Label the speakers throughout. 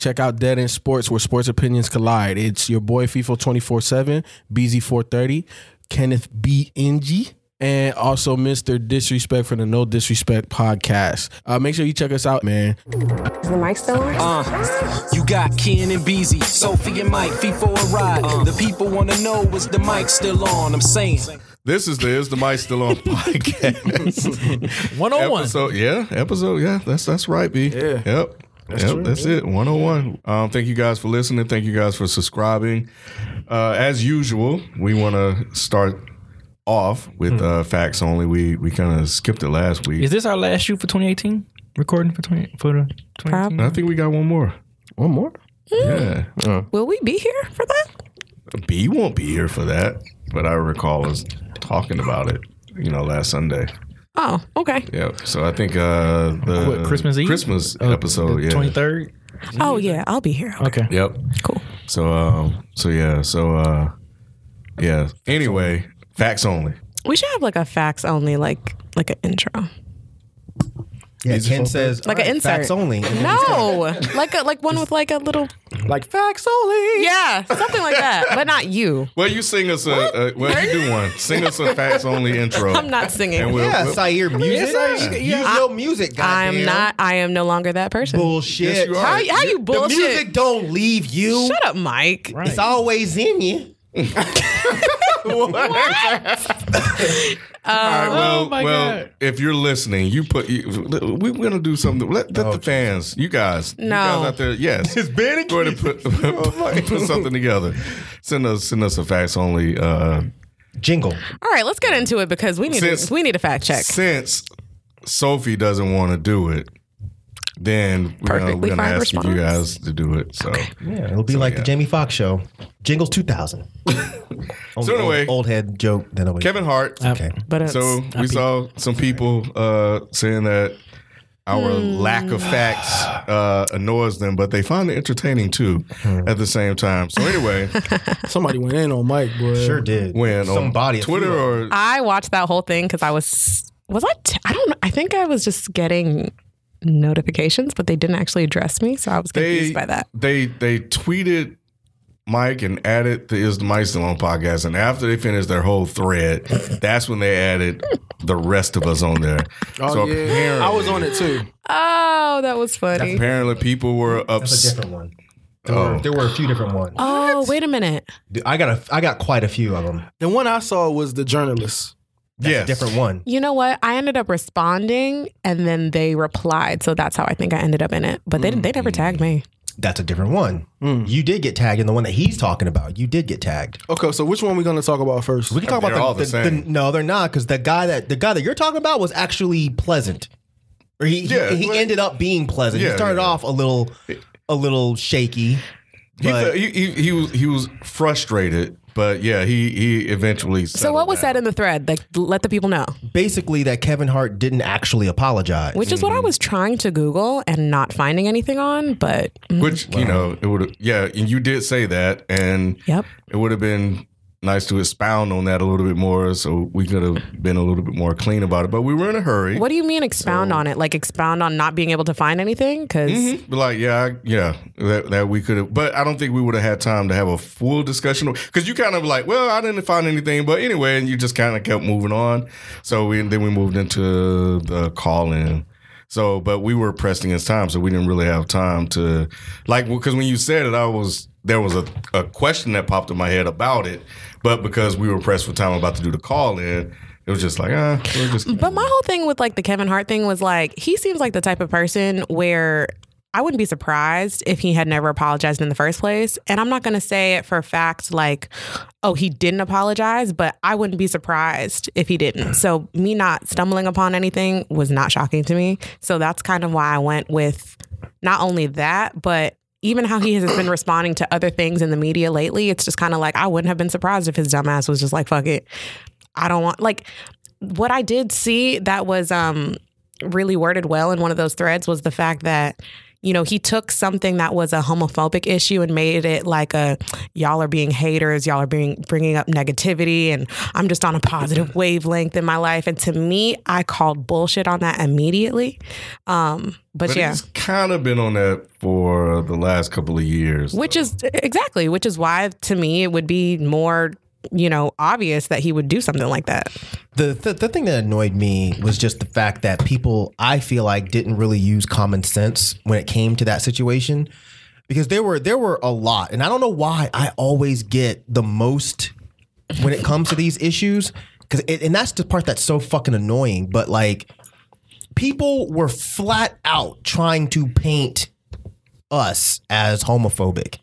Speaker 1: Check out Dead End Sports, where sports opinions collide. It's your boy FIFO twenty four seven, BZ four thirty, Kenneth B NG, and also Mister Disrespect for the No Disrespect podcast. Uh, make sure you check us out, man.
Speaker 2: Is the mic still on?
Speaker 3: Uh, you got Ken and Beezy, Sophie and Mike, fee for a ride. the people want to know is the mic still on? I'm saying.
Speaker 4: This is the Is the Mic Still On podcast.
Speaker 5: One on one.
Speaker 4: Episode, yeah, episode, yeah. That's that's right, B.
Speaker 1: Yeah.
Speaker 4: Yep. That's yep, that's it. 101. Um, thank you guys for listening. Thank you guys for subscribing. Uh, as usual, we want to start off with uh, facts only. We we kind of skipped it last week.
Speaker 5: Hmm. Is this our last shoot for 2018? Recording for 20 for the 2018?
Speaker 4: And I think we got one more.
Speaker 1: One more.
Speaker 4: Yeah. Uh,
Speaker 2: Will we be here for that?
Speaker 4: B won't be here for that, but I recall us talking about it, you know, last Sunday.
Speaker 2: Oh, okay.
Speaker 4: Yeah. So I think uh, the
Speaker 5: What, Christmas Eve? Oh,
Speaker 4: Christmas episode. Yeah.
Speaker 5: Twenty third.
Speaker 2: Oh yeah, I'll be here.
Speaker 5: Okay.
Speaker 4: Yep.
Speaker 2: Cool.
Speaker 4: So um so yeah, so uh yeah. Anyway, facts only.
Speaker 2: We should have like a fax only, like like an intro,
Speaker 6: Yeah, Ken says
Speaker 2: like an
Speaker 6: "Alright,
Speaker 2: insert.
Speaker 6: facts only. And then
Speaker 2: No, like a like one with like a little
Speaker 5: Like facts only.
Speaker 2: yeah, something like that, but not you.
Speaker 4: Well, you sing us a, a well, you do one. Sing us a facts only intro.
Speaker 2: I'm not singing.
Speaker 4: And we'll,
Speaker 6: yeah,
Speaker 4: we'll-
Speaker 6: Sayer music.
Speaker 5: Yes, I-
Speaker 6: Use your music. Goddamn.
Speaker 2: I'm not. I am no longer that person.
Speaker 6: bullshit.
Speaker 4: Yes, you are.
Speaker 2: How, how you
Speaker 6: The
Speaker 2: bullshit?
Speaker 6: music don't leave you.
Speaker 2: Shut up, Mike.
Speaker 5: Right.
Speaker 6: It's always in you.
Speaker 4: All right, well,
Speaker 5: Oh my
Speaker 4: well,
Speaker 5: God.
Speaker 4: if you're listening, you put you, we- we're gonna do something. Let, let the fans, you guys, you
Speaker 2: No.
Speaker 4: guys out there, yes, it's been going to put, put something together. Send us send us a facts only. Uh,
Speaker 6: Jingle.
Speaker 2: All right, let's get into it because we need
Speaker 4: Since-
Speaker 2: to, we need a fact check.
Speaker 4: since Sophie doesn't want to do it, then we're gonna,
Speaker 2: Perfect. We
Speaker 4: we're gonna
Speaker 2: find
Speaker 4: ask you
Speaker 2: response.
Speaker 4: guys to do it. So
Speaker 6: Yeah, it'll be like
Speaker 4: yeah.
Speaker 6: the Jamie Foxx show. Jingles 2000. Only
Speaker 4: anyway-
Speaker 6: old, old head joke that nobody.
Speaker 4: Kevin Hart.
Speaker 6: Okay.
Speaker 2: but it's,
Speaker 4: So we saw some people uh, saying that our
Speaker 2: Hmm.
Speaker 4: lack of facts uh, annoys them, but they find it entertaining too.
Speaker 2: Hmm.
Speaker 4: At the same time. So anyway,
Speaker 5: Somebody went in on Mike, boy.
Speaker 6: Sure did.
Speaker 4: when
Speaker 6: Somebody.
Speaker 4: on Twitter or
Speaker 2: I watched that whole thing because I was was I t- I don't know. I think I was just getting notifications, but they didn't actually address me, so I was confused
Speaker 4: they
Speaker 2: by that.
Speaker 4: they they tweeted Mike and added the Is the Mike Still On podcast, and after they finished their whole thread, that's when they added the rest of us on there.
Speaker 5: Oh
Speaker 4: so
Speaker 5: yeah. I was on it too.
Speaker 2: Oh, that was funny.
Speaker 4: Apparently, people were
Speaker 6: That's a
Speaker 4: upset.
Speaker 6: different one. There,
Speaker 4: Oh.
Speaker 6: were, there were a few different ones.
Speaker 2: Oh, wait a minute.
Speaker 6: Dude, I got a, I got quite a few of them.
Speaker 5: The one I saw was the journalist.
Speaker 6: That's
Speaker 4: Yes.
Speaker 6: a different one.
Speaker 2: You know what? I ended up responding, and then they replied, so that's how I think I ended up in it. But they didn't. they never tagged me.
Speaker 6: That's a different one. You did get tagged in the one that he's talking about. You did get tagged.
Speaker 5: Okay, so which one we gonna talk about first?
Speaker 6: We can talk
Speaker 4: They're all
Speaker 6: about
Speaker 4: the
Speaker 6: the, the, the,
Speaker 4: same.
Speaker 6: no, they're not because the guy that the guy that you're talking about was actually pleasant, or he he-
Speaker 4: Yeah,
Speaker 6: he,
Speaker 4: well-
Speaker 6: ended up being pleasant.
Speaker 4: Yeah,
Speaker 6: he started
Speaker 4: yeah.
Speaker 6: off a little a little shaky.
Speaker 4: He,
Speaker 6: But-
Speaker 4: he, he, he was he was frustrated, but yeah, he he eventually.
Speaker 2: So what was said in the thread? Like, let the people know,
Speaker 6: Basically, that Kevin Hart didn't actually apologize.
Speaker 2: which is what I was trying to Google and not finding anything on. But mm,
Speaker 4: Which you know it would yeah, and you did say that, and
Speaker 2: Yep.
Speaker 4: it would have been nice to expound on that a little bit more, so we could have been a little bit more clean about it. But we were in a hurry.
Speaker 2: what do you mean expound on it? Like expound on not being able to find anything? Because
Speaker 4: But like yeah, I- yeah, that, that we could have, but I don't think we would have had time to have a full discussion because you kind of like, well, I didn't find anything, but anyway, and you just kind of kept moving on. So we, then we moved into the call in So, but we were pressed against time, so we didn't really have time to like because when you said it, I was there was a, a question that popped in my head about it, but because we were pressed for time about to do the call in, it was just like ah, we're just
Speaker 2: But my whole thing with like the Kevin Hart thing was like he seems like the type of person where I wouldn't be surprised if he had never apologized in the first place. And I'm not going to say it for a fact like oh he didn't apologize, but I wouldn't be surprised if he didn't. So me not stumbling upon anything was not shocking to me. So that's kind of why I went with not only that, but even how he has been responding to other things in the media lately, it's just kind of like I wouldn't have been surprised if his dumbass was just like fuck it. I don't want like what I did see that was um really worded well in one of those threads was the fact that you know he took something that was a homophobic issue and made it like a y'all are being haters y'all are being bringing up negativity and i'm just on a positive wavelength in my life and to me i called bullshit on that immediately um but, yeah
Speaker 4: he's kind of been on that for the last couple of years.
Speaker 2: which is e, exactly which is why to me it would be more you know obvious that he would do something like that
Speaker 6: The, the the thing that annoyed me was just the fact that people I feel like didn't really use common sense when it came to that situation because there were there were a lot and I don't know why I always get the most when it comes to these issues cuz and that's the part that's so fucking annoying but like people were flat out trying to paint us as homophobic.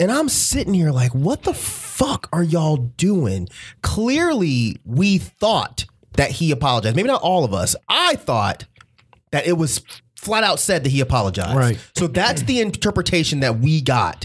Speaker 6: And I'm sitting here like, what the fuck are y'all doing? Clearly, we thought that he apologized. Maybe not all of us. I thought that it was flat out said that he apologized.
Speaker 1: Right.
Speaker 6: So that's the interpretation that we got.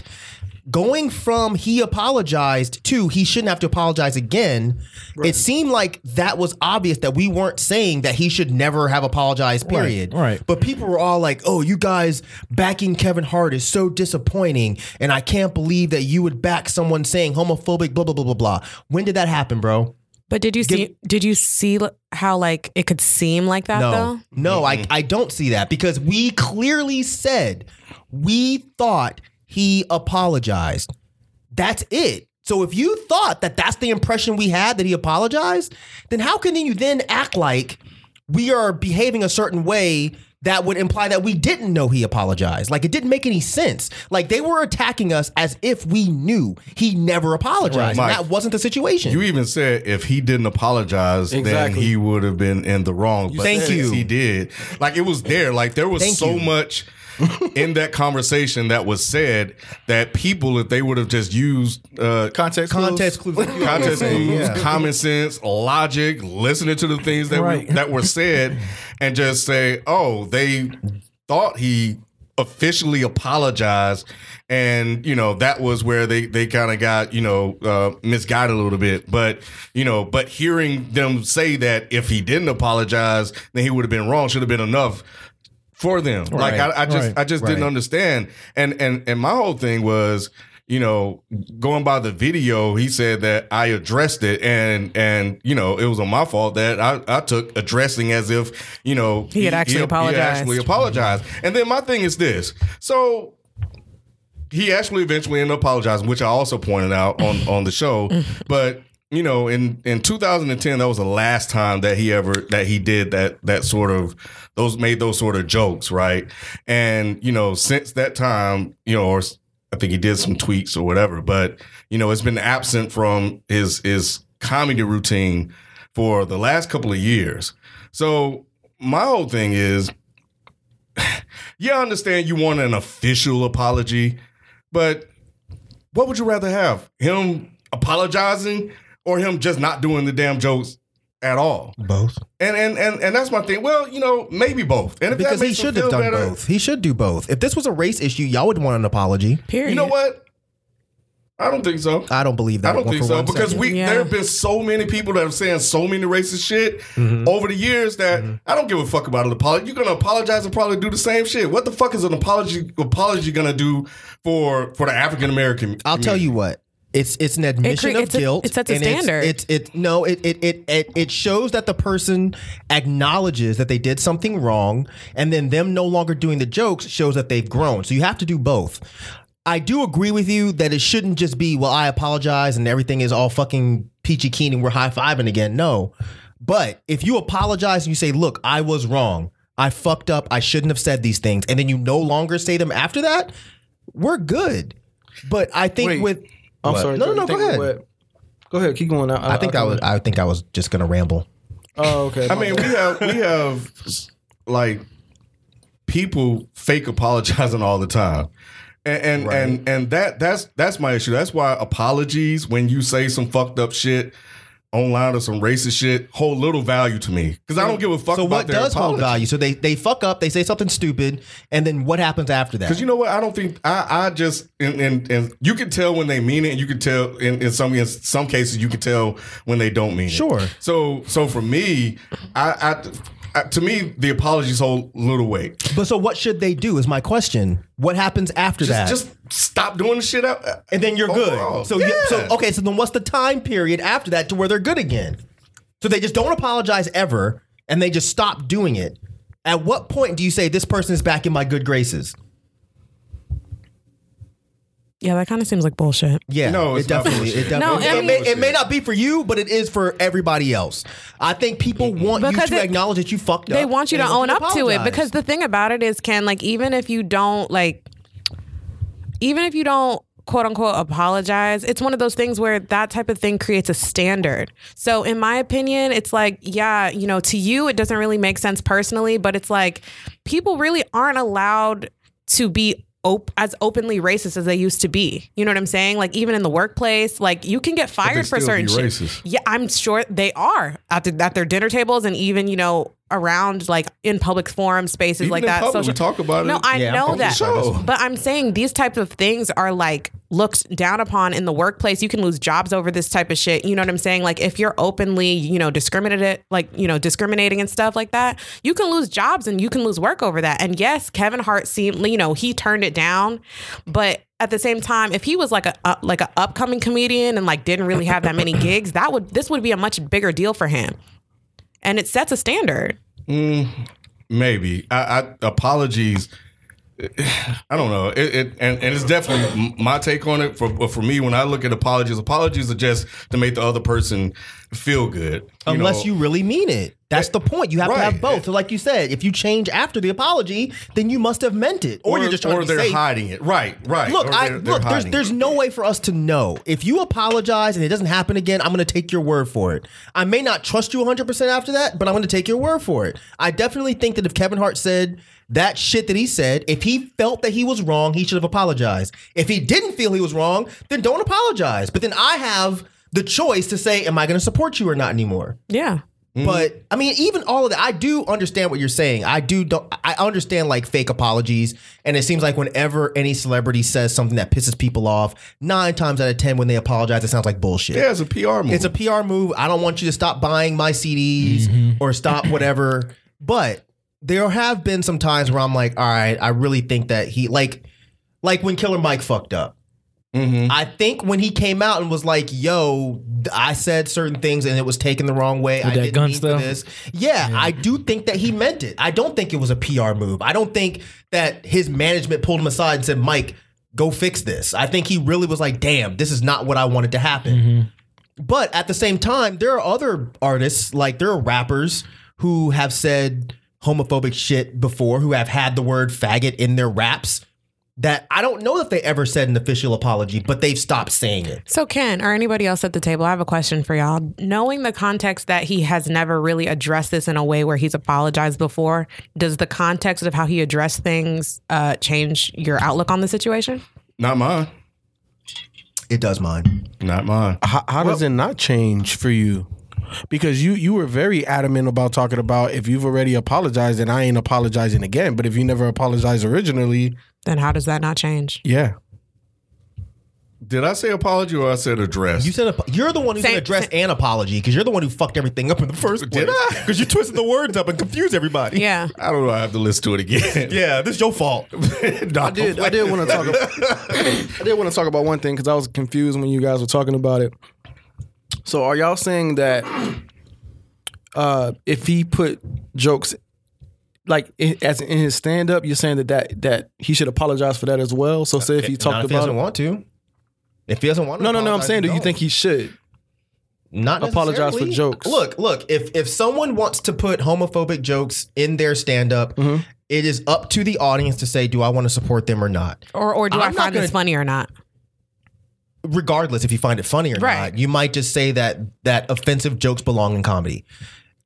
Speaker 6: Going from he apologized to he shouldn't have to apologize again, it seemed like that was obvious that we weren't saying that he should never have apologized,
Speaker 1: Right,
Speaker 6: period.
Speaker 1: right.
Speaker 6: But people were all like, "Oh, you guys backing Kevin Hart is so disappointing, and I can't believe that you would back someone saying homophobic blah blah blah blah blah." When did that happen, bro?
Speaker 2: But did you see? Did you see l- how like it could seem like that
Speaker 6: No,
Speaker 2: though?
Speaker 6: no, I I don't see that because we clearly said we thought he apologized. That's it. So if you thought that that's the impression we had that he apologized, then how can you then act like we are behaving a certain way that would imply that we didn't know he apologized? Like it didn't make any sense. Like they were attacking us as if we knew he never apologized.
Speaker 4: Right.
Speaker 6: And that wasn't the situation.
Speaker 4: You even said if he didn't apologize,
Speaker 6: Exactly.
Speaker 4: then he would have been in the wrong.
Speaker 6: You Thank
Speaker 4: since
Speaker 6: you.
Speaker 4: He did. Like it was there. Like there was
Speaker 6: Thank
Speaker 4: so
Speaker 6: you.
Speaker 4: much in that conversation that was said that people, if they would have just used uh, context,
Speaker 6: Context clues.
Speaker 4: context
Speaker 6: Yeah.
Speaker 4: clues,
Speaker 6: Yeah.
Speaker 4: common sense, logic, listening to the things that
Speaker 1: Right.
Speaker 4: we, that were said, and just say, "Oh, they thought he officially apologized," and you know that was where they they kind of got you know uh, misguided a little bit. But you know, but hearing them say that if he didn't apologize, then he would have been wrong. Should have been enough for them. Like
Speaker 6: Right,
Speaker 4: I, I just
Speaker 6: right,
Speaker 4: I just didn't
Speaker 6: right.
Speaker 4: understand. And and and my whole thing was, you know, going by the video, he said that I addressed it and and you know, it was on my fault that I, I took addressing as if, you know,
Speaker 2: He had actually apologized.
Speaker 4: actually apologized. And then my thing is this. So he actually eventually ended up apologizing, which I also pointed out on on the show. But you know, in in 2010, that was the last time that he ever that he did that that sort of those made those sort of jokes, right? And you know, since that time, you know, or s- I think he did some tweets or whatever, but you know, it's been absent from his his comedy routine for the last couple of years. So my whole thing is yeah, I understand you want an official apology, but what would you rather have? Him apologizing or him just not doing the damn jokes at all?
Speaker 6: both.
Speaker 4: And and and, and that's my thing. Well, you know, maybe both. And if
Speaker 6: Because
Speaker 4: that
Speaker 6: he
Speaker 4: makes him
Speaker 6: should have
Speaker 4: feel
Speaker 6: done
Speaker 4: better,
Speaker 6: both. He should do both. If this was a race issue, y'all would want an apology.
Speaker 2: Period.
Speaker 4: You know what? I don't think so.
Speaker 6: I don't believe that.
Speaker 4: I don't
Speaker 6: one
Speaker 4: think
Speaker 6: for
Speaker 4: so
Speaker 6: one
Speaker 4: because
Speaker 6: second.
Speaker 4: we
Speaker 2: Yeah.
Speaker 4: there have been so many people that are saying so many racist shit
Speaker 6: Mm-hmm.
Speaker 4: over the years that I don't give a fuck about an apology. You're gonna apologize and probably do the same shit. What the fuck is an apology apology gonna do for for the African American?
Speaker 6: I'll tell you what. It's it's an admission
Speaker 2: cre-
Speaker 6: of
Speaker 2: it's a-
Speaker 6: guilt.
Speaker 2: it sets a
Speaker 6: and it's-
Speaker 2: standard.
Speaker 6: It's it, no it it, it it it shows that the person acknowledges that they did something wrong, and then them no longer doing the jokes shows that they've grown. So you have to do both. I do agree with you that it shouldn't just be well I apologize and everything is all fucking peachy keen and we're high fiving again. No, but if you apologize and you say look I was wrong. I fucked up. I shouldn't have said these things. And then you no longer say them after that. We're good. But I think
Speaker 1: Wait,
Speaker 6: with
Speaker 1: I'm
Speaker 6: What?
Speaker 1: sorry.
Speaker 6: No, no,
Speaker 1: you
Speaker 6: no. Go
Speaker 1: think
Speaker 6: ahead.
Speaker 1: what- Uh, Go ahead. Keep going.
Speaker 6: I think I was. I think I was just gonna ramble.
Speaker 1: Oh, okay.
Speaker 4: I mean, we have we have like people fake apologizing all the time. And and, and and that that's that's my issue. That's why apologies when you say some fucked up shit online or some racist shit hold little value to me because I don't give a fuck.
Speaker 6: So
Speaker 4: about
Speaker 6: what
Speaker 4: their
Speaker 6: does hold
Speaker 4: apology.
Speaker 6: value? So they they fuck up. They say something stupid, and then what happens after that?
Speaker 4: Because you know what? I don't think I, I just and, and and you can tell when they mean it, and you can tell in, in some in some cases you can tell when they don't mean it.
Speaker 6: Sure.
Speaker 4: So so for me, I, I, I to me the apologies hold little weight.
Speaker 6: But so what should they do? Is my question. What happens after that?
Speaker 4: Just stop doing the shit out,
Speaker 6: and then you're good.
Speaker 4: Overall,
Speaker 6: So you, so
Speaker 4: yeah.
Speaker 6: okay. So then what's the time period after that to where they're good again? So they just don't apologize ever, and they just stop doing it. At what point do you say this person is back in my good graces?
Speaker 2: Yeah, that kind of seems like bullshit.
Speaker 6: Yeah,
Speaker 4: No, it's
Speaker 6: it
Speaker 4: not
Speaker 6: definitely,
Speaker 4: bullshit.
Speaker 6: it definitely.
Speaker 2: No, I
Speaker 6: it, may,
Speaker 2: mean-
Speaker 6: it may not be for you, but it is for everybody else. I think people want
Speaker 2: Because
Speaker 6: you to
Speaker 2: it-
Speaker 6: acknowledge that you fucked up.
Speaker 2: They want you
Speaker 6: and
Speaker 2: to own up to it
Speaker 6: apologize.
Speaker 2: because the thing about it is, Ken, like even if you don't like, even if you don't quote unquote apologize, it's one of those things where that type of thing creates a standard. So in my opinion, it's like, yeah, you know, to you it doesn't really make sense personally, but it's like people really aren't allowed to be op- as openly racist as they used to be. You know what I'm saying? Like even in the workplace, like you can get fired for
Speaker 4: still
Speaker 2: certain
Speaker 4: be
Speaker 2: shit.
Speaker 4: racist.
Speaker 2: Yeah, I'm sure they are at, the, at their dinner tables and even, you know, around like in public forum spaces
Speaker 4: Even
Speaker 2: like
Speaker 4: in
Speaker 2: that.
Speaker 4: public, we talk about
Speaker 2: No,
Speaker 4: it.
Speaker 2: I
Speaker 4: Yeah, I'm
Speaker 2: know
Speaker 4: talking
Speaker 2: that.
Speaker 4: about this.
Speaker 2: But I'm saying these types of things are like looked down upon in the workplace. You can lose jobs over this type of shit. You know what I'm saying? Like if you're openly, you know, discriminated, like, you know, discriminating and stuff like that, you can lose jobs and you can lose work over that. And yes, Kevin Hart seemed, you know, he turned it down, but at the same time, if he was like a uh, like an upcoming comedian and like didn't really have that many gigs, that would this would be a much bigger deal for him. And it sets a standard.
Speaker 4: Maybe. I, I apologies. I don't know. It, it and, and it's definitely m- my take on it. For but for me, when I look at apologies, apologies are just to make the other person feel good.
Speaker 6: unless
Speaker 4: know?
Speaker 6: you really mean it. That's the point. You have to
Speaker 4: Right.
Speaker 6: have both. So, like you said, if you change after the apology, then you must have meant it, or, you're just trying
Speaker 4: or
Speaker 6: to be
Speaker 4: they're
Speaker 6: safe.
Speaker 4: hiding it. Right. Right.
Speaker 6: Look,
Speaker 4: Or
Speaker 6: I
Speaker 4: they're- they're
Speaker 6: look. There's
Speaker 4: hiding
Speaker 6: there's
Speaker 4: it.
Speaker 6: no way for us to know if you apologize and it doesn't happen again. I'm going to take your word for it. I may not trust you 100 percent after that, but I'm going to take your word for it. I definitely think that if Kevin Hart said that shit that he said, if he felt that he was wrong, he should have apologized. If he didn't feel he was wrong, then don't apologize. But then I have the choice to say, am I going to support you or not anymore?
Speaker 2: Yeah.
Speaker 6: But I mean, even all of that, I do understand what you're saying. I do don't. I understand like fake apologies, and it seems like whenever any celebrity says something that pisses people off, nine times out of ten, when they apologize, it sounds like bullshit.
Speaker 4: Yeah, it's a PR move.
Speaker 6: It's a PR move. I don't want you to stop buying my CDs or stop whatever. But there have been some times where I'm like, all right, I really think that he like, like when Killer Mike fucked up.
Speaker 5: Mm-hmm.
Speaker 6: I think when he came out and was like, "Yo, th- I said certain things and it was taken the wrong way. I
Speaker 5: that
Speaker 6: didn't
Speaker 5: gun
Speaker 6: mean for
Speaker 5: stuff?
Speaker 6: this." Yeah, I do think that he meant it. I don't think it was a PR move. I don't think that his management pulled him aside and said, "Mike, go fix this." I think he really was like, "Damn, this is not what I wanted to happen."
Speaker 5: Mm-hmm.
Speaker 6: But at the same time, there are other artists, like there are rappers who have said homophobic shit before, who have had the word faggot in their raps that I don't know if they ever said an official apology, but they've stopped saying it.
Speaker 2: So, Ken, or anybody else at the table, I have a question for y'all. Knowing the context that he has never really addressed this in a way where he's apologized before, does the context of how he addressed things uh, change your outlook on the situation?
Speaker 4: not mine.
Speaker 6: It does mine.
Speaker 4: Not mine.
Speaker 1: how, how does it not change for you? Because you you were very adamant about talking about if you've already apologized and I ain't apologizing again. But if you never apologized originally,
Speaker 2: Then how does that not change?
Speaker 1: yeah,
Speaker 4: Did I say apology or I said address?
Speaker 6: You said apo- you're the one who
Speaker 2: Same-
Speaker 6: said address and apology because you're the one who fucked everything up in the first place.
Speaker 4: Did I?
Speaker 6: Because you twisted the words up and confused everybody.
Speaker 2: Yeah.
Speaker 4: I don't know. I have to listen to it again.
Speaker 6: Yeah, this is your fault.
Speaker 4: Nah,
Speaker 1: I did. I did want to talk. About, I did want to talk about one thing because I was confused when you guys were talking about it. So, are y'all saying that uh, if he put jokes like i- as in his stand up, you're saying that, that that he should apologize for that as well? So, say if he
Speaker 6: Not
Speaker 1: talked
Speaker 6: if he
Speaker 1: about
Speaker 6: doesn't
Speaker 1: it,
Speaker 6: want to. If he doesn't want to,
Speaker 1: no, no, no. I'm
Speaker 6: apologize,
Speaker 1: saying, do you
Speaker 6: don't.
Speaker 1: think he should?
Speaker 6: Not
Speaker 7: Apologize for
Speaker 6: necessarily.
Speaker 7: jokes.
Speaker 6: Look, look. If if someone wants to put homophobic jokes in their stand up,
Speaker 1: Mm-hmm.
Speaker 6: it is up to the audience to say, do I want to support them or not.
Speaker 2: Or or do i
Speaker 6: I'm not
Speaker 2: find this
Speaker 6: gonna-
Speaker 2: funny or not?
Speaker 6: Regardless if you find it funny or
Speaker 2: Right.
Speaker 6: not, you might just say that that offensive jokes belong in comedy.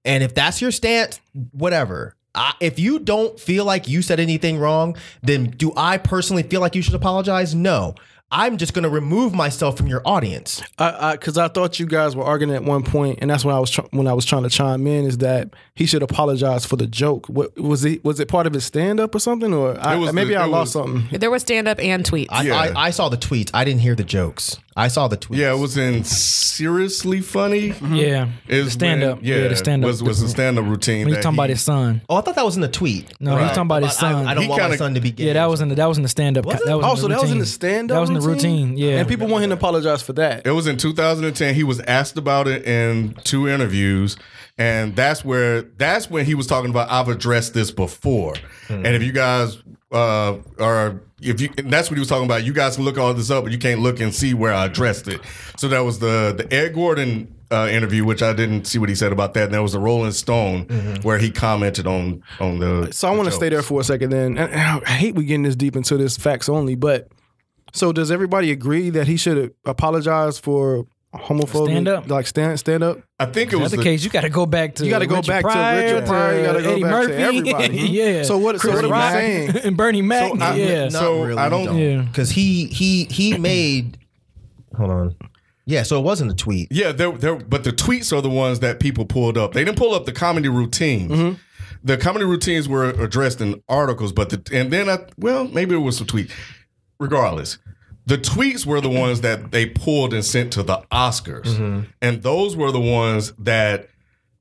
Speaker 6: And if that's your stance, whatever. I, if you don't feel like you said anything wrong, then do I personally feel like you should apologize? No. I'm just going to remove myself from your audience.
Speaker 7: I because I, thought you guys were arguing at one point, and that's when I was tr- when I was trying to chime in is that he should apologize for the joke. What was it? Was it part of his stand up or something? Or I,
Speaker 4: It was
Speaker 7: maybe
Speaker 4: the-
Speaker 7: I
Speaker 4: it
Speaker 7: lost
Speaker 4: was-
Speaker 7: something.
Speaker 2: There was stand up and tweets.
Speaker 6: I,
Speaker 4: Yeah.
Speaker 6: I, I saw the tweets. I didn't hear the jokes. I saw the tweets.
Speaker 4: Yeah, it was in seriously funny.
Speaker 8: Yeah.
Speaker 4: Is
Speaker 8: The stand
Speaker 4: when-
Speaker 8: up. Yeah, the stand up.
Speaker 4: was was the stand up routine.
Speaker 8: When he's
Speaker 4: that
Speaker 8: talking about
Speaker 4: he-
Speaker 8: his son.
Speaker 6: Oh, I thought that was in the tweet.
Speaker 8: No, he's talking about his
Speaker 6: I-
Speaker 8: son.
Speaker 6: I, don't
Speaker 4: He
Speaker 6: want my
Speaker 4: kinda-
Speaker 6: son to be gay.
Speaker 8: yeah, that was in the that was in the stand up.
Speaker 6: Was it?
Speaker 8: That was
Speaker 7: Oh, so
Speaker 8: in the
Speaker 7: that was in
Speaker 8: routine.
Speaker 7: the stand up.
Speaker 8: That was in the routine. Yeah,
Speaker 7: and people want him to apologize for that.
Speaker 4: It was in 2010. He was asked about it in two interviews, and that's where that's when he was talking about I've addressed this before.
Speaker 8: Hmm.
Speaker 4: And if you guys uh, are if you and that's what he was talking about, you guys can look all this up, but you can't look and see where I addressed it. So that was the the Ed Gordon. Uh, interview, which I didn't see what he said about that. And there was a Rolling Stone
Speaker 8: Mm-hmm.
Speaker 4: where he commented on on the.
Speaker 7: So I want to stay there for a second. Then and, and I hate we getting this deep into this facts only, but so does everybody agree that he should apologize for homophobic
Speaker 8: Stand up?
Speaker 7: like stand stand up?
Speaker 4: I think it
Speaker 8: If
Speaker 4: was
Speaker 8: that's the case. You got to go back to
Speaker 7: You got to go
Speaker 8: Richard
Speaker 7: back
Speaker 8: Pryor,
Speaker 7: to Richard Pryor. You got to go
Speaker 8: Eddie
Speaker 7: back
Speaker 8: Murphy.
Speaker 7: to everybody.
Speaker 8: yeah.
Speaker 7: So what?
Speaker 8: Chris
Speaker 7: so what am I
Speaker 8: Rock
Speaker 7: saying?
Speaker 8: and Bernie Mac.
Speaker 4: I-
Speaker 8: yeah.
Speaker 4: No. So, I don't-
Speaker 8: Yeah.
Speaker 6: because he he he made. hold on. Yeah, so it wasn't a tweet.
Speaker 4: Yeah, they're, they're, but the tweets are the ones that people pulled up. They didn't pull up the comedy routines. The comedy routines were addressed in articles, but the and then I well maybe it was some tweets. Regardless, the tweets were the ones that they pulled and sent to the Oscars, and those were the ones that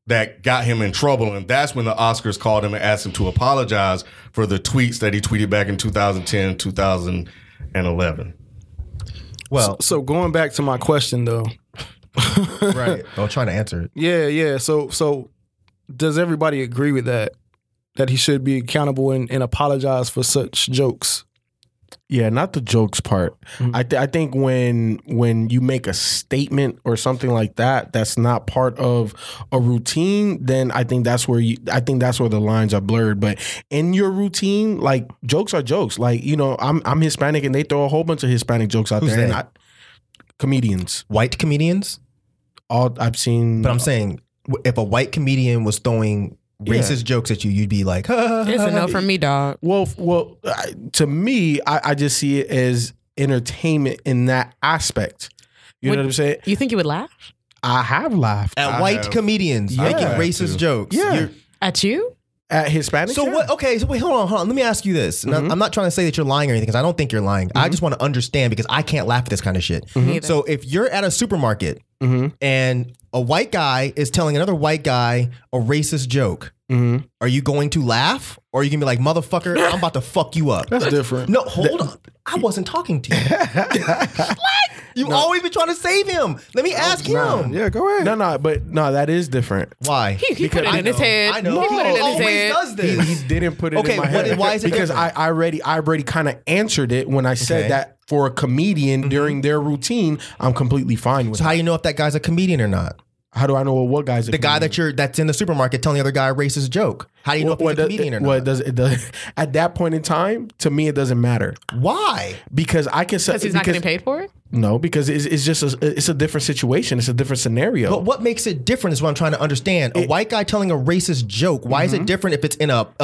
Speaker 4: that got him in trouble, and that's when the Oscars called him and asked him to apologize for the tweets that he tweeted back in 2010, 2011.
Speaker 6: Well,
Speaker 7: So going back to my question though.
Speaker 6: right. I'm trying to answer it.
Speaker 7: Yeah, yeah. So so does everybody agree with that? That he should be accountable and, and apologize for such jokes. Mm-hmm.
Speaker 1: Yeah, not the jokes part. I th- I think when when you make a statement or something like that, that's not part of a routine. Then I think that's where you. I think that's where the lines are blurred. But in your routine, like jokes are jokes. Like you know, I'm I'm Hispanic and they throw a whole bunch of Hispanic jokes out
Speaker 6: Who's
Speaker 1: there. And I,
Speaker 6: that?
Speaker 1: comedians,
Speaker 6: White comedians,
Speaker 1: all I've seen.
Speaker 6: but I'm saying w- if a white comedian was throwing racist jokes at you, you'd be like,
Speaker 2: It's a no from me, dog.
Speaker 1: Well, f- well, I, to me, I, I just see it as entertainment in that aspect. You know
Speaker 2: Would-
Speaker 1: what I'm saying?
Speaker 2: You think you would laugh
Speaker 1: I have laughed
Speaker 6: at
Speaker 4: I
Speaker 6: white
Speaker 4: have-
Speaker 6: comedians
Speaker 4: I
Speaker 6: making
Speaker 4: have
Speaker 6: racist
Speaker 4: too.
Speaker 6: jokes.
Speaker 1: Yeah.
Speaker 6: You're-
Speaker 2: at you?
Speaker 1: at Hispanic.
Speaker 6: So what? Okay, so wait, hold on, hold on. Let me ask you this. And I'm- I'm not trying to say that you're lying or anything, because I don't think you're lying. I just want to understand because I can't laugh at this kind of shit.
Speaker 2: either.
Speaker 6: Mm-hmm. So if you're at a supermarket
Speaker 1: Mm-hmm.
Speaker 6: and a white guy is telling another white guy a racist joke,
Speaker 1: Mm-hmm.
Speaker 6: are you going to laugh or are you gonna be like, motherfucker, I'm about to fuck you up?
Speaker 1: That's different.
Speaker 6: No, hold on. I wasn't talking to you. what? You always been trying to save him. Let me ask him.
Speaker 1: Yeah, go ahead. No, no, but no, that is different.
Speaker 6: Why?
Speaker 2: He, he put it in his head.
Speaker 6: I know.
Speaker 2: He put it in his
Speaker 6: always
Speaker 2: head.
Speaker 6: does
Speaker 1: He,
Speaker 6: this.
Speaker 1: he didn't put it
Speaker 6: Okay,
Speaker 1: in my
Speaker 6: what-
Speaker 1: head.
Speaker 6: why is it
Speaker 1: because I,
Speaker 6: different?
Speaker 1: I already I already kind of answered it when I said
Speaker 6: Okay.
Speaker 1: that for a comedian during their routine, I'm completely fine with.
Speaker 6: Mm-hmm. so
Speaker 1: it.
Speaker 6: how you know if that guy's a comedian or not?
Speaker 1: How do I know what guys?
Speaker 6: the guy that you're that's in the supermarket telling the other guy a racist joke. How do you know
Speaker 1: what,
Speaker 6: if he's a
Speaker 1: does-
Speaker 6: comedian or
Speaker 1: what
Speaker 6: not?
Speaker 1: does it does at that point in time? To me, it doesn't matter
Speaker 6: Why?
Speaker 1: because I can say
Speaker 2: Because he's not getting paid for it?
Speaker 1: No, because it's, it's just a, it's a different situation. It's a different scenario.
Speaker 6: But what makes it different is what I'm trying to understand. A white guy telling a racist joke. Why is it different if it's in a a a,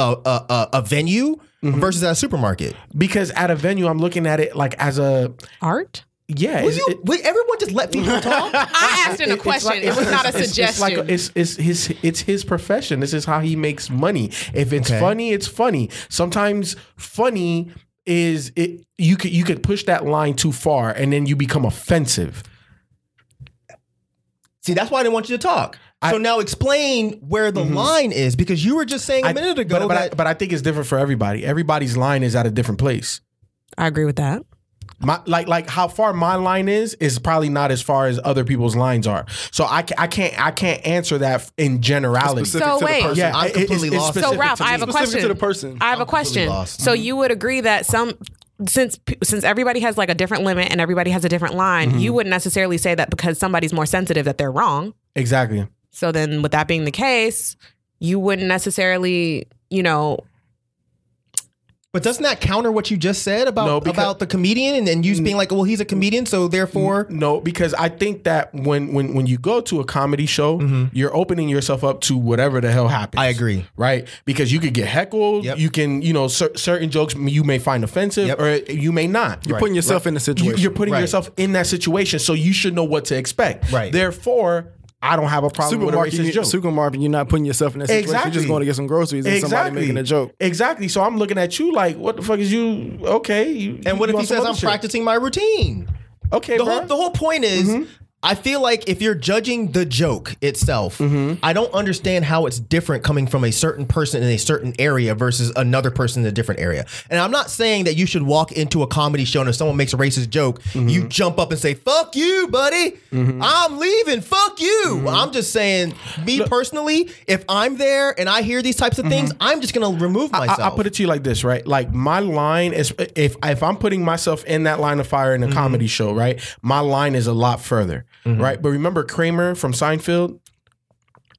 Speaker 6: a, a venue versus at a supermarket?
Speaker 1: because at a venue, I'm looking at it like as a
Speaker 2: Art?
Speaker 1: yeah.
Speaker 6: Will
Speaker 1: it's-
Speaker 6: you,
Speaker 1: it-
Speaker 6: will everyone just let people talk?
Speaker 2: I asked him a question. it was not a
Speaker 1: It's, like
Speaker 2: suggestion.
Speaker 1: a- it's it's his it's his profession. This is how he makes money. If it's
Speaker 6: Okay.
Speaker 1: funny, it's funny. Sometimes funny is it you could you could push that line too far and then you become offensive.
Speaker 6: See, that's why I didn't want you to talk. so now explain where the line is because you were just saying a
Speaker 1: I-
Speaker 6: minute
Speaker 1: but-
Speaker 6: ago
Speaker 1: but, I,
Speaker 6: that
Speaker 1: but I think it's different for everybody. Everybody's line is at a different place.
Speaker 2: I agree with that.
Speaker 1: My like like how far my line is is probably not as far as other people's lines are. So I ca- I can't I can't answer that in generality.
Speaker 4: Specific to
Speaker 2: So
Speaker 4: the
Speaker 2: wait.
Speaker 4: person.
Speaker 1: Yeah,
Speaker 6: I'm
Speaker 1: it- it's-
Speaker 6: completely
Speaker 1: it's
Speaker 6: lost.
Speaker 2: So
Speaker 1: specific
Speaker 2: Ralph,
Speaker 1: to me.
Speaker 2: I have a
Speaker 7: Specific
Speaker 2: question.
Speaker 7: to the person.
Speaker 2: I have a
Speaker 6: completely
Speaker 2: question.
Speaker 6: lost.
Speaker 2: So you would agree that some since p- since everybody has like a different limit and everybody has a different line,
Speaker 1: Mhm.
Speaker 2: you wouldn't necessarily say that because somebody's more sensitive that they're wrong.
Speaker 1: Exactly.
Speaker 2: So then, with that being the case, you wouldn't necessarily, you know,
Speaker 6: But doesn't that counter what you just said about about the comedian and then you being like, well, he's a comedian, so therefore
Speaker 1: No, because I think that when when when you go to a comedy show,
Speaker 5: Mm-hmm.
Speaker 1: you're opening yourself up to whatever the hell happens. I
Speaker 6: agree,
Speaker 1: right? Because you could get heckled. You can, you know, cer- certain jokes you may find offensive, or you may not.
Speaker 9: You're putting yourself in the situation.
Speaker 1: You, are putting
Speaker 9: Right.
Speaker 1: yourself in that situation, so you should know what to expect. Right. Therefore, I don't have a problem
Speaker 5: Supermarket,
Speaker 1: with a racist
Speaker 5: you,
Speaker 1: joke.
Speaker 5: supermarket, you're not putting yourself in that situation. You're just going to get some groceries and somebody making a joke.
Speaker 1: Exactly. So I'm looking at you like, what the fuck is you? Okay. You,
Speaker 6: And what if he says I'm practicing my routine?
Speaker 1: Okay,
Speaker 6: the whole the whole point is
Speaker 1: Mm-hmm.
Speaker 6: I feel like if you're judging the joke itself,
Speaker 1: Mm-hmm.
Speaker 6: I don't understand how it's different coming from a certain person in a certain area versus another person in a different area. And I'm not saying that you should walk into a comedy show and if someone makes a racist joke,
Speaker 1: Mm-hmm.
Speaker 6: you jump up and say, "Fuck you, buddy! I'm leaving. Fuck you."
Speaker 1: Mm-hmm.
Speaker 6: I'm just saying, me personally, if I'm there and I hear these types of things, I'm just gonna remove
Speaker 1: Mm-hmm. I-
Speaker 6: myself.
Speaker 1: I, will put it to you like this, right? Like my line is if if I'm putting myself in that line of fire in
Speaker 6: Mm-hmm.
Speaker 1: a comedy show, right? My line is a lot further, right? But remember Kramer from Seinfeld,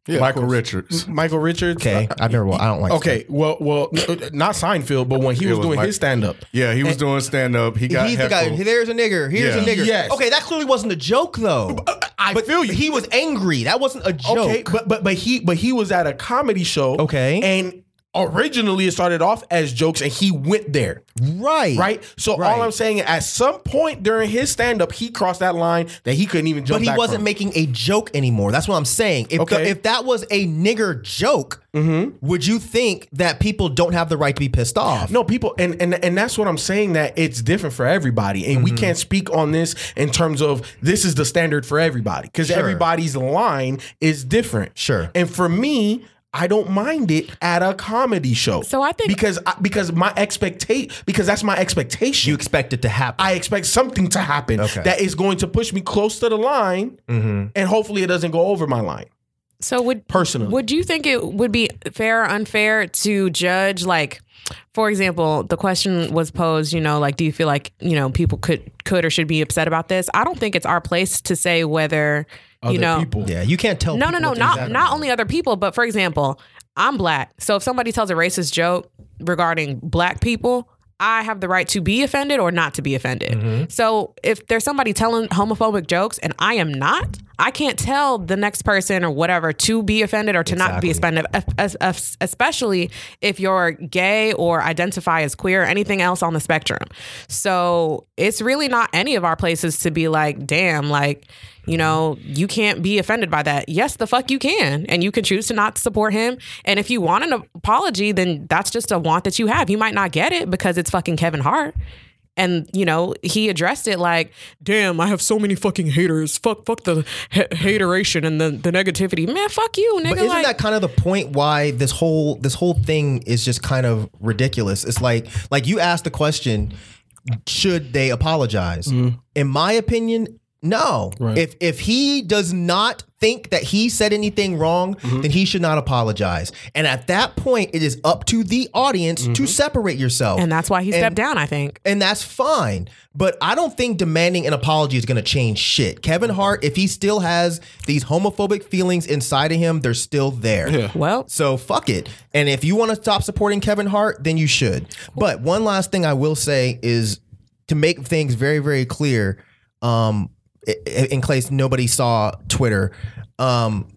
Speaker 4: Yeah, of Michael course. Richards.
Speaker 1: Michael Richards. Uh,
Speaker 6: Okay, I've never. I don't like.
Speaker 1: okay, well, well, uh, not Seinfeld, but when he
Speaker 4: It
Speaker 1: was,
Speaker 4: was
Speaker 1: doing
Speaker 4: Mike-
Speaker 1: his stand up,
Speaker 4: Yeah, he was doing stand up. He got
Speaker 6: he's the guy.
Speaker 4: heckled.
Speaker 6: There's a nigger. Here's a
Speaker 4: Yeah.
Speaker 6: nigger.
Speaker 4: Yes.
Speaker 6: Okay, that clearly wasn't a joke though.
Speaker 1: uh, I feel you.
Speaker 6: He was angry. That wasn't a joke.
Speaker 1: Okay, but but but he but he was at a comedy show. Okay, and originally it started off as jokes, and he went there.
Speaker 6: Right,
Speaker 1: right. So all I'm saying, at some point during his stand up, he crossed that line that he couldn't even jump.
Speaker 6: But he
Speaker 1: back
Speaker 6: wasn't
Speaker 1: from.
Speaker 6: making a joke anymore. That's what I'm saying. If
Speaker 1: Okay. Mm-hmm.
Speaker 6: the, if that was a nigger joke, would you think that people don't have the right to be pissed off?
Speaker 1: No, people, and and and that's what I'm saying. That it's different for everybody, and we
Speaker 6: Mm-hmm.
Speaker 1: can't speak on this in terms of this is the standard for everybody because
Speaker 6: Sure.
Speaker 1: everybody's line is different. Sure. And for me. I don't mind it at a comedy show. So I think because I, because my expectate because that's my expectation. You
Speaker 6: expect it to happen.
Speaker 1: I expect something to happen that is going to push me close to the line,
Speaker 6: Mm-hmm.
Speaker 1: and hopefully it doesn't go over my line.
Speaker 2: So would
Speaker 1: personally
Speaker 2: Would you think it would be fair or unfair to judge like for example, the question was posed, you know, like do you feel like, you know, people could could or should be upset about this? I don't think it's our place to say whether you know
Speaker 6: Yeah, you can't tell.
Speaker 2: No, no,
Speaker 6: people
Speaker 2: no,
Speaker 6: what to
Speaker 2: not
Speaker 6: exaggerate.
Speaker 2: not only other people, but for example, I'm black. So if somebody tells a racist joke regarding black people, I have the right to be offended or not to be offended. So if there's somebody telling homophobic jokes and I am not, I can't tell the next person or whatever to be offended or to not be offended, es- es- es- especially if you're gay or identify as queer or anything else on the spectrum. So it's really not any of our places to be like, damn, like, you know, you can't be offended by that. Yes, the fuck you can. And you can choose to not support him. And if you want an apology, then that's just a want that you have. You might not get it because it's fucking Kevin Hart. And you know he addressed it like, "Damn, I have so many fucking haters. Fuck, fuck the ha- hateration and the, the negativity. Man, fuck you, nigga.
Speaker 6: But isn't
Speaker 2: like,
Speaker 6: that kind of the point why this whole this whole thing is just kind of ridiculous? It's like like you asked the question, should they apologize?
Speaker 2: Mm-hmm.
Speaker 6: In my opinion, no. If if he does not think that he said anything wrong,
Speaker 2: Mm-hmm.
Speaker 6: then he should not apologize. And at that point, it is up to the audience
Speaker 2: Mm-hmm.
Speaker 6: to separate yourself.
Speaker 2: And that's why he stepped down, I think.
Speaker 6: And that's fine. But I don't think demanding an apology is going to change shit. Kevin Hart, if he still has these homophobic feelings inside of him, they're still there.
Speaker 1: Yeah.
Speaker 2: Well,
Speaker 6: so fuck it. And if you want to stop supporting Kevin Hart, then you should. But one last thing I will say is to make things very, very clear, um, i- i- in case nobody saw Twitter, um,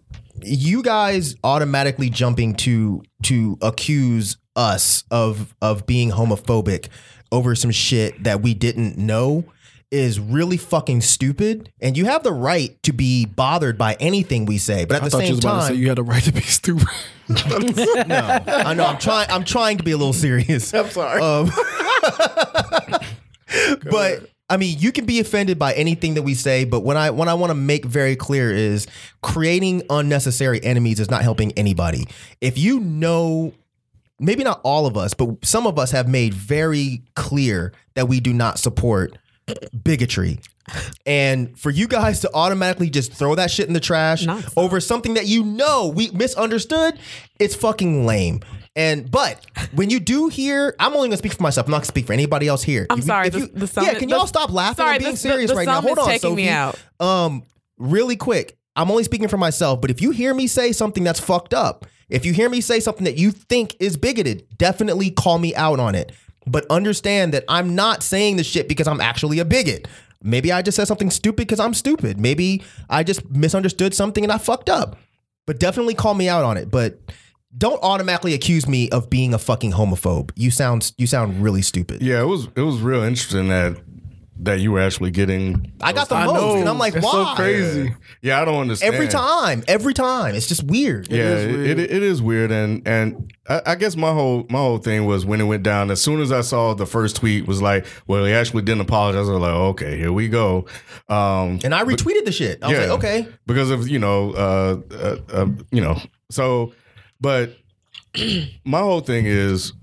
Speaker 6: you guys automatically jumping to to accuse us of of being homophobic over some shit that we didn't know is really fucking stupid and you have the right to be bothered by anything we say but at
Speaker 5: I
Speaker 6: the
Speaker 5: thought you
Speaker 6: same
Speaker 5: was about to say
Speaker 6: time
Speaker 5: you had a right to be stupid.
Speaker 6: no, I know. I'm trying. I'm trying to be a little serious. I'm sorry. Um, but I mean, you can be offended by anything that we say. But what I what I want to make very clear is creating unnecessary enemies is not helping anybody. If you know. Maybe not all of us, but some of us have made very clear that we do not support bigotry. And for you guys to automatically just throw that shit in the trash over something that you know we misunderstood, it's fucking lame. And but when you do hear, I'm only gonna speak for myself. I'm not gonna speak for anybody else here.
Speaker 2: I'm
Speaker 6: If you-
Speaker 2: sorry,
Speaker 6: if
Speaker 2: the-
Speaker 6: you-
Speaker 2: the sum
Speaker 6: yeah,
Speaker 2: is-
Speaker 6: can
Speaker 2: the-
Speaker 6: y'all stop laughing
Speaker 2: sorry,
Speaker 6: and being
Speaker 2: the- the-
Speaker 6: serious
Speaker 2: the
Speaker 6: right now?
Speaker 2: sum
Speaker 6: Hold
Speaker 2: is
Speaker 6: on,
Speaker 2: taking me
Speaker 6: Sophie.
Speaker 2: out.
Speaker 6: Um, really quick. I'm only speaking for myself, but if you hear me say something that's fucked up, if you hear me say something that you think is bigoted, definitely call me out on it. But understand that I'm not saying this shit because I'm actually a bigot. Maybe I just said something stupid because I'm stupid. Maybe I just misunderstood something and I fucked up. But definitely call me out on it. But don't automatically accuse me of being a fucking homophobe. You sound you sound really stupid.
Speaker 4: Yeah, it was it was real interesting that that you were actually getting.
Speaker 6: I got the
Speaker 4: I
Speaker 6: most,
Speaker 4: know.
Speaker 6: and I'm like,
Speaker 4: That's so
Speaker 6: why?
Speaker 4: crazy. Yeah, I don't understand.
Speaker 6: Every time, every time, it's just weird.
Speaker 4: Yeah, it, it, it is weird, and and I, I guess my whole my whole thing was when it went down. As soon as I saw the first tweet, was like, well, he actually didn't apologize. I was like, okay, here we go. Um,
Speaker 6: and I retweeted the shit. I was like, okay.
Speaker 4: because of you know, uh, uh, uh, you know. So, but my whole thing is,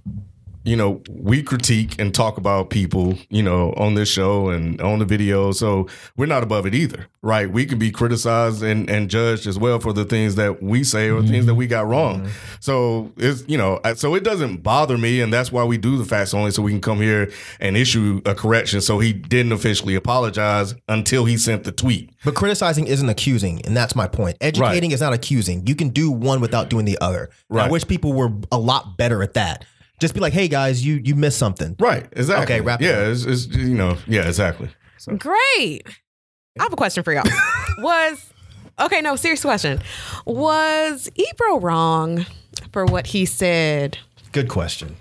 Speaker 4: you know, we critique and talk about people, you know, on this show and on the video. So we're not above it either, right? We can be criticized and, and judged as well for the things that we say or things that we
Speaker 6: Mm-hmm.
Speaker 4: got wrong. So it's, you know, I- so it doesn't bother me. And that's why we do the facts only so we can come here and issue a correction. So he didn't officially apologize until he sent the tweet.
Speaker 6: But criticizing isn't accusing, and that's my point. Educating is not accusing. You can do one without doing the other. And I
Speaker 4: Right.
Speaker 6: wish people were a lot better at that. Just be like, hey guys, you you missed something.
Speaker 4: Right. Exactly.
Speaker 6: Okay, wrap it up.
Speaker 4: yeah, it's, it's, you know, yeah, exactly.
Speaker 2: Great. I have a question for y'all. was okay, no, serious question. Was Ebro wrong for what he said?
Speaker 6: Good question.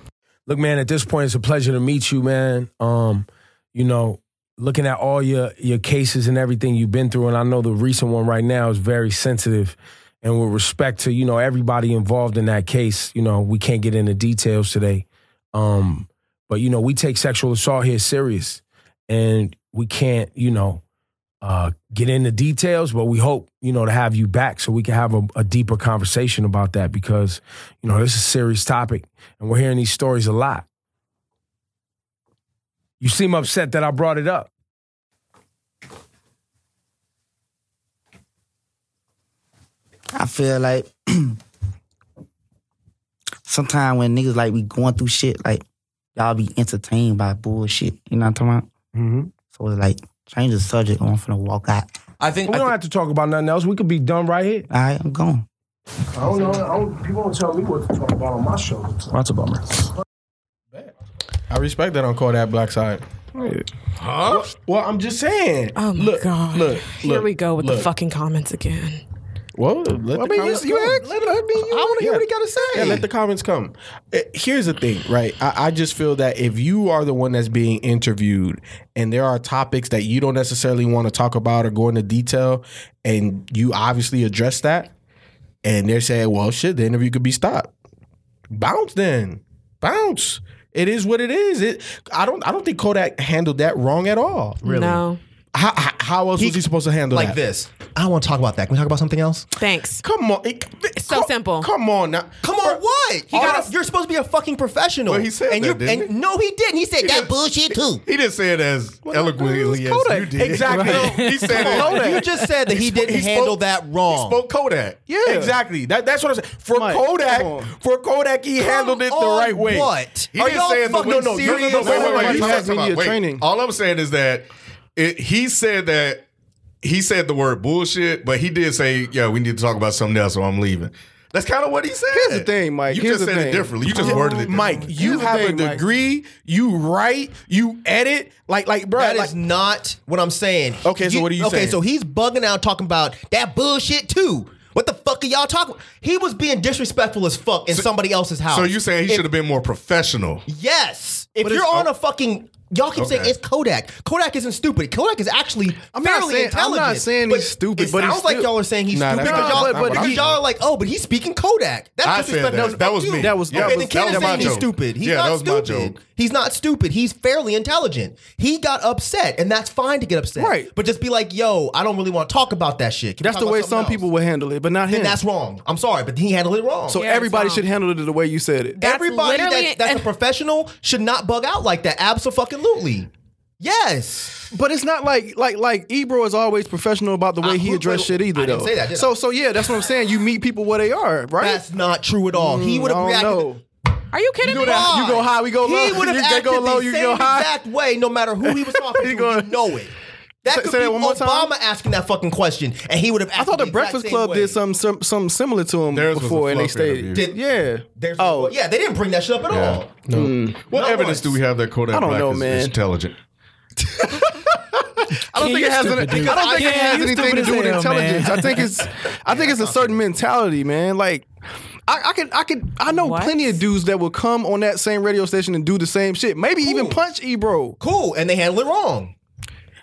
Speaker 8: Look, man, at this point, it's a pleasure to meet you, man. Um, you know, looking at all your your cases and everything you've been through, and I know the recent one right now is very sensitive. And with respect to you know everybody involved in that case, you know we can't get into details today. Um, but you know we take sexual assault here serious, and we can't you know uh, get into details, but we hope, you know, to have you back so we can have a, a deeper conversation about that because, you know, this is a serious topic and we're hearing these stories a lot. You seem upset that I brought it up.
Speaker 10: I feel like sometimes when niggas like we going through shit, like y'all be entertained by bullshit. You know what I'm talking about?
Speaker 8: Mm-hmm.
Speaker 10: So it's like change the subject. Or I'm finna walk out.
Speaker 8: I think we don't have to talk about nothing else. We could be done right here.
Speaker 10: All right, I'm gone.
Speaker 8: I don't know. I don't, people don't tell me what to talk about on my show. That's a bummer.
Speaker 1: I respect that on call that black side. Huh? Well, I'm just saying.
Speaker 2: Oh my
Speaker 1: look,
Speaker 2: god.
Speaker 1: Look,
Speaker 2: Here
Speaker 1: look,
Speaker 2: we go with the
Speaker 1: look.
Speaker 2: fucking comments again.
Speaker 1: Well, let the
Speaker 2: mean, you-
Speaker 1: comments
Speaker 2: you
Speaker 1: come.
Speaker 2: asked.
Speaker 1: Let, I mean, you, I want to hear what he got to say. Yeah, let the comments come. Uh, Here's the thing, right? I, I just feel that if you are the one that's being interviewed and there are topics that you don't necessarily want to talk about or go into detail, and you obviously address that, and they're saying, well, shit, the interview could be stopped. Bounce then. Bounce. It is what it is. It, I don't. I don't think Kodak handled that wrong at all.
Speaker 2: Really? No.
Speaker 1: How, how- how else was he supposed to handle
Speaker 6: like
Speaker 1: that?
Speaker 6: this. I don't want to talk about that. Can we talk about something else?
Speaker 2: Thanks.
Speaker 1: Come on. it's
Speaker 2: so simple.
Speaker 1: Come on now.
Speaker 6: Come on, what?
Speaker 2: He got
Speaker 6: You're supposed to be a fucking professional.
Speaker 4: Well, he said
Speaker 6: and
Speaker 4: that,
Speaker 6: you're-
Speaker 4: didn't
Speaker 6: and no, he didn't. He said that bullshit too.
Speaker 4: He didn't say it as eloquently as you did.
Speaker 1: Exactly.
Speaker 4: No, he said it.
Speaker 1: Kodak.
Speaker 6: You just said that he
Speaker 1: spoke-
Speaker 6: didn't
Speaker 1: spoke-
Speaker 6: handle that
Speaker 1: he
Speaker 6: wrong.
Speaker 1: spoke
Speaker 4: Kodak.
Speaker 1: Yeah, exactly. That, that's what I'm saying. For
Speaker 6: Mike, come on.
Speaker 1: Kodak, for Kodak, he
Speaker 6: Come
Speaker 1: handled it the
Speaker 6: on,
Speaker 1: right way.
Speaker 6: what?
Speaker 4: He didn't say it the way-
Speaker 1: no, no, no, no, no, wait, wait, wait. You
Speaker 4: Talk
Speaker 1: guys
Speaker 4: about-
Speaker 1: need
Speaker 4: wait.
Speaker 1: training.
Speaker 4: All I'm saying is that it, he said that he said the word bullshit, but he did say, "Yeah, we need to talk about something else, or I'm leaving." That's kind of what he said.
Speaker 1: Here's the thing, Mike.
Speaker 4: You
Speaker 1: Here's
Speaker 4: just
Speaker 1: the
Speaker 4: said
Speaker 1: thing.
Speaker 4: it differently. You just
Speaker 1: Yeah.
Speaker 4: worded it.
Speaker 1: Mike.
Speaker 4: differently.
Speaker 1: You have
Speaker 6: thing,
Speaker 1: a
Speaker 6: Mike.
Speaker 1: degree. You write. You edit. Like, like, bro.
Speaker 6: That is
Speaker 1: like,
Speaker 6: not what I'm saying.
Speaker 1: Okay, so what are you
Speaker 6: okay,
Speaker 1: saying?
Speaker 6: so he's bugging out talking about that bullshit too. What the fuck are y'all talking? He was being disrespectful as fuck in somebody else's house.
Speaker 4: So you saying he
Speaker 6: If-
Speaker 4: should have been more professional?
Speaker 6: Yes. If
Speaker 4: But
Speaker 6: you're
Speaker 4: it's-
Speaker 6: on a fucking y'all keep saying
Speaker 4: Okay.
Speaker 6: it's Kodak. Kodak isn't stupid. Kodak is actually
Speaker 11: I'm not
Speaker 6: fairly
Speaker 11: saying- I'm not
Speaker 6: intelligent.
Speaker 11: saying
Speaker 6: but
Speaker 11: he's stupid,
Speaker 6: It
Speaker 11: but he's
Speaker 6: sounds like
Speaker 11: still-
Speaker 6: y'all are saying he's
Speaker 11: Nah,
Speaker 6: stupid
Speaker 11: that's
Speaker 6: because
Speaker 11: not-
Speaker 6: y'all,
Speaker 11: but- but
Speaker 6: because
Speaker 11: he-
Speaker 6: y'all are like, oh, but he's speaking Kodak.
Speaker 4: I
Speaker 6: That's
Speaker 4: said
Speaker 6: disrespectful.
Speaker 4: that. That was
Speaker 6: Fuck
Speaker 4: me.
Speaker 6: you.
Speaker 4: That was- that
Speaker 6: okay,
Speaker 4: was-
Speaker 6: then Ken
Speaker 4: that
Speaker 6: is
Speaker 4: was my
Speaker 6: saying he's
Speaker 4: joke.
Speaker 6: stupid. He's
Speaker 4: Yeah,
Speaker 6: not
Speaker 4: that was my
Speaker 6: stupid.
Speaker 4: joke.
Speaker 6: He's not stupid. He's fairly intelligent. He got upset, and that's fine to get upset. Right. But just be like, yo, I don't really want to talk about that shit. Can we
Speaker 11: That's
Speaker 6: talk
Speaker 11: the
Speaker 6: about
Speaker 11: way
Speaker 6: something
Speaker 11: some
Speaker 6: else?
Speaker 11: people would handle it, but not him.
Speaker 6: Then that's wrong. I'm sorry, but he handled it wrong.
Speaker 11: So everybody should handle it the way you said it.
Speaker 6: Everybody that's, that's a professional should not bug out like that. Absolutely. Yes,
Speaker 11: but it's not like like like Ebro is always professional about the way he addressed shit either.
Speaker 6: I didn't
Speaker 11: though.
Speaker 6: say that, did I?
Speaker 11: so so yeah, that's what I'm saying. You meet people where they are, right?
Speaker 6: That's not true at all. he
Speaker 11: Mm,
Speaker 6: would
Speaker 11: I
Speaker 6: have
Speaker 11: don't
Speaker 6: reacted.
Speaker 11: know.
Speaker 2: Are you kidding
Speaker 6: You
Speaker 2: me?
Speaker 6: go down, you go high, we go low. He would have You
Speaker 12: go
Speaker 6: acted
Speaker 12: low,
Speaker 6: the
Speaker 12: you
Speaker 6: same
Speaker 12: go high.
Speaker 6: exact way, no matter who he was talking to. You know it. That could be Obama asking that fucking question, and he would have.
Speaker 1: I thought the Breakfast Club did something sim- something similar to him before, and they stayed. Did, yeah.
Speaker 6: oh yeah, they didn't bring that shit up at
Speaker 4: Yeah.
Speaker 6: all.
Speaker 4: No. What
Speaker 6: Not
Speaker 4: evidence
Speaker 6: once.
Speaker 4: do we have that Kodak
Speaker 6: I don't
Speaker 4: Black
Speaker 6: know,
Speaker 4: is,
Speaker 6: man.
Speaker 4: is intelligent?
Speaker 1: I don't
Speaker 4: Yeah,
Speaker 1: think
Speaker 4: you
Speaker 1: it has.
Speaker 4: stupid,
Speaker 1: An,
Speaker 4: dude.
Speaker 1: I don't think
Speaker 4: Yeah,
Speaker 1: it has
Speaker 4: you
Speaker 1: anything to
Speaker 4: stupid
Speaker 1: do with
Speaker 4: as hell, man.
Speaker 1: intelligence. I think it's. I think it's a certain mentality, man. Like. I, I could, I could, I know plenty of dudes that will come on that same radio station and do the same shit. Maybe even punch Ebro.
Speaker 6: Cool, and they handle it wrong.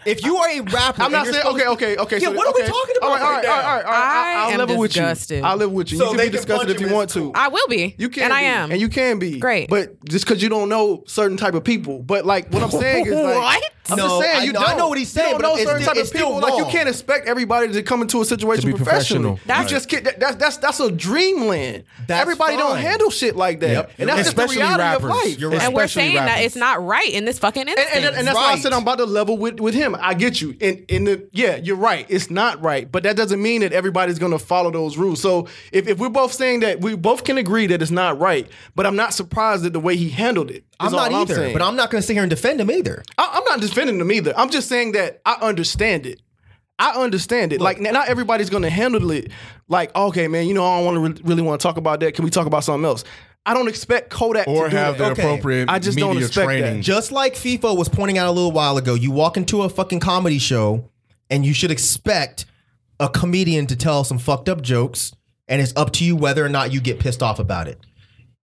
Speaker 6: If you are a rapper,
Speaker 1: I'm
Speaker 6: and
Speaker 1: not
Speaker 6: you're
Speaker 1: saying okay,
Speaker 6: supposed to-
Speaker 1: okay, okay.
Speaker 6: Yeah,
Speaker 1: so-
Speaker 6: what are we
Speaker 1: okay.
Speaker 6: talking about?
Speaker 1: All right, all right, all right, all right. all right.
Speaker 2: I
Speaker 1: I'll
Speaker 2: am
Speaker 1: live with
Speaker 2: disgusted.
Speaker 1: you. I'll live with you.
Speaker 2: So
Speaker 1: you
Speaker 2: they
Speaker 1: can be
Speaker 2: can
Speaker 1: disgusted
Speaker 2: punch
Speaker 1: if
Speaker 2: him
Speaker 1: you
Speaker 2: as-
Speaker 1: want to.
Speaker 2: I will be.
Speaker 1: You can,
Speaker 2: and
Speaker 1: be,
Speaker 2: I am.
Speaker 1: and you can be
Speaker 2: Great.
Speaker 1: but just because you don't know certain type of people. But like what I'm saying is like,
Speaker 2: What?
Speaker 1: I'm
Speaker 6: No,
Speaker 1: just saying
Speaker 6: I
Speaker 1: you
Speaker 6: know- I
Speaker 1: don't
Speaker 6: know what he's saying,
Speaker 1: You
Speaker 6: but
Speaker 1: don't know
Speaker 6: it's
Speaker 1: certain
Speaker 6: still-
Speaker 1: type
Speaker 6: it's
Speaker 1: of
Speaker 6: still
Speaker 1: people. Like you
Speaker 6: wrong.
Speaker 1: can't expect everybody to come into a situation
Speaker 12: To be
Speaker 1: professionally.
Speaker 12: professional. That's-
Speaker 1: you just get that, that's that's that's a dreamland. everybody don't
Speaker 6: fine.
Speaker 1: handle shit like that,
Speaker 6: Yep.
Speaker 1: and that's
Speaker 12: Especially
Speaker 1: just the reality
Speaker 12: rappers.
Speaker 1: of life.
Speaker 12: You're right.
Speaker 2: and we're
Speaker 12: Especially
Speaker 2: saying that
Speaker 12: rappers.
Speaker 2: it's not right in this fucking instance.
Speaker 1: And, and, and that's why I said I'm about to level with, with him. I get you. And and the, yeah, you're right. It's not right, but that doesn't mean that everybody's gonna follow those rules. So if, if we're both saying that we both can agree that it's not right, but I'm not surprised at the way he handled it. is
Speaker 6: I'm not
Speaker 1: all
Speaker 6: either,
Speaker 1: saying.
Speaker 6: but I'm not going to sit here and defend him either.
Speaker 1: I, am not defending him either. I'm just saying that I understand it. I understand it. Like n- not everybody's gonna handle it. Like okay, man, you know I don't want to re- really want to talk about that. Can we talk about something else? I don't expect Kodak
Speaker 4: Or
Speaker 1: to do
Speaker 4: have
Speaker 1: that.
Speaker 4: the appropriate
Speaker 1: I just don't
Speaker 4: media
Speaker 1: expect
Speaker 4: training.
Speaker 1: that.
Speaker 6: Just like FIFA was pointing out a little while ago, you walk into a fucking comedy show and you should expect a comedian to tell some fucked up jokes, and it's up to you whether or not you get pissed off about it.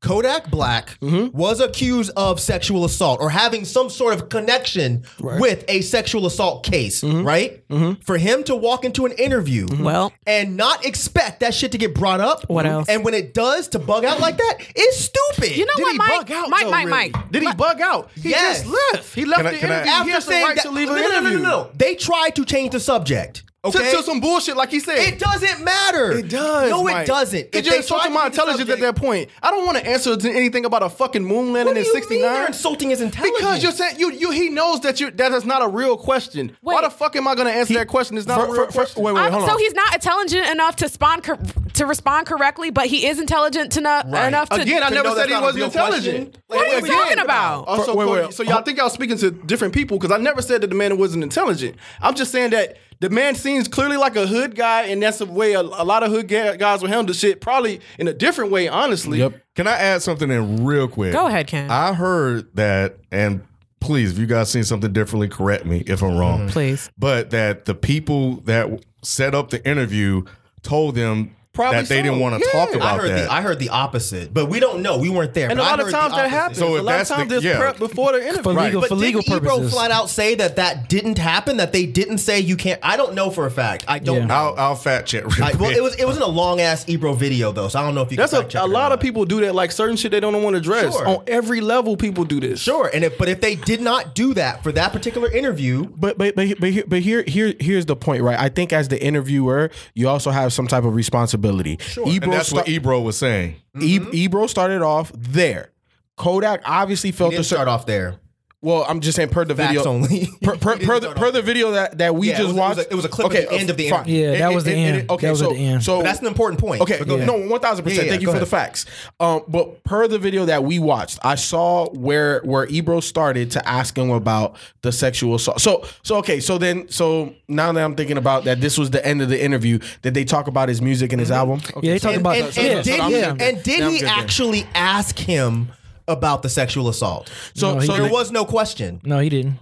Speaker 6: Kodak Black was accused of sexual assault or having some sort of connection with a sexual assault case, right? For him to walk into an interview
Speaker 2: Well-
Speaker 6: and not expect that shit to get brought up. mm-hmm.
Speaker 2: What else?
Speaker 6: And when it does to bug out like that, it's stupid.
Speaker 2: You know
Speaker 6: Did
Speaker 2: what,
Speaker 6: he
Speaker 2: Mike?
Speaker 6: bug out,
Speaker 2: Mike,
Speaker 6: though,
Speaker 2: Mike,
Speaker 6: really?
Speaker 2: Mike.
Speaker 1: Did he bug out? He
Speaker 6: Yes.
Speaker 1: just left. He left
Speaker 4: Can I-
Speaker 1: the
Speaker 4: can I-
Speaker 1: interview. he
Speaker 6: after
Speaker 1: has the
Speaker 6: saying
Speaker 1: right
Speaker 6: that,
Speaker 1: to leave
Speaker 6: no,
Speaker 1: an
Speaker 6: no, no, no,
Speaker 1: interview.
Speaker 6: no, no. They tried to change the subject. Okay,
Speaker 1: To, to some bullshit, like he said.
Speaker 6: it doesn't matter.
Speaker 1: It does.
Speaker 6: No,
Speaker 1: Mike.
Speaker 6: it doesn't.
Speaker 1: It just insulting my intelligence at that point. I don't want to answer to anything about a fucking moon landing in
Speaker 6: You're
Speaker 1: '69.
Speaker 6: insulting his intelligence.
Speaker 1: Because you're saying you you he knows that you that is not a real question. Why the fuck am I gonna answer that question? It's not a real question.
Speaker 12: wait,
Speaker 2: I'm- Um, so he's not intelligent enough to respond cor- to respond correctly, but he is intelligent enough enough to.
Speaker 1: Again, I
Speaker 2: to
Speaker 1: never
Speaker 2: know
Speaker 1: said
Speaker 2: that's
Speaker 1: he
Speaker 2: not a
Speaker 1: wasn't
Speaker 2: real question.
Speaker 1: intelligent.
Speaker 2: What are you talking about?
Speaker 1: Also,
Speaker 12: wait,
Speaker 1: Cody,
Speaker 12: wait.
Speaker 1: so y'all think y'all speaking to different people because I never said that the man wasn't intelligent. I'm just saying that the man seems clearly like a hood guy, and that's the way a, a lot of hood ga- guys will handle the shit, probably in a different way, honestly. Yep.
Speaker 4: Can I add something in real quick?
Speaker 2: Go ahead, Ken.
Speaker 4: I heard that, and please, if you guys seen something differently, correct me if I'm wrong.
Speaker 6: Mm-hmm.
Speaker 2: Please.
Speaker 4: But that the people that w- set up the interview told them
Speaker 6: Probably
Speaker 4: that they didn't
Speaker 6: so.
Speaker 4: want to talk
Speaker 6: I
Speaker 4: about
Speaker 6: heard
Speaker 4: that.
Speaker 6: The, I heard the opposite, but we don't know. We weren't there.
Speaker 1: And a
Speaker 6: but I
Speaker 1: lot of
Speaker 6: heard the
Speaker 1: times that
Speaker 6: opposite.
Speaker 1: happens.
Speaker 4: So
Speaker 1: a
Speaker 4: if
Speaker 1: lot of
Speaker 4: that's the-
Speaker 1: times there's
Speaker 4: yeah.
Speaker 1: prep before the interview.
Speaker 13: For legal-
Speaker 6: But
Speaker 13: for legal
Speaker 6: didn't Ebro
Speaker 13: purposes.
Speaker 6: flat out say that that didn't happen. That they didn't say you can't. I don't know for a fact. I don't.
Speaker 13: Yeah.
Speaker 6: know.
Speaker 4: I'll, I'll fact check. Real
Speaker 6: I- well,
Speaker 4: quick.
Speaker 6: it was it wasn't a long ass Ebro video though, so I don't know if you.
Speaker 1: That's
Speaker 6: can
Speaker 1: a,
Speaker 6: fact check
Speaker 1: a
Speaker 6: it or
Speaker 1: lot
Speaker 6: not.
Speaker 1: of people do that. Like certain shit they don't want to address.
Speaker 6: Sure.
Speaker 1: On every level, people do this.
Speaker 6: Sure, and if but if they did not do that for that particular interview,
Speaker 12: But but but but here, but here here here's the point, right? I think as the interviewer, you also have some type of responsibility. Sure,
Speaker 4: and that's what Ebro was saying.
Speaker 12: E,
Speaker 1: Mm-hmm.
Speaker 12: Ebro started off there. Kodak obviously felt
Speaker 6: didn't
Speaker 12: the
Speaker 6: start off there.
Speaker 12: Well, I'm just saying per the
Speaker 6: Facts
Speaker 12: video
Speaker 6: only.
Speaker 12: per per,
Speaker 6: He didn't
Speaker 12: per, the,
Speaker 6: start
Speaker 12: per the video that that we
Speaker 6: Yeah, it
Speaker 12: just
Speaker 6: was- it was
Speaker 12: watched.
Speaker 6: a- it was a clip of the end of the
Speaker 12: fine.
Speaker 6: interview.
Speaker 13: Yeah, that was the end.
Speaker 12: okay,
Speaker 13: That was at
Speaker 12: so,
Speaker 13: the end.
Speaker 12: So
Speaker 6: But that's an important point.
Speaker 12: Okay,
Speaker 6: But go ahead.
Speaker 12: no, one thousand
Speaker 6: Yeah,
Speaker 12: percent.
Speaker 6: yeah,
Speaker 12: Thank you
Speaker 6: go
Speaker 12: for the
Speaker 6: ahead.
Speaker 12: facts. Um, but per the video that we watched, I saw where where Ebro started to ask him about the sexual assault. So so okay, so then so now that I'm thinking about that, this was the end of the interview. Did they talk about his music and his album? Okay,
Speaker 13: Yeah, they
Speaker 12: so-
Speaker 13: talk about
Speaker 6: and,
Speaker 13: that.
Speaker 6: and
Speaker 13: So- yeah, so
Speaker 6: did
Speaker 13: I'm
Speaker 6: he,
Speaker 13: good.
Speaker 6: and did
Speaker 12: Now I'm
Speaker 6: he
Speaker 12: good then.
Speaker 6: actually ask him about the sexual assault?
Speaker 12: so
Speaker 13: he
Speaker 12: so
Speaker 6: There
Speaker 12: the-
Speaker 6: was no question.
Speaker 13: No, he didn't.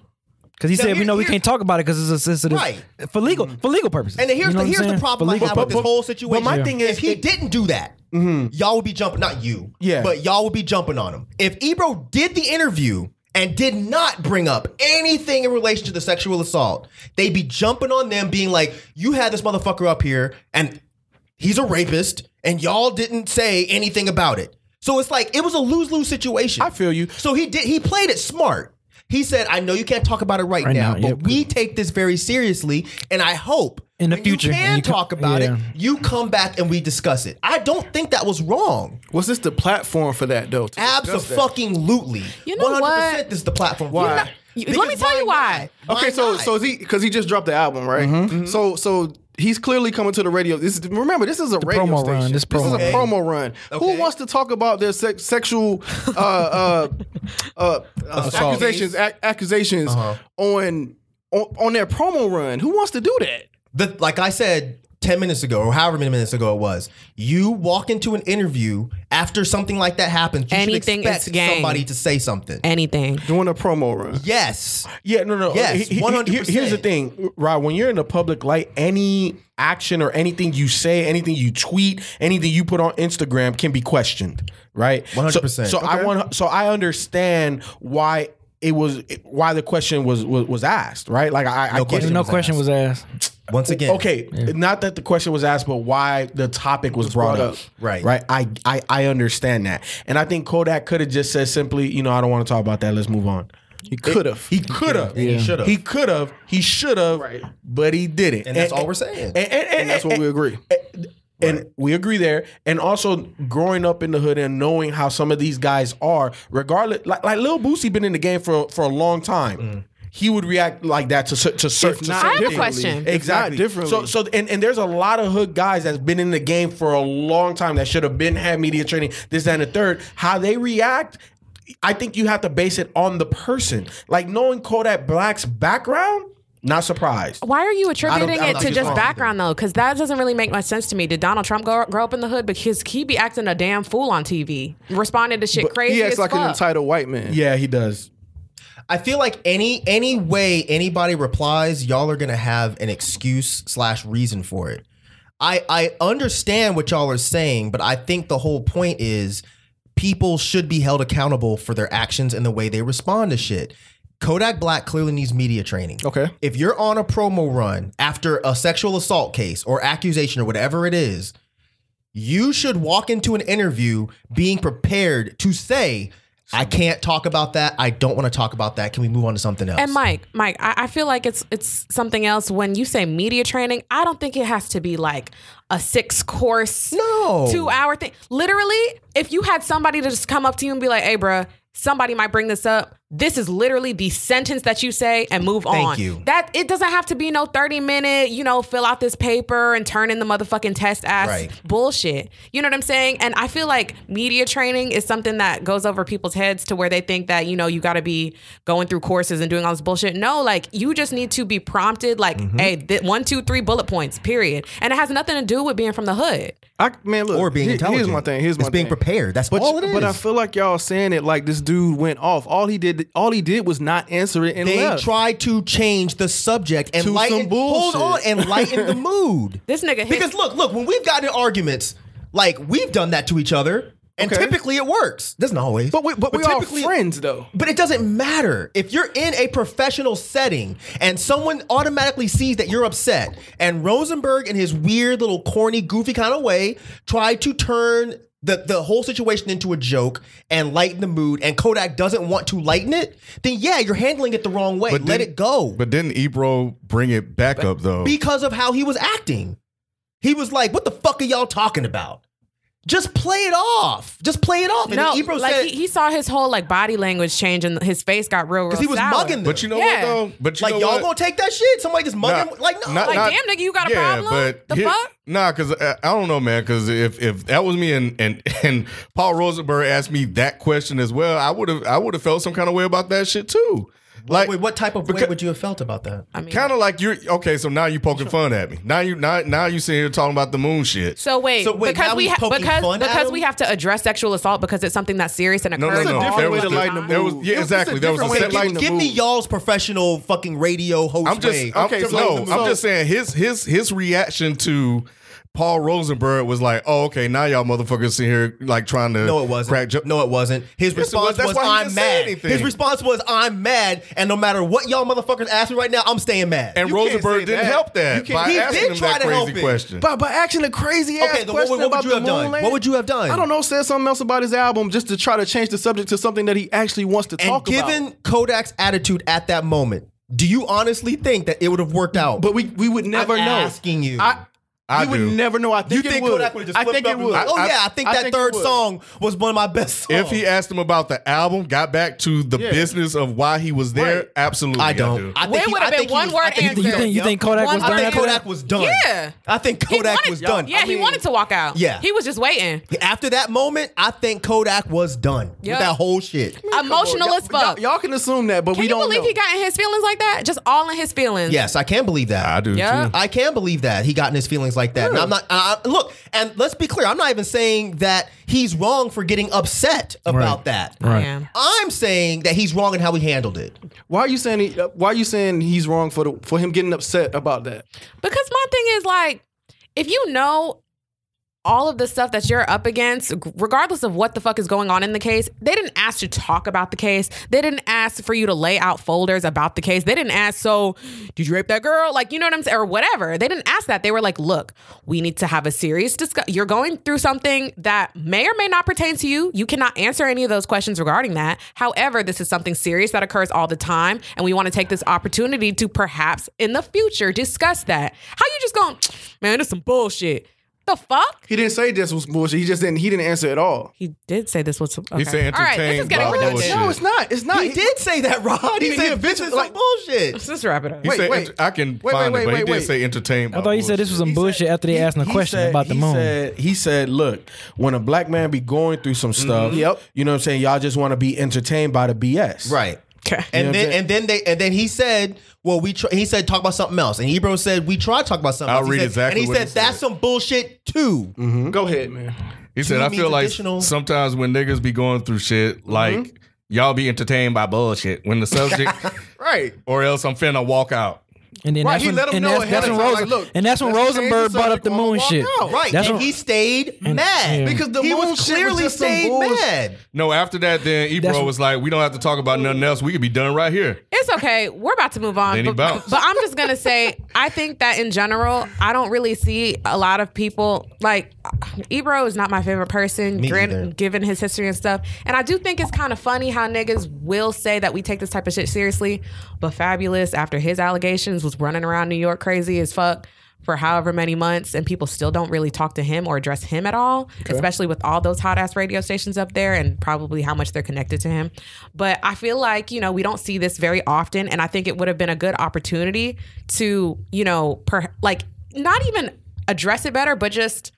Speaker 13: Because he
Speaker 6: Now,
Speaker 13: said,
Speaker 6: here-
Speaker 13: "We know we
Speaker 6: here-
Speaker 13: can't talk about it because it's a sensitive
Speaker 6: Right.
Speaker 13: for legal for legal purposes."
Speaker 6: And then
Speaker 13: You
Speaker 6: here's
Speaker 13: know
Speaker 6: the
Speaker 13: what I'm
Speaker 6: here's the
Speaker 13: saying?
Speaker 6: problem
Speaker 13: For
Speaker 6: I
Speaker 13: legal
Speaker 6: have with this
Speaker 13: purposes.
Speaker 6: whole situation.
Speaker 12: my thing
Speaker 6: if
Speaker 12: is-
Speaker 6: he didn't do that, y'all would be jumping. Not you,
Speaker 12: Mm-hmm. Yeah.
Speaker 6: but y'all would be jumping on him. If Ebro did the interview and did not bring up anything in relation to the sexual assault, they'd be jumping on them, being like, "You had this motherfucker up here, and he's a rapist, and y'all didn't say anything about it." So it's like it was a lose lose situation.
Speaker 12: I feel you.
Speaker 6: So he did. He played it smart. He said, "I know you can't talk about it right,
Speaker 13: Right
Speaker 6: now,
Speaker 13: now,
Speaker 6: but
Speaker 13: yep.
Speaker 6: we take this very seriously, and I hope
Speaker 13: In the
Speaker 6: when
Speaker 13: future,
Speaker 6: you
Speaker 13: when
Speaker 6: can
Speaker 13: you co-
Speaker 6: talk about
Speaker 13: yeah.
Speaker 6: it. You come back and we discuss it. I don't think that was wrong.
Speaker 1: Was this the platform for that though? to discuss that?
Speaker 6: Absolutely.
Speaker 2: You know what?
Speaker 6: This is the platform.
Speaker 1: Why?
Speaker 6: for that.
Speaker 2: You-
Speaker 6: Because
Speaker 2: Let me tell you why.
Speaker 6: why
Speaker 1: Okay, so
Speaker 6: not?
Speaker 5: Mm-hmm.
Speaker 1: so is he because he just dropped the album, right? So so
Speaker 14: he's clearly coming to the radio. This, is- remember, this is a radio
Speaker 5: promo
Speaker 14: station.
Speaker 5: run, this
Speaker 14: is
Speaker 5: promo
Speaker 14: a
Speaker 5: run.
Speaker 14: promo run. Who wants to talk about their sex, sexual uh, uh, uh, uh,
Speaker 15: Assault.
Speaker 14: accusations ac- accusations
Speaker 6: Uh-huh.
Speaker 14: on, on on their promo run? Who wants to do that?
Speaker 6: the like I said 10 minutes ago or however many minutes ago it was, you walk into an interview after something like that happens, you
Speaker 2: Anything
Speaker 6: should
Speaker 2: is
Speaker 6: expect
Speaker 2: game.
Speaker 6: somebody to say something.
Speaker 2: Anything.
Speaker 14: Doing a promo run.
Speaker 6: Yes.
Speaker 1: Yeah, no, no.
Speaker 6: Yes,
Speaker 1: He- he- he-
Speaker 6: 100%.
Speaker 1: Here's the thing, Rod. When you're in the public light, any action or anything you say, anything you tweet, anything you put on Instagram can be questioned, right?
Speaker 6: 100%.
Speaker 1: So, so I
Speaker 6: Okay.
Speaker 1: want. So I understand why it was why the question was was, was asked, right? Like I, I
Speaker 5: No
Speaker 1: get
Speaker 5: question
Speaker 1: it.
Speaker 5: No was question asked. was asked.
Speaker 6: Once again.
Speaker 1: okay. Not that the question was asked, but why the topic was, brought,
Speaker 6: brought
Speaker 1: up.
Speaker 6: up. Right.
Speaker 1: Right. I, I I understand that, and I think Kodak could have just said simply, you know, I don't want to talk about that. Let's move on. He
Speaker 14: could have.
Speaker 1: He could have.
Speaker 6: And he Yeah. should have.
Speaker 1: He could have. He should have. But he didn't.
Speaker 6: And that's all we're saying.
Speaker 1: And, and- and-
Speaker 14: And that's what we agree.
Speaker 1: and we agree there. And also growing up in the hood and knowing how some of these guys are, regardless, like, like Lil Boosie been in the game for for a long time. He would react like that to cer- to certain.
Speaker 14: Mm. not I have a differently. question. If
Speaker 1: Exactly.
Speaker 14: not differently.
Speaker 1: So so and, and there's a lot of hood guys that's been in the game for a long time that should have been had media training. This that, and the third. How they react. I think you have to base it on the person. Like knowing Kodak Black's background, not surprised.
Speaker 2: Why are you attributing
Speaker 1: I'm
Speaker 2: it
Speaker 1: not
Speaker 2: to just
Speaker 1: surprised.
Speaker 2: background though? Because that doesn't really make much sense to me. Did Donald Trump grow, grow up in the hood? Because he be acting a damn fool on TV, responding to shit crazy.
Speaker 14: He
Speaker 2: as
Speaker 14: acts like an
Speaker 2: fuck.
Speaker 14: entitled white man.
Speaker 1: Yeah, he does.
Speaker 6: I feel like any any way anybody replies, y'all are gonna have an excuse slash reason for it. I I understand what y'all are saying, but I think the whole point is people should be held accountable for their actions and the way they respond to shit. Kodak Black clearly needs media training.
Speaker 14: Okay.
Speaker 6: If you're on a promo run after a sexual assault case or accusation or whatever it is, you should walk into an interview being prepared to say, I can't talk about that. I don't want to talk about that. Can we move on to something else?
Speaker 2: And Mike, Mike, I, I feel like it's it's something else when you say media training. I don't think it has to be like a six course,
Speaker 6: No.
Speaker 2: two hour thing. Literally, if you had somebody to just come up to you and be like, "Hey, bruh, somebody might bring this up." This is literally the sentence that you say and move
Speaker 6: Thank
Speaker 2: on.
Speaker 6: you.
Speaker 2: That it doesn't have to be no thirty minute. You know, fill out this paper and turn in the motherfucking test ass
Speaker 6: Right.
Speaker 2: bullshit. You know what I'm saying? And I feel like media training is something that goes over people's heads to where they think that, you know, you got to be going through courses and doing all this bullshit. No, like you just need to be prompted, like,
Speaker 6: Mm-hmm.
Speaker 2: hey, th- one, two, three bullet points, period. And it has nothing to do with being from the hood.
Speaker 14: I, man, look.
Speaker 6: Or being
Speaker 14: he- Here's
Speaker 6: intelligent.
Speaker 14: my thing. Here's
Speaker 6: It's
Speaker 14: my
Speaker 6: being
Speaker 14: thing.
Speaker 6: prepared. That's
Speaker 14: but,
Speaker 6: all it
Speaker 14: But I
Speaker 6: is.
Speaker 14: feel like y'all saying it like this dude went off. All he did, all he did was not answer it and
Speaker 6: they
Speaker 14: left.
Speaker 6: tried to change the subject and
Speaker 14: To
Speaker 6: lighten
Speaker 14: some bullshit.
Speaker 6: hold on and lighten the mood.
Speaker 2: This nigga hit.
Speaker 6: Because look, look, when we've gotten in arguments, like we've done that to each other, and
Speaker 14: Okay.
Speaker 6: typically it works. Doesn't always.
Speaker 14: but we, but, we all
Speaker 6: typically-
Speaker 14: friends though.
Speaker 6: But it doesn't matter. If you're in a professional setting and someone automatically sees that you're upset, and Rosenberg in his weird little corny, goofy kind of way tried to turn the, the whole situation into a joke and lighten the mood, and Kodak doesn't want to lighten it, then yeah, you're handling it the wrong way. Let
Speaker 4: didn't-
Speaker 6: it go.
Speaker 4: But didn't Ebro bring it back up though?
Speaker 6: because of how he was acting. He was like, "What the fuck are y'all talking about? Just play it off. Just play it off." And
Speaker 2: no,
Speaker 6: then Ebro
Speaker 2: like
Speaker 6: said,
Speaker 2: he, he saw his whole like body language change and his face got real, real
Speaker 6: "Because he was
Speaker 2: sour.
Speaker 6: mugging them."
Speaker 4: but you know
Speaker 2: Yeah.
Speaker 4: what though? But you
Speaker 6: like
Speaker 4: know
Speaker 6: y'all
Speaker 4: what?
Speaker 6: gonna take that shit? Somebody just mugging
Speaker 4: Nah,
Speaker 6: him? Like no,
Speaker 4: not-
Speaker 2: Like,
Speaker 4: not-
Speaker 2: damn, nigga, you got a problem? the
Speaker 4: here-
Speaker 2: fuck?
Speaker 4: Nah, because I, I don't know, man. Because if if that was me and and and Paul Rosenberg asked me that question as well, I would have I would have felt some kind of way about that shit too. Like,
Speaker 6: Wait, what type of way
Speaker 4: Because-
Speaker 6: would you have felt about that?
Speaker 2: I mean,
Speaker 4: kind of like you're okay. So now you poking fun at me. Now you now now you sitting here talking about the moon shit.
Speaker 2: So wait,
Speaker 6: So wait,
Speaker 2: because
Speaker 6: now
Speaker 2: we
Speaker 6: he's
Speaker 2: ha-
Speaker 6: poking
Speaker 2: because
Speaker 6: fun at
Speaker 2: because
Speaker 6: him?
Speaker 2: we have to address sexual assault because it's something that's serious and
Speaker 4: no,
Speaker 2: occurs.
Speaker 14: a
Speaker 4: no, no.
Speaker 2: all
Speaker 4: There
Speaker 14: different way
Speaker 4: was,
Speaker 14: to
Speaker 4: the-
Speaker 14: lighten the
Speaker 4: there was
Speaker 14: mood.
Speaker 4: yeah,
Speaker 14: It's a
Speaker 4: exactly. There was
Speaker 14: different
Speaker 4: a
Speaker 14: way to
Speaker 4: set
Speaker 6: Give,
Speaker 14: lighten
Speaker 4: lighting
Speaker 14: the
Speaker 6: give me
Speaker 14: mood.
Speaker 6: y'all's professional fucking radio host
Speaker 4: I'm just
Speaker 6: way.
Speaker 4: I'm
Speaker 14: Okay,
Speaker 4: just-
Speaker 14: so-
Speaker 4: no,
Speaker 14: so-
Speaker 4: I'm just saying his his his reaction to Paul Rosenberg was like, oh okay, now y'all motherfuckers sitting here like trying to
Speaker 6: No, it wasn't.
Speaker 4: crack jo-
Speaker 6: no, it wasn't. His
Speaker 4: Yes, it was.
Speaker 6: response
Speaker 4: That's
Speaker 6: was,
Speaker 4: why he
Speaker 6: "I'm
Speaker 4: didn't say
Speaker 6: mad."
Speaker 4: anything.
Speaker 6: His response was, "I'm mad," and no matter what y'all motherfuckers ask me right now, I'm staying mad.
Speaker 4: And
Speaker 14: You can't
Speaker 4: Rosenberg
Speaker 14: say
Speaker 4: didn't
Speaker 14: that.
Speaker 4: help
Speaker 14: You
Speaker 4: that
Speaker 14: can't-
Speaker 4: by
Speaker 6: He
Speaker 4: asking
Speaker 6: did
Speaker 4: him
Speaker 6: try
Speaker 4: that
Speaker 6: to help
Speaker 4: crazy
Speaker 6: it.
Speaker 4: question.
Speaker 14: By, by asking a crazy ass
Speaker 6: Okay, then what
Speaker 14: question
Speaker 6: would- what would
Speaker 14: about
Speaker 6: you
Speaker 14: the
Speaker 6: have done?
Speaker 14: Moonlight.
Speaker 6: What would you have done?
Speaker 14: I don't know. Said something else about his album just to try to change the subject to something that he actually wants to
Speaker 6: and
Speaker 14: talk
Speaker 6: given
Speaker 14: about.
Speaker 6: Kodak's attitude at that moment, do you honestly think that it would have worked out?
Speaker 14: But we we would never
Speaker 6: I'm
Speaker 14: know.
Speaker 6: asking you.
Speaker 14: I
Speaker 4: I
Speaker 14: you would
Speaker 4: do.
Speaker 14: never know. I think
Speaker 6: you
Speaker 14: it
Speaker 6: think
Speaker 14: would.
Speaker 6: Kodak would have just
Speaker 14: I
Speaker 6: flipped
Speaker 14: think
Speaker 6: up
Speaker 14: it
Speaker 6: and-
Speaker 14: would.
Speaker 6: Oh yeah, I think that
Speaker 14: it
Speaker 6: third
Speaker 14: would.
Speaker 6: song was one of my best songs.
Speaker 4: If he asked him about the album, got back to the
Speaker 6: oh. Yeah.
Speaker 4: business of why he was there, absolutely.
Speaker 6: I don't. I think
Speaker 2: It
Speaker 6: he-
Speaker 2: would have
Speaker 6: I
Speaker 2: been
Speaker 6: think he
Speaker 2: one
Speaker 6: was- I
Speaker 2: word
Speaker 6: think
Speaker 2: answer.
Speaker 6: he- you think- you think Kodak
Speaker 2: One
Speaker 6: was done
Speaker 2: word
Speaker 6: after that?
Speaker 2: answer.
Speaker 6: was done.
Speaker 2: Yeah.
Speaker 6: I think
Speaker 2: He
Speaker 6: Kodak
Speaker 2: wanted-
Speaker 6: was done.
Speaker 2: Yeah,
Speaker 6: I
Speaker 2: he
Speaker 6: mean-
Speaker 2: wanted to walk out.
Speaker 6: Yeah.
Speaker 2: He was just waiting.
Speaker 6: After that moment, I think Kodak was done
Speaker 2: Yeah.
Speaker 6: with that whole shit.
Speaker 2: Emotional as fuck.
Speaker 14: Y'all can assume that, but
Speaker 2: Can
Speaker 14: we
Speaker 2: you
Speaker 14: don't
Speaker 2: believe
Speaker 14: know.
Speaker 2: he got in his feelings like that? Just all in his feelings.
Speaker 6: Yes, I can believe that. I
Speaker 4: do
Speaker 2: Yeah. too.
Speaker 6: I can believe that he got in his feelings like that. And I'm not. I, I- look, and let's be clear. I'm not even saying that he's wrong for getting upset about that.
Speaker 14: Right. Yeah.
Speaker 6: I'm saying that he's wrong in how he handled it.
Speaker 14: Why are you saying? He, uh, why are you saying he's wrong for the for him getting upset about that?
Speaker 2: Because my thing is like, if you know all of the stuff that you're up against, regardless of what the fuck is going on in the case, they didn't ask to talk about the case. They didn't ask for you to lay out folders about the case. They didn't ask, so did you rape that girl? Like, you know what I'm saying? Or whatever. They didn't ask that. They were like, look, we need to have a serious discussion. You're going through something that may or may not pertain to you. You cannot answer any of those questions regarding that. However, this is something serious that occurs all the time. And we want to take this opportunity to perhaps in the future discuss that. How you just going, man, this some bullshit. The fuck?
Speaker 14: He didn't say this was bullshit. He just didn't. He didn't answer at all.
Speaker 2: He did say this was.
Speaker 14: He
Speaker 2: said All right, this is getting entertained by redundant. bullshit.
Speaker 14: No, it's not. It's not.
Speaker 6: He did say that, Rod. He, said
Speaker 14: bitch is like
Speaker 6: bullshit.
Speaker 2: Let's just wrap it up.
Speaker 4: He said, ent- I can
Speaker 14: Wait,
Speaker 4: find
Speaker 14: wait,
Speaker 4: it, but
Speaker 14: wait,
Speaker 4: he did
Speaker 14: wait.
Speaker 4: say entertained.
Speaker 5: I thought you said this was some bullshit after they asked him a
Speaker 1: He
Speaker 5: question
Speaker 1: said-
Speaker 5: about the
Speaker 1: he
Speaker 5: moon.
Speaker 1: Said, he said, "Look, when a black man be going through some
Speaker 14: Mm-hmm.
Speaker 1: stuff, yep. you know what I'm saying. Y'all just want to be entertained by the BS,
Speaker 6: right?
Speaker 2: Okay.
Speaker 6: And then and then they and then he said, "Well, we tr- he said talk about something else." And Ebro said, "We tried to talk about something."
Speaker 4: I'll
Speaker 6: else. He
Speaker 4: read
Speaker 6: said-
Speaker 4: exactly
Speaker 6: And he
Speaker 4: what
Speaker 6: said,
Speaker 4: he said. Mm-hmm.
Speaker 6: "That's some bullshit too."
Speaker 14: Go ahead, man.
Speaker 4: He said, I
Speaker 6: means
Speaker 4: feel like
Speaker 6: additional-
Speaker 4: sometimes when niggas be going through shit,
Speaker 6: Mm-hmm.
Speaker 4: like y'all be entertained by bullshit when the subject,
Speaker 14: Right.
Speaker 4: or else I'm finna walk out.
Speaker 5: And then
Speaker 4: Right,
Speaker 5: that's
Speaker 4: he
Speaker 5: when,
Speaker 4: let 'em
Speaker 5: and
Speaker 4: know
Speaker 5: that's,
Speaker 4: ahead
Speaker 5: that's
Speaker 4: of
Speaker 5: when
Speaker 4: time,
Speaker 5: Rosen,
Speaker 4: like, look,
Speaker 5: and that's when
Speaker 4: let's change
Speaker 5: Rosenberg
Speaker 4: the
Speaker 5: brought up the
Speaker 4: subject, I'ma
Speaker 5: moon
Speaker 4: walk
Speaker 5: shit.
Speaker 4: out. Right,
Speaker 5: That's
Speaker 6: and
Speaker 5: when-
Speaker 6: he stayed
Speaker 5: And-
Speaker 6: mad
Speaker 5: yeah.
Speaker 6: because
Speaker 5: Because
Speaker 6: the he was clearly stayed mad.
Speaker 4: No, after that, then Ebro was like, we don't have to talk about nothing else. We could be done right here.
Speaker 2: It's okay. We're about to move on.
Speaker 4: Then he
Speaker 2: But,
Speaker 4: bounced.
Speaker 2: but I'm just going to say, I think that in general, I don't really see a lot of people like Ebro is not my favorite person,
Speaker 6: Me
Speaker 2: gran-
Speaker 6: either.
Speaker 2: given his history and stuff. And I do think it's kind of funny how niggas will say that we take this type of shit seriously. But Fabulous, after his allegations, was running around New York crazy as fuck. For however many months, and people still don't really talk to him or address him at all, especially with all those hot ass radio stations up there and probably how much they're connected to him. But I feel like, you know, we don't see this very often. And I think it would have been a good opportunity to, you know, per- like not even address it better, but just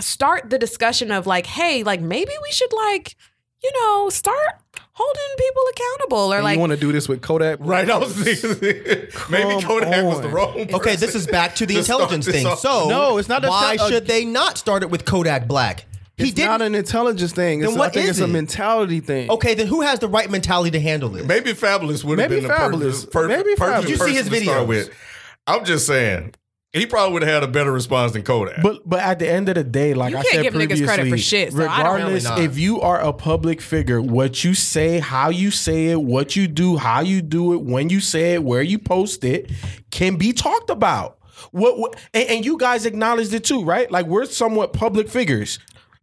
Speaker 2: start the discussion of like, hey, like maybe we should like, you know, start holding people accountable or
Speaker 14: And
Speaker 2: like
Speaker 14: you want to do this with Kodak?
Speaker 4: Right. I was thinking maybe Kodak was the wrong.
Speaker 6: Okay, this is back to the
Speaker 4: To start
Speaker 6: intelligence
Speaker 4: this
Speaker 6: thing.
Speaker 4: off.
Speaker 6: So
Speaker 14: No, it's not a-
Speaker 6: Why
Speaker 14: a-
Speaker 6: should they not start it with Kodak Black? He
Speaker 14: It's not an intelligence thing.
Speaker 6: Then
Speaker 14: It's,
Speaker 6: what
Speaker 14: I think
Speaker 6: is
Speaker 14: it's a
Speaker 6: it?
Speaker 14: mentality thing.
Speaker 6: Okay, then who has the right mentality to handle it?
Speaker 4: Maybe Fabulous would have
Speaker 14: Maybe
Speaker 4: been the
Speaker 14: Fabulous.
Speaker 4: perfect, perfect,
Speaker 14: Maybe
Speaker 4: perfect
Speaker 6: Fabulous. Did you see
Speaker 4: person
Speaker 6: his
Speaker 4: to start
Speaker 6: videos?
Speaker 4: with. I'm just saying, he probably would have had a better response than Kodak.
Speaker 1: But but at the end of the day, like
Speaker 2: You
Speaker 1: I
Speaker 2: can't
Speaker 1: said
Speaker 2: give niggas
Speaker 1: previously,
Speaker 2: credit for shit, so I don't-
Speaker 1: regardless
Speaker 2: Really not.
Speaker 1: if you are a public figure, what you say, how you say it, what you do, how you do it, when you say it, where you post it, can be talked about. What, what and, and you guys acknowledged it too, right? Like we're somewhat public figures.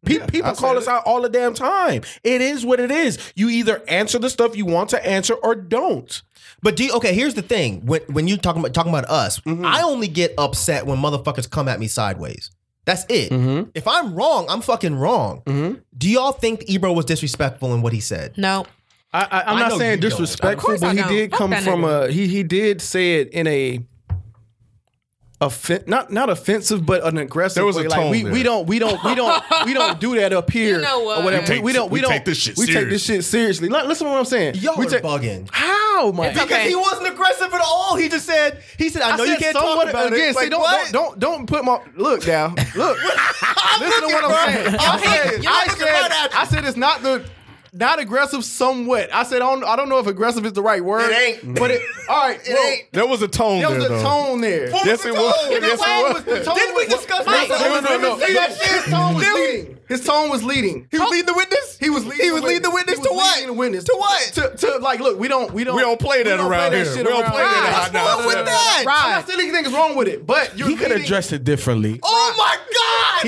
Speaker 1: Pe- people
Speaker 4: I
Speaker 1: call
Speaker 4: said
Speaker 1: us out all the damn time. It is what it is. You either answer the stuff you want to answer or don't.
Speaker 6: But do you, okay, here's the thing. When when you talking about talking about us, I only get upset when motherfuckers come at me sideways. That's it. If I'm wrong, I'm fucking wrong. Do y'all think Ebro was disrespectful in what he said?
Speaker 2: no.
Speaker 14: I, I, I'm
Speaker 6: I know
Speaker 14: not saying
Speaker 6: you don't.
Speaker 2: Of
Speaker 14: disrespectful,
Speaker 2: course I
Speaker 14: but he
Speaker 2: don't.
Speaker 14: did
Speaker 2: Fuck
Speaker 14: come
Speaker 2: that
Speaker 14: from
Speaker 2: nigga.
Speaker 14: a he he did say it in a offen- not not offensive, but an aggressive.
Speaker 4: There was
Speaker 14: way.
Speaker 4: a
Speaker 14: like
Speaker 4: tone
Speaker 14: we,
Speaker 4: there.
Speaker 14: we don't we don't we don't we don't do that up here
Speaker 2: You know what?
Speaker 14: or whatever.
Speaker 4: We take-
Speaker 14: we don't we,
Speaker 4: we
Speaker 14: don't
Speaker 4: take this shit
Speaker 14: we take this shit seriously. Li- Listen to what I'm saying.
Speaker 6: Y'all
Speaker 14: we
Speaker 6: are
Speaker 14: take-
Speaker 6: bugging.
Speaker 14: how man?
Speaker 2: It's okay.
Speaker 6: Because he wasn't aggressive at all. He just said he said, "I know you
Speaker 14: said
Speaker 6: can't talk
Speaker 14: somewhat-
Speaker 6: about
Speaker 14: again,
Speaker 6: it."
Speaker 14: See,
Speaker 6: Like,
Speaker 14: don't,
Speaker 6: what?
Speaker 14: don't don't don't put my look down. Look, listen to what I'm saying.
Speaker 6: I'm
Speaker 14: I
Speaker 6: looking-
Speaker 14: said,
Speaker 6: you're
Speaker 14: I
Speaker 6: looking
Speaker 14: said,
Speaker 6: right at you.
Speaker 14: I said it's not the not aggressive. Somewhat, I said I don't, I don't know if aggressive is the right word.
Speaker 6: It ain't.
Speaker 14: But it, all right,
Speaker 6: It
Speaker 14: well,
Speaker 6: ain't.
Speaker 4: There was a tone
Speaker 14: There
Speaker 4: there,
Speaker 14: was a
Speaker 4: though.
Speaker 14: tone there.
Speaker 6: What
Speaker 4: Yes,
Speaker 6: the
Speaker 4: it was.
Speaker 6: tone? You know
Speaker 4: Yes,
Speaker 6: what?
Speaker 4: it
Speaker 14: was
Speaker 4: was.
Speaker 14: the tone?
Speaker 6: Didn't we discuss
Speaker 14: Mike,
Speaker 6: this?
Speaker 14: No, no, no, no.
Speaker 6: See that shit?
Speaker 14: His tone was
Speaker 6: Didn't we?
Speaker 14: leading. His tone was leading.
Speaker 6: He was leading the witness.
Speaker 14: He was leading.
Speaker 6: He was leading the witness
Speaker 14: He was
Speaker 6: to what?
Speaker 14: leading the witness.
Speaker 6: To what?
Speaker 14: To, to like, look, we don't, we don't,
Speaker 4: We don't play that
Speaker 14: don't
Speaker 4: around here.
Speaker 14: shit
Speaker 4: We don't
Speaker 14: around
Speaker 4: play that
Speaker 14: here.
Speaker 4: around
Speaker 6: What's wrong
Speaker 4: no, no,
Speaker 6: with
Speaker 4: no, no.
Speaker 6: that?
Speaker 14: I'm not saying anything's wrong with it, but you're
Speaker 1: He could
Speaker 14: leading-
Speaker 1: addressed it differently.
Speaker 6: Oh my god!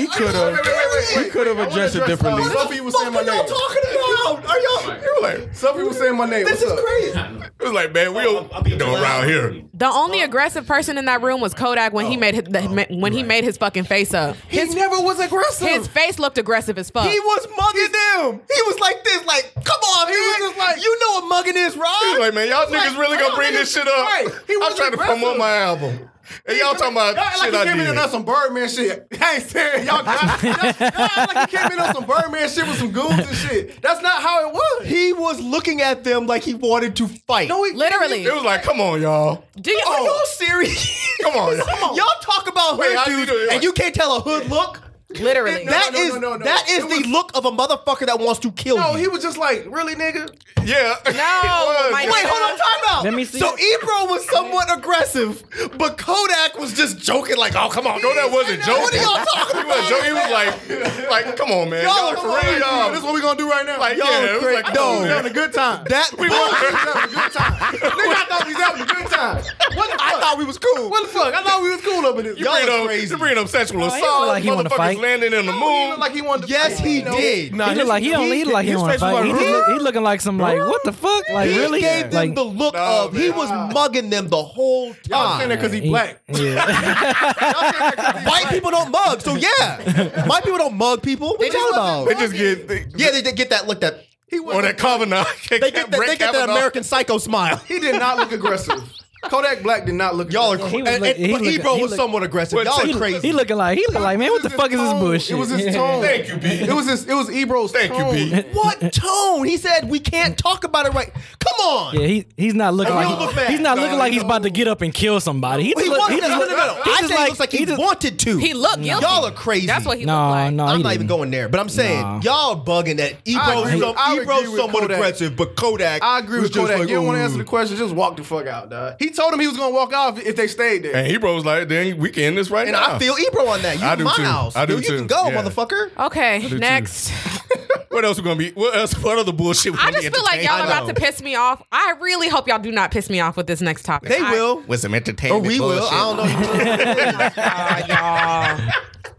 Speaker 1: He
Speaker 6: Are you
Speaker 1: could have.
Speaker 6: kidding me?
Speaker 1: He could have
Speaker 14: I wanna
Speaker 1: addressed it
Speaker 14: address, uh,
Speaker 1: differently.
Speaker 14: Sophie was saying my
Speaker 6: What the fuck are
Speaker 14: name.
Speaker 6: y'all talking about?
Speaker 1: y'all? Are y'all? You were like, some people saying my name. This is crazy.
Speaker 4: It was like, man, we don't, you know, around here.
Speaker 2: The only aggressive person in that room was Kodak when
Speaker 8: Oh.
Speaker 2: he made his, the, when he made his fucking face up.
Speaker 1: He never was aggressive.
Speaker 2: His face looked aggressive as fuck.
Speaker 1: He was mugging them. He was like this, like, come on, man. He was just like, you know what mugging is, Rod?
Speaker 4: He was like, man, y'all
Speaker 1: Like,
Speaker 4: niggas really gonna
Speaker 1: y'all
Speaker 4: bring this
Speaker 1: niggas-
Speaker 4: shit up.
Speaker 1: Right. He
Speaker 4: I'm
Speaker 1: was
Speaker 4: trying to
Speaker 1: aggressive.
Speaker 4: promote my album. And y'all talking about
Speaker 1: Y'all act
Speaker 4: shit
Speaker 1: like
Speaker 4: I
Speaker 1: he came in
Speaker 4: did.
Speaker 1: and done some Birdman shit. I ain't saying y'all. Y'all act like he came in on some Birdman shit with some goons and shit. That's not how it was.
Speaker 6: He was looking at them like he wanted to fight.
Speaker 1: No, he-
Speaker 2: Literally.
Speaker 4: It was like, come on, y'all.
Speaker 2: Do you?
Speaker 6: Are y'all serious?
Speaker 4: Come on, y'all.
Speaker 6: y'all. talk about
Speaker 4: Wait,
Speaker 6: hood
Speaker 4: how you
Speaker 6: dudes,
Speaker 4: doing?
Speaker 6: and you can't tell a hood look.
Speaker 2: Literally,
Speaker 6: That
Speaker 1: No, no,
Speaker 6: is
Speaker 1: no, no, no.
Speaker 6: that is
Speaker 1: It
Speaker 6: the look of a motherfucker that wants to kill
Speaker 1: No,
Speaker 6: you.
Speaker 1: he was just like, really, nigga.
Speaker 4: Yeah. No.
Speaker 1: Oh,
Speaker 6: Wait, hold on, time out.
Speaker 1: Let me see
Speaker 6: So
Speaker 1: it.
Speaker 6: Ebro was somewhat aggressive, but Kodak was just joking, like, "Oh, come on."
Speaker 4: No, that wasn't joking.
Speaker 6: What are y'all talking
Speaker 4: He wasn't
Speaker 6: about?
Speaker 4: joking. He was like, like, come on, man.
Speaker 6: Y'all
Speaker 4: Y'all,
Speaker 6: are
Speaker 4: for real,
Speaker 6: crazy.
Speaker 4: y'all.
Speaker 6: This
Speaker 1: That's what we gonna do right now.
Speaker 4: Like,
Speaker 1: y'all
Speaker 4: yeah, it
Speaker 1: are
Speaker 4: was
Speaker 1: crazy.
Speaker 4: like,
Speaker 1: no,
Speaker 4: oh,
Speaker 1: we
Speaker 4: man.
Speaker 1: having a good time.
Speaker 6: That
Speaker 1: we were having a good time. Nigga, I thought we was having a good time. What the fuck? I thought
Speaker 6: we was cool.
Speaker 1: What the fuck? I thought we was cool up in this.
Speaker 4: You
Speaker 1: Y'all
Speaker 4: bring
Speaker 1: are
Speaker 4: up,
Speaker 1: crazy.
Speaker 4: you bring up sexual
Speaker 1: Oh, he look
Speaker 4: assault.
Speaker 1: like he wanna
Speaker 4: motherfuckers
Speaker 1: fight.
Speaker 4: landing in the
Speaker 1: He
Speaker 4: moon.
Speaker 1: looked like he wanted to
Speaker 6: Yes, he
Speaker 8: he
Speaker 6: did.
Speaker 8: look like he don't. He look like he
Speaker 6: his
Speaker 8: want to
Speaker 6: face was
Speaker 8: fight. He,
Speaker 6: like,
Speaker 8: just look, he looking like some like what the fuck? Like
Speaker 6: he
Speaker 8: really?
Speaker 6: gave them
Speaker 8: like,
Speaker 6: the look of he was mugging them the whole time.
Speaker 1: Y'all saying that 'cause he He- black.
Speaker 6: White people don't mug, so yeah, white people don't mug people. What
Speaker 1: They
Speaker 6: you
Speaker 1: just
Speaker 6: talking about?
Speaker 1: wasn't
Speaker 4: They just get they,
Speaker 6: yeah, they, they get that look that
Speaker 1: He
Speaker 4: on that Kavanaugh. They
Speaker 6: they get that, they get that American Psycho smile.
Speaker 1: He did not look aggressive. Kodak Black did not look.
Speaker 6: Y'all are
Speaker 1: aggressive.
Speaker 6: cra- and, and,
Speaker 8: he
Speaker 6: but
Speaker 8: was
Speaker 6: Ebro
Speaker 8: look- he
Speaker 6: was
Speaker 8: look-
Speaker 6: somewhat aggressive.
Speaker 8: Well,
Speaker 6: Y'all
Speaker 8: he
Speaker 6: are
Speaker 8: look-
Speaker 6: crazy.
Speaker 8: He looking like he look like man. What the fuck is this bullshit?
Speaker 1: It was his tone.
Speaker 4: Thank you, B.
Speaker 1: It was his. It was Ebro's
Speaker 4: Thank you,
Speaker 1: tone.
Speaker 4: B.
Speaker 6: What tone? He said we can't talk about it right. Come on.
Speaker 8: Yeah, he he's not looking
Speaker 6: And we
Speaker 8: like
Speaker 6: don't look bad.
Speaker 8: he's not
Speaker 6: No,
Speaker 8: looking like he's about to get up and kill somebody. He,
Speaker 6: He,
Speaker 8: just look-
Speaker 6: wanted
Speaker 8: he
Speaker 6: to.
Speaker 8: just
Speaker 6: No, no,
Speaker 8: look-
Speaker 6: no, no.
Speaker 8: he
Speaker 6: I
Speaker 8: just
Speaker 6: said he looks like he,
Speaker 8: just-
Speaker 6: wanted to.
Speaker 2: He looked guilty.
Speaker 6: Y'all are crazy.
Speaker 2: That's what he
Speaker 8: No,
Speaker 2: looked like.
Speaker 8: no,
Speaker 6: I'm
Speaker 8: he
Speaker 6: not even
Speaker 8: didn't.
Speaker 6: going there, but I'm saying
Speaker 8: Nah.
Speaker 6: y'all bugging that Ebro's,
Speaker 1: agree-
Speaker 6: some,
Speaker 1: I agree
Speaker 6: Ebro's
Speaker 1: with
Speaker 6: somewhat
Speaker 1: Kodak.
Speaker 6: aggressive, but Kodak.
Speaker 1: I agree
Speaker 6: was
Speaker 1: with
Speaker 6: just
Speaker 1: Kodak.
Speaker 6: like,
Speaker 1: you don't want to
Speaker 6: "Ooh."
Speaker 1: answer the question. Just walk the fuck out, dog. He told him he was gonna walk out if, if they stayed there.
Speaker 4: And Ebro was like, then we can end this right
Speaker 6: And
Speaker 4: now.
Speaker 6: I feel Ebro on that. You
Speaker 4: I
Speaker 6: in
Speaker 4: do
Speaker 6: my
Speaker 4: too.
Speaker 6: house.
Speaker 4: I do
Speaker 6: Yo, you
Speaker 4: too.
Speaker 6: can go,
Speaker 4: Yeah.
Speaker 6: motherfucker.
Speaker 2: Okay,
Speaker 4: too.
Speaker 2: next.
Speaker 4: What else we gonna be? What else? What other bullshit? we
Speaker 2: I
Speaker 4: gonna
Speaker 2: just
Speaker 4: be
Speaker 2: feel like y'all
Speaker 4: entertained
Speaker 2: about
Speaker 4: about?
Speaker 2: to piss me off. I really hope y'all do not piss me off with this next topic.
Speaker 6: They
Speaker 2: I-
Speaker 6: will.
Speaker 4: With some
Speaker 6: Or
Speaker 4: entertainment.
Speaker 6: Oh, we will.
Speaker 4: bullshit.
Speaker 6: I don't know.
Speaker 2: y'all.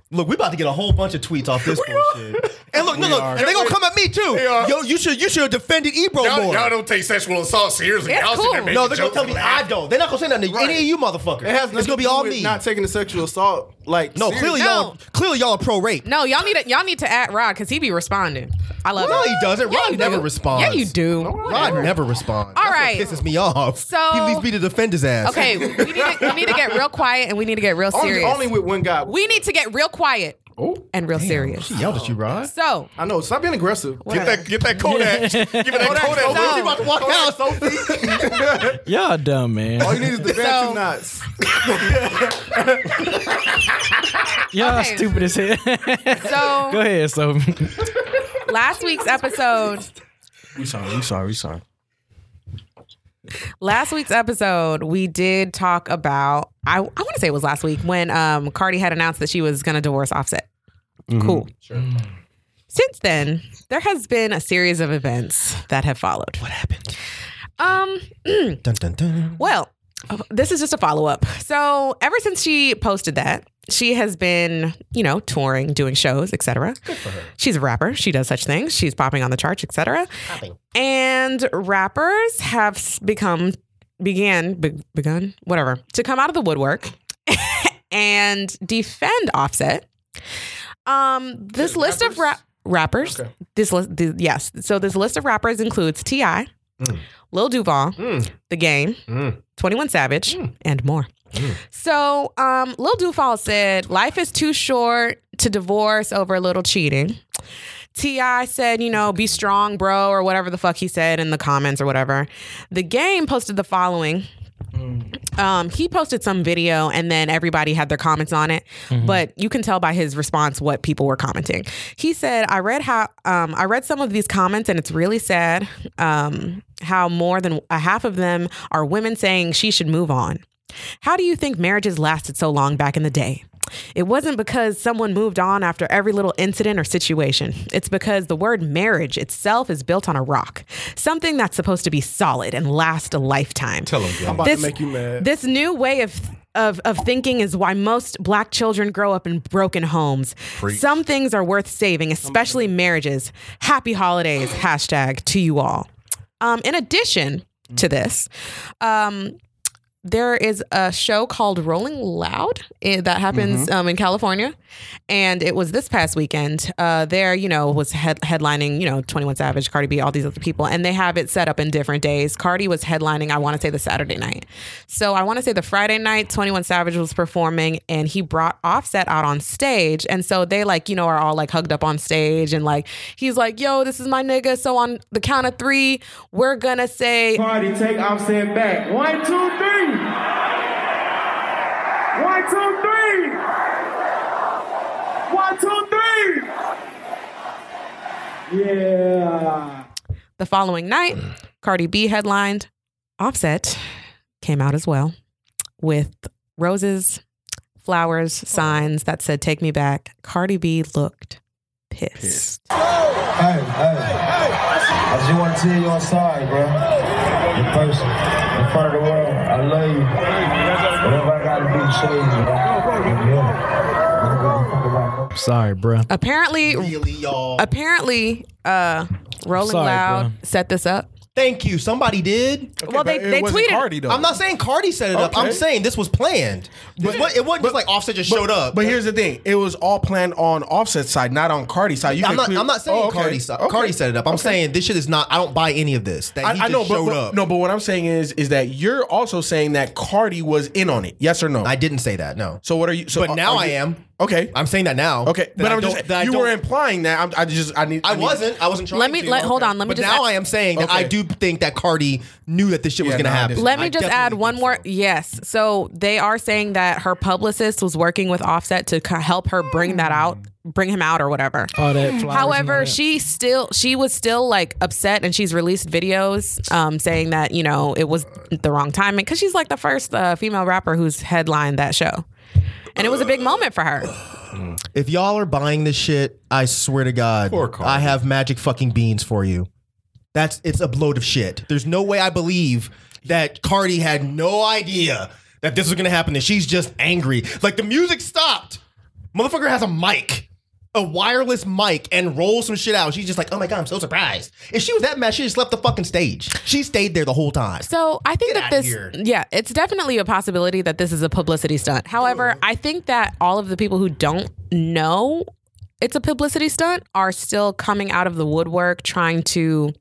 Speaker 6: Look, we about to get a whole bunch of tweets off this bullshit. And look, no, look,
Speaker 4: are.
Speaker 6: and they gonna come at me too.
Speaker 4: are.
Speaker 6: Yo, you should, you should have defended Ebro
Speaker 4: Y'all,
Speaker 6: more.
Speaker 4: y'all don't take sexual assault seriously.
Speaker 2: It's
Speaker 4: y'all sitting there
Speaker 2: cool.
Speaker 4: making
Speaker 6: no, they're gonna
Speaker 4: jokes
Speaker 6: tell me
Speaker 4: and
Speaker 6: I
Speaker 4: laughing.
Speaker 6: don't. They're not gonna say nothing to any of you motherfuckers.
Speaker 1: It has nothing
Speaker 6: it's gonna
Speaker 1: to
Speaker 6: be
Speaker 1: do
Speaker 6: all
Speaker 1: with
Speaker 6: me.
Speaker 1: Not taking the sexual assault. Like
Speaker 6: no, clearly y'all, clearly y'all are pro rape.
Speaker 2: No, y'all need to, y'all need to add Rod because he be responding. I love
Speaker 6: No,
Speaker 2: it.
Speaker 6: he doesn't.
Speaker 2: Yeah,
Speaker 6: Rod
Speaker 2: you
Speaker 6: never
Speaker 2: do.
Speaker 6: responds.
Speaker 2: Yeah, you do.
Speaker 6: Rod never responds.
Speaker 2: All
Speaker 6: That's
Speaker 2: right.
Speaker 6: what pisses me off.
Speaker 2: So-
Speaker 6: he leaves me to defend his ass.
Speaker 2: Okay, we need, to, we need to get real quiet and we need to get real
Speaker 1: Only,
Speaker 2: serious.
Speaker 1: only with one guy.
Speaker 2: we need to get real quiet and real serious.
Speaker 6: she yelled at you, Rod.
Speaker 2: So,
Speaker 1: I know. Stop being aggressive.
Speaker 4: Get that, get that Kodak. Give it that
Speaker 1: Kodak,
Speaker 4: Kodak.
Speaker 1: Sophie.
Speaker 6: She about to walk out.
Speaker 1: Sophie.
Speaker 8: y'all dumb man.
Speaker 1: All you need is the bad
Speaker 2: So-
Speaker 1: two knots.
Speaker 8: Y'all
Speaker 2: Okay.
Speaker 8: stupid as hell.
Speaker 2: so
Speaker 8: Go ahead, so
Speaker 2: last week's episode,
Speaker 8: we sorry, we sorry, we sorry.
Speaker 2: last week's episode, we did talk about. I I want to say it was last week when um Cardi had announced that she was going to divorce Offset. Cool.
Speaker 8: Sure.
Speaker 2: Since then, there has been a series of events that have followed. What happened? Um.
Speaker 6: Dun, dun, dun.
Speaker 2: Well, this is just a follow up. So, ever since she posted that, she has been, you know, touring, doing shows, etc. She's a rapper. She does such things. She's popping on the charts, etc. And rappers have s- become began be- begun whatever to come out of the woodwork and defend Offset. Um, this list of rap rappers. This list, th- yes. So this list of rappers includes Ti, Lil Duval, The Game, Twenty One Savage, and more. So um, Lil Duval said, "Life is too short to divorce over a little cheating." Ti said, you know, be strong, bro, or whatever the fuck he said in the comments or whatever. The game posted the following. Um, he posted some video and then everybody had their comments on it, but you can tell by his response what people were commenting. He said, "I read how um, I read some of these comments and it's really sad um, how more than a half of them are women saying she should move on. How do you think marriages lasted so long back in the day?" It wasn't because someone moved on after every little incident or situation. It's because the word marriage itself is built on a rock, something that's supposed to be solid and last a lifetime.
Speaker 4: Tell him,
Speaker 1: I'm about to make you mad.
Speaker 2: This new way of of, of thinking is why most black children grow up in broken homes.
Speaker 8: Preach.
Speaker 2: Some things are worth saving, especially marriages. Happy holidays, hashtag to you all. Um, in addition to this, um, there is a show called Rolling Loud eh, that happens
Speaker 16: Mhm.
Speaker 2: um, in California, and it was this past weekend. Uh, there, you know, was head- headlining, you know, Twenty One Savage, Cardi B, all these other people, and they have it set up in different days. Cardi was headlining, I want to say the Saturday night, so I want to say the Friday night, Twenty One Savage was performing, and he brought Offset out on stage, and so they like, you know, are all like hugged up on stage, and like he's like, "Yo, this is my nigga." So on the count of three, we're gonna say,
Speaker 17: Cardi, take Offset back. One, two, three. One, two, three. One, two, three. Yeah.
Speaker 2: The following night, Cardi B headlined. Offset came out as well with roses, flowers, signs that said, Take me back. Cardi B looked pissed.
Speaker 18: Hey, hey, I just want to tell you I'm sorry, bro. In person, in front of the world, I love you. Whatever I gotta do to show you, bro. I'm here. I'm gonna fuck around.
Speaker 5: Sorry, bruh.
Speaker 2: Apparently, apparently, uh, Rolling
Speaker 5: Sorry,
Speaker 2: Loud
Speaker 5: bro.
Speaker 2: set this up.
Speaker 6: Thank you. Somebody did.
Speaker 2: well, they, they tweeted.
Speaker 6: I'm not saying Cardi set it up. I'm
Speaker 2: Okay.
Speaker 6: saying this was planned. But, it wasn't just like Offset just showed up.
Speaker 1: But here's the thing: it was all planned on Offset's side, not on Cardi's side. You
Speaker 6: I'm
Speaker 1: can
Speaker 6: not.
Speaker 1: clear-
Speaker 6: I'm not saying
Speaker 1: Oh, okay.
Speaker 6: Cardi, set-
Speaker 1: Okay.
Speaker 6: Cardi set it up. I'm
Speaker 1: Okay.
Speaker 6: saying this shit is not. I don't buy any of this. That he
Speaker 1: I, I
Speaker 6: just
Speaker 1: know, but,
Speaker 6: showed
Speaker 1: but-
Speaker 6: up.
Speaker 1: no. But what I'm saying is, is that you're also saying that Cardi was in on it. Yes or no? I
Speaker 6: didn't say that. No.
Speaker 1: So what are you? So
Speaker 6: But now
Speaker 1: are
Speaker 6: I
Speaker 1: you-
Speaker 6: am.
Speaker 1: Okay,
Speaker 6: I'm saying that now.
Speaker 1: Okay,
Speaker 6: That
Speaker 1: but
Speaker 6: I
Speaker 1: I'm just
Speaker 6: don't- that I
Speaker 1: you
Speaker 6: don't-
Speaker 1: were implying that. I'm, I just I need.
Speaker 6: I
Speaker 1: need-
Speaker 6: wasn't. I wasn't trying.
Speaker 2: Let me-
Speaker 6: to.
Speaker 2: let- hold on, let me
Speaker 6: But
Speaker 2: just
Speaker 6: now
Speaker 2: add-
Speaker 6: I am saying that I
Speaker 2: Okay.
Speaker 6: do think that Cardi knew that this shit was gonna happen.
Speaker 2: Let me
Speaker 6: I
Speaker 2: just
Speaker 6: definitely-
Speaker 2: add one more. Yes. So they are saying that her publicist was working with Offset to c- help her bring that out, bring him out or whatever.
Speaker 5: All that flowers and all
Speaker 2: However,
Speaker 5: that.
Speaker 2: she still she was still like upset and she's released videos um, saying that, you know, it was the wrong timing because she's like the first uh, female rapper who's headlined that show. And it was a big moment for her.
Speaker 6: If y'all are buying this shit, I swear to God, I have magic fucking beans for you. That's it's a load of shit. There's no way I believe that Cardi had no idea that this was gonna happen. And she's just angry. Like the music stopped. Motherfucker has a mic, a wireless mic, and rolls some shit out. She's just like, oh my god, I'm so surprised. If she was that mad, she just left the fucking stage. She stayed there the whole time.
Speaker 2: So I think
Speaker 6: Get
Speaker 2: that
Speaker 6: outta
Speaker 2: this,
Speaker 6: here.
Speaker 2: yeah, it's definitely a possibility that this is a publicity stunt. However, I think that all of the people who don't know it's a publicity stunt are still coming out of the woodwork trying to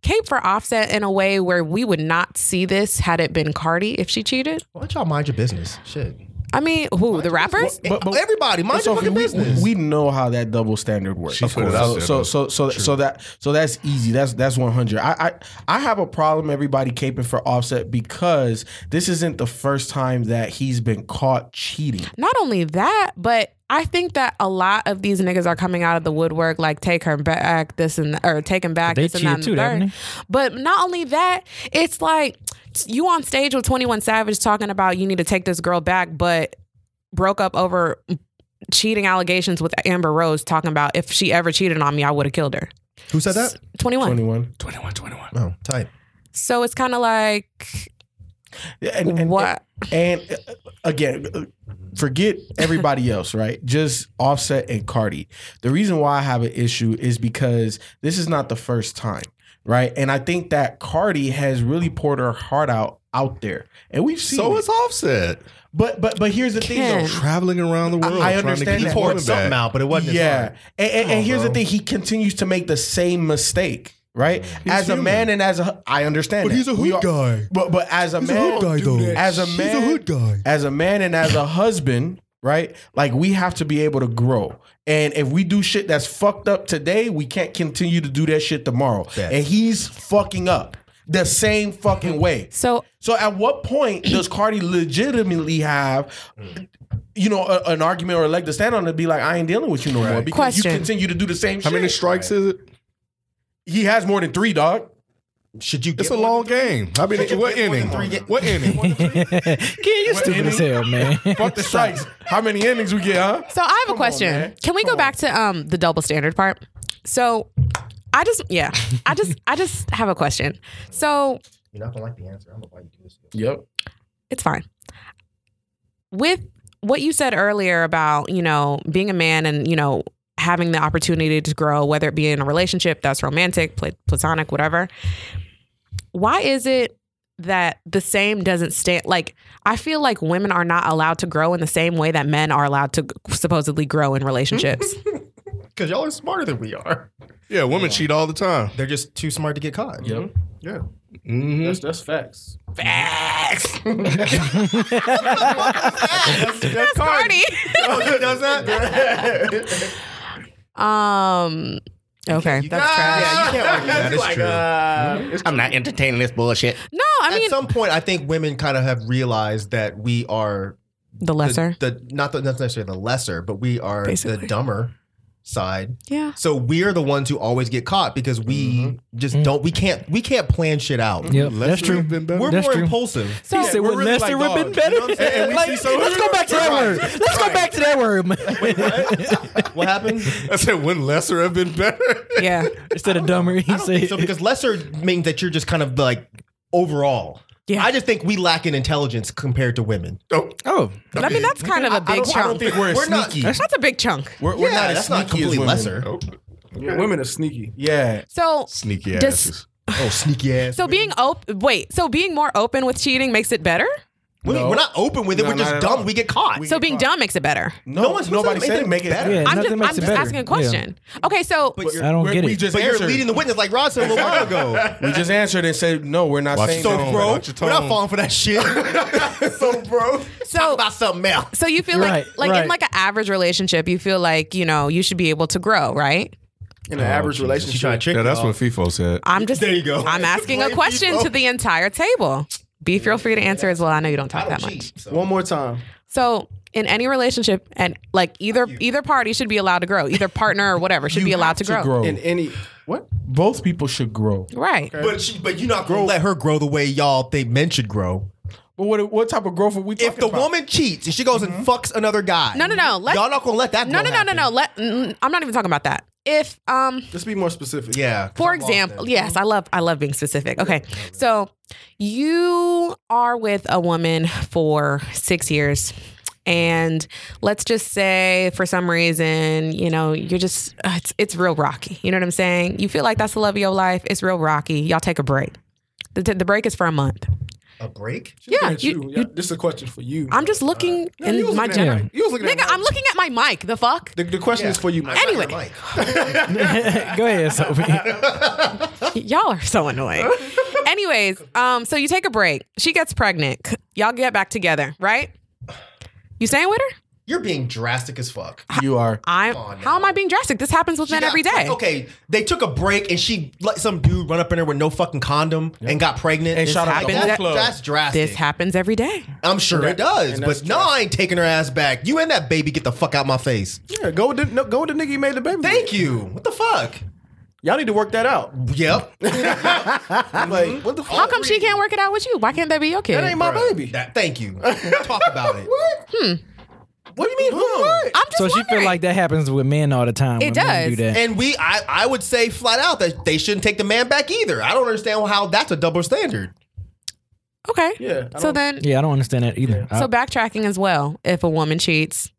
Speaker 2: cape for Offset in a way where we would not see this had it been Cardi if she cheated.
Speaker 6: Why don't y'all mind your business? Shit.
Speaker 2: I mean, who the rappers?
Speaker 6: everybody, mind your
Speaker 1: Sophie,
Speaker 6: fucking
Speaker 1: we-
Speaker 6: business.
Speaker 1: We know how that double standard works.
Speaker 4: She put it
Speaker 1: So,
Speaker 4: out there,
Speaker 1: so
Speaker 4: though.
Speaker 1: so so so that so that's easy. That's that's one hundred. I, I I have a problem everybody caping for offset because this isn't the first time that he's been caught cheating.
Speaker 2: Not only that, but I think that a lot of these niggas are coming out of the woodwork, like take her back, this and or take him back,
Speaker 5: They
Speaker 2: this and that.
Speaker 5: cheated
Speaker 2: And
Speaker 5: too,
Speaker 2: the
Speaker 5: haven't
Speaker 2: third. But not only that, it's like you on stage with Twenty One Savage talking about you need to take this girl back, but broke up over cheating allegations with Amber Rose, talking about if she ever cheated on me, I would have killed her.
Speaker 6: Who said that?
Speaker 2: Twenty One.
Speaker 1: Twenty one.
Speaker 6: Oh, type.
Speaker 2: So it's kind of like
Speaker 1: and, and
Speaker 2: what
Speaker 1: and uh, again uh, forget everybody else right just offset and cardi the reason why i have an issue is because this is not the first time right and i think that cardi has really poured her heart out out there and we've seen
Speaker 4: So
Speaker 1: it.
Speaker 4: it's offset.
Speaker 1: But but but here's the thing
Speaker 4: Ken.
Speaker 1: though,
Speaker 4: Traveling around the world
Speaker 1: I, I
Speaker 4: trying to
Speaker 1: understand
Speaker 4: get
Speaker 1: that.
Speaker 4: his He poured woman something back. out, but it wasn't his
Speaker 1: Yeah,
Speaker 4: heart.
Speaker 1: and, and-
Speaker 4: Come
Speaker 1: and
Speaker 4: on,
Speaker 1: here's the
Speaker 4: bro.
Speaker 1: thing: he continues to make the same mistake. Right, as a
Speaker 4: human.
Speaker 1: man and as a, I understand.
Speaker 4: But
Speaker 1: that.
Speaker 4: he's a
Speaker 1: We
Speaker 4: hood guy.
Speaker 1: But but as a
Speaker 4: He's a
Speaker 1: man,
Speaker 4: hood guy, Don't do though. that.
Speaker 1: As a
Speaker 4: He's a
Speaker 1: man,
Speaker 4: hood guy.
Speaker 1: As a man and as a husband, right? Like we have to be able to grow. And if we do shit that's fucked up today, we can't continue to do that shit tomorrow. And he's fucking up the same fucking way.
Speaker 2: So
Speaker 1: so at what point does Cardi legitimately have you know, a, an argument or a leg to stand on to be like, I ain't dealing with you no more because you
Speaker 4: Question.
Speaker 1: continue to do the same shit.
Speaker 4: How many strikes is it?
Speaker 1: He has more than three, dog.
Speaker 6: Should you?
Speaker 4: It's a long game. I mean, what inning? What inning?
Speaker 5: Kid, you stupid as hell, man.
Speaker 1: Fuck the strikes. How many innings we get, huh?
Speaker 2: So I have a question. Can we go back to um the double standard part? So I just yeah, I just I just have a question. So
Speaker 6: You're not gonna like the answer. I'm gonna like you.
Speaker 1: Yep.
Speaker 2: It's fine. with what you said earlier about you know being a man and you know having the opportunity to grow whether it be in a relationship that's romantic pla- platonic whatever why is it that the same doesn't stand like i feel like women are not allowed to grow in the same way that men are allowed to supposedly grow in relationships
Speaker 6: Because y'all are smarter than we are.
Speaker 4: Yeah, women cheat all the time.
Speaker 6: They're just too smart to get caught.
Speaker 5: Yep.
Speaker 1: Mm-hmm.
Speaker 6: Yeah.
Speaker 5: That's, that's facts.
Speaker 6: Facts. that's that's Cardi. Does that?
Speaker 2: um okay that's trash
Speaker 6: Yeah, you can't argue
Speaker 19: That is Like, true.
Speaker 6: I'm not entertaining this bullshit.
Speaker 2: No, I mean,
Speaker 6: at some point, I think women kind of have realized that we are
Speaker 2: the lesser.
Speaker 6: The, not the not necessarily the lesser, but we are the
Speaker 2: Basically.
Speaker 6: dumber side.
Speaker 2: Yeah.
Speaker 6: So we're the ones who always get caught because we just don't. We can't. We can't plan shit out.
Speaker 5: Yep, that's Lesser true. would've been better.
Speaker 6: We're
Speaker 5: That's
Speaker 6: more
Speaker 5: true.
Speaker 6: impulsive.
Speaker 5: So- He said,
Speaker 6: we're
Speaker 5: "Would Lester
Speaker 6: like
Speaker 5: would've been
Speaker 6: dogs," you
Speaker 5: better?
Speaker 6: know what I'm saying? And we
Speaker 5: Like,
Speaker 6: see so-
Speaker 5: let's go back to that
Speaker 6: Right.
Speaker 5: word. Let's go back to that word. man.
Speaker 6: What happened?
Speaker 4: I said, wouldn't lesser have been better?
Speaker 2: yeah
Speaker 5: Instead of dumber, he
Speaker 6: I don't think
Speaker 5: said.
Speaker 6: so because lesser means that you're just kind of like overall.
Speaker 2: Yeah.
Speaker 6: I just think we lack in intelligence compared to women.
Speaker 4: Oh,
Speaker 5: oh.
Speaker 2: i mean that's kind of a
Speaker 6: I
Speaker 2: big
Speaker 6: don't, I
Speaker 2: chunk
Speaker 6: don't think we're, as
Speaker 2: not-
Speaker 6: sneaky.
Speaker 2: that's, that's a big chunk
Speaker 6: we're, we're
Speaker 2: Yeah,
Speaker 6: not as
Speaker 2: that's
Speaker 6: sneaky
Speaker 2: not
Speaker 6: as
Speaker 2: completely
Speaker 6: women.
Speaker 2: lesser.
Speaker 15: Women are sneaky.
Speaker 6: Yeah.
Speaker 2: so
Speaker 4: Sneaky
Speaker 2: Does-
Speaker 4: asses.
Speaker 6: Oh, sneaky ass.
Speaker 2: so being open wait so being more open with cheating makes it better
Speaker 6: We-
Speaker 4: No.
Speaker 6: We're not open with it.
Speaker 4: No,
Speaker 6: we're just
Speaker 4: not at
Speaker 6: dumb.
Speaker 4: all.
Speaker 6: We get caught.
Speaker 2: so being dumb makes it better
Speaker 6: no, one's
Speaker 4: nobody
Speaker 6: nobody's
Speaker 4: said
Speaker 6: saying make it better.
Speaker 5: Yeah,
Speaker 2: I'm
Speaker 5: nothing
Speaker 2: just,
Speaker 5: makes
Speaker 2: I'm
Speaker 5: it
Speaker 2: just
Speaker 5: better.
Speaker 2: asking a question. Okay, so
Speaker 5: I don't
Speaker 4: We're-
Speaker 5: get
Speaker 4: we
Speaker 5: it.
Speaker 4: just
Speaker 6: But you're
Speaker 4: answered.
Speaker 6: leading the witness like Rod said a little while ago.
Speaker 1: We just answered and said no. We're not
Speaker 4: Watch
Speaker 1: saying
Speaker 4: your
Speaker 6: So,
Speaker 4: tone,
Speaker 1: no.
Speaker 6: bro,
Speaker 4: watch your
Speaker 6: we're not
Speaker 4: tone.
Speaker 6: falling for that shit. so, bro, talk
Speaker 2: so
Speaker 6: about something else.
Speaker 2: so you feel
Speaker 5: Right,
Speaker 2: like like
Speaker 5: right.
Speaker 2: in like an average relationship, you feel like you know you should be able to grow, right?
Speaker 14: In an
Speaker 1: Oh,
Speaker 14: average relationship.
Speaker 6: trick
Speaker 4: Yeah, that's
Speaker 6: y'all.
Speaker 4: what FIFO said.
Speaker 2: I'm just
Speaker 6: There you go.
Speaker 2: I'm asking a
Speaker 6: Blame
Speaker 2: question
Speaker 6: people.
Speaker 2: to the entire table. Be feel free to answer as well. I know you don't talk that much.
Speaker 6: Cheat, so.
Speaker 14: One more time.
Speaker 2: So in any relationship, and like either either party should be allowed to grow, either partner or whatever should be allowed to grow.
Speaker 1: Oh.
Speaker 14: In any what?
Speaker 1: Both people should grow.
Speaker 2: Right.
Speaker 6: But she, but you're not gonna let her grow the way y'all think men should grow.
Speaker 1: But what what type of growth are we talking
Speaker 6: If the
Speaker 1: about?
Speaker 6: woman cheats and she goes and fucks another guy,
Speaker 2: Mm-hmm. No, no, no. Let's,
Speaker 6: y'all not gonna let that.
Speaker 2: no,
Speaker 6: grow
Speaker 2: no, no,
Speaker 6: happen.
Speaker 2: no, no. Let mm, I'm not even talking about that. If um
Speaker 14: Let's be more specific.
Speaker 6: Yeah. 'cause
Speaker 2: For
Speaker 6: I'm lost
Speaker 2: example,
Speaker 6: then.
Speaker 2: yes, I love I love being specific. Okay. So you are with a woman for 6 years and let's just say for some reason, you know, you're just uh, it's it's real rocky. You know what I'm saying? You feel like that's the love of your life. It's real rocky. Y'all take a break. The, the break is for a month.
Speaker 6: A break?
Speaker 14: She's looking
Speaker 2: Yeah,
Speaker 14: at
Speaker 2: you-
Speaker 14: you.
Speaker 2: you-
Speaker 14: Yeah, this is a question for you.
Speaker 2: I'm just looking in
Speaker 14: you was
Speaker 2: my
Speaker 14: looking at
Speaker 2: general.
Speaker 14: Mike. You was looking at
Speaker 2: Nigga,
Speaker 14: Mike.
Speaker 2: I'm looking at my mic. The fuck?
Speaker 14: The, the question is for you. Mike.
Speaker 2: Anyway,
Speaker 5: Go ahead, Sophie.
Speaker 2: Y'all are so annoying. Anyways, um, so you take a break. She gets pregnant. Y'all get back together, right? You staying with her?
Speaker 6: You're being drastic as fuck.
Speaker 1: you are.
Speaker 2: I'm.
Speaker 6: Come on now.
Speaker 2: How am I being drastic? This happens with
Speaker 6: She
Speaker 2: men
Speaker 6: got-
Speaker 2: every day.
Speaker 6: like, okay, they took a break and she let some dude run up in her with no fucking condom and got pregnant.
Speaker 1: And
Speaker 6: This
Speaker 1: shot up the
Speaker 6: happens-
Speaker 2: whole
Speaker 6: that-
Speaker 1: club.
Speaker 6: That's drastic.
Speaker 2: This happens every day.
Speaker 6: I'm sure it does,
Speaker 14: and
Speaker 6: but
Speaker 14: that's
Speaker 6: no, I ain't taking her ass back. You and that baby get the fuck out my face.
Speaker 14: Yeah, go with the no, go with the nigga you made the baby. with.
Speaker 6: Thank you. What the fuck?
Speaker 14: Y'all need to work that out.
Speaker 6: Yep.
Speaker 14: I'm like, what the
Speaker 2: How
Speaker 14: fuck?
Speaker 2: come she can't work it out with you? Why can't that be your kid?
Speaker 14: That ain't my baby.
Speaker 6: That- thank you. Talk about it.
Speaker 14: what do you mean? Who? What?
Speaker 2: I'm just
Speaker 5: so she
Speaker 2: wondering.
Speaker 5: feel like that happens with men all the time.
Speaker 2: It
Speaker 5: when men
Speaker 2: does.
Speaker 5: Do that.
Speaker 6: And we, I, I would say flat out that they shouldn't take the man back either. I don't understand how that's a double standard.
Speaker 2: okay.
Speaker 14: Yeah, I
Speaker 2: So
Speaker 14: don't-
Speaker 2: then,
Speaker 5: yeah, I don't understand that either. I-
Speaker 6: Uh,
Speaker 2: so backtracking as well. If a woman cheats,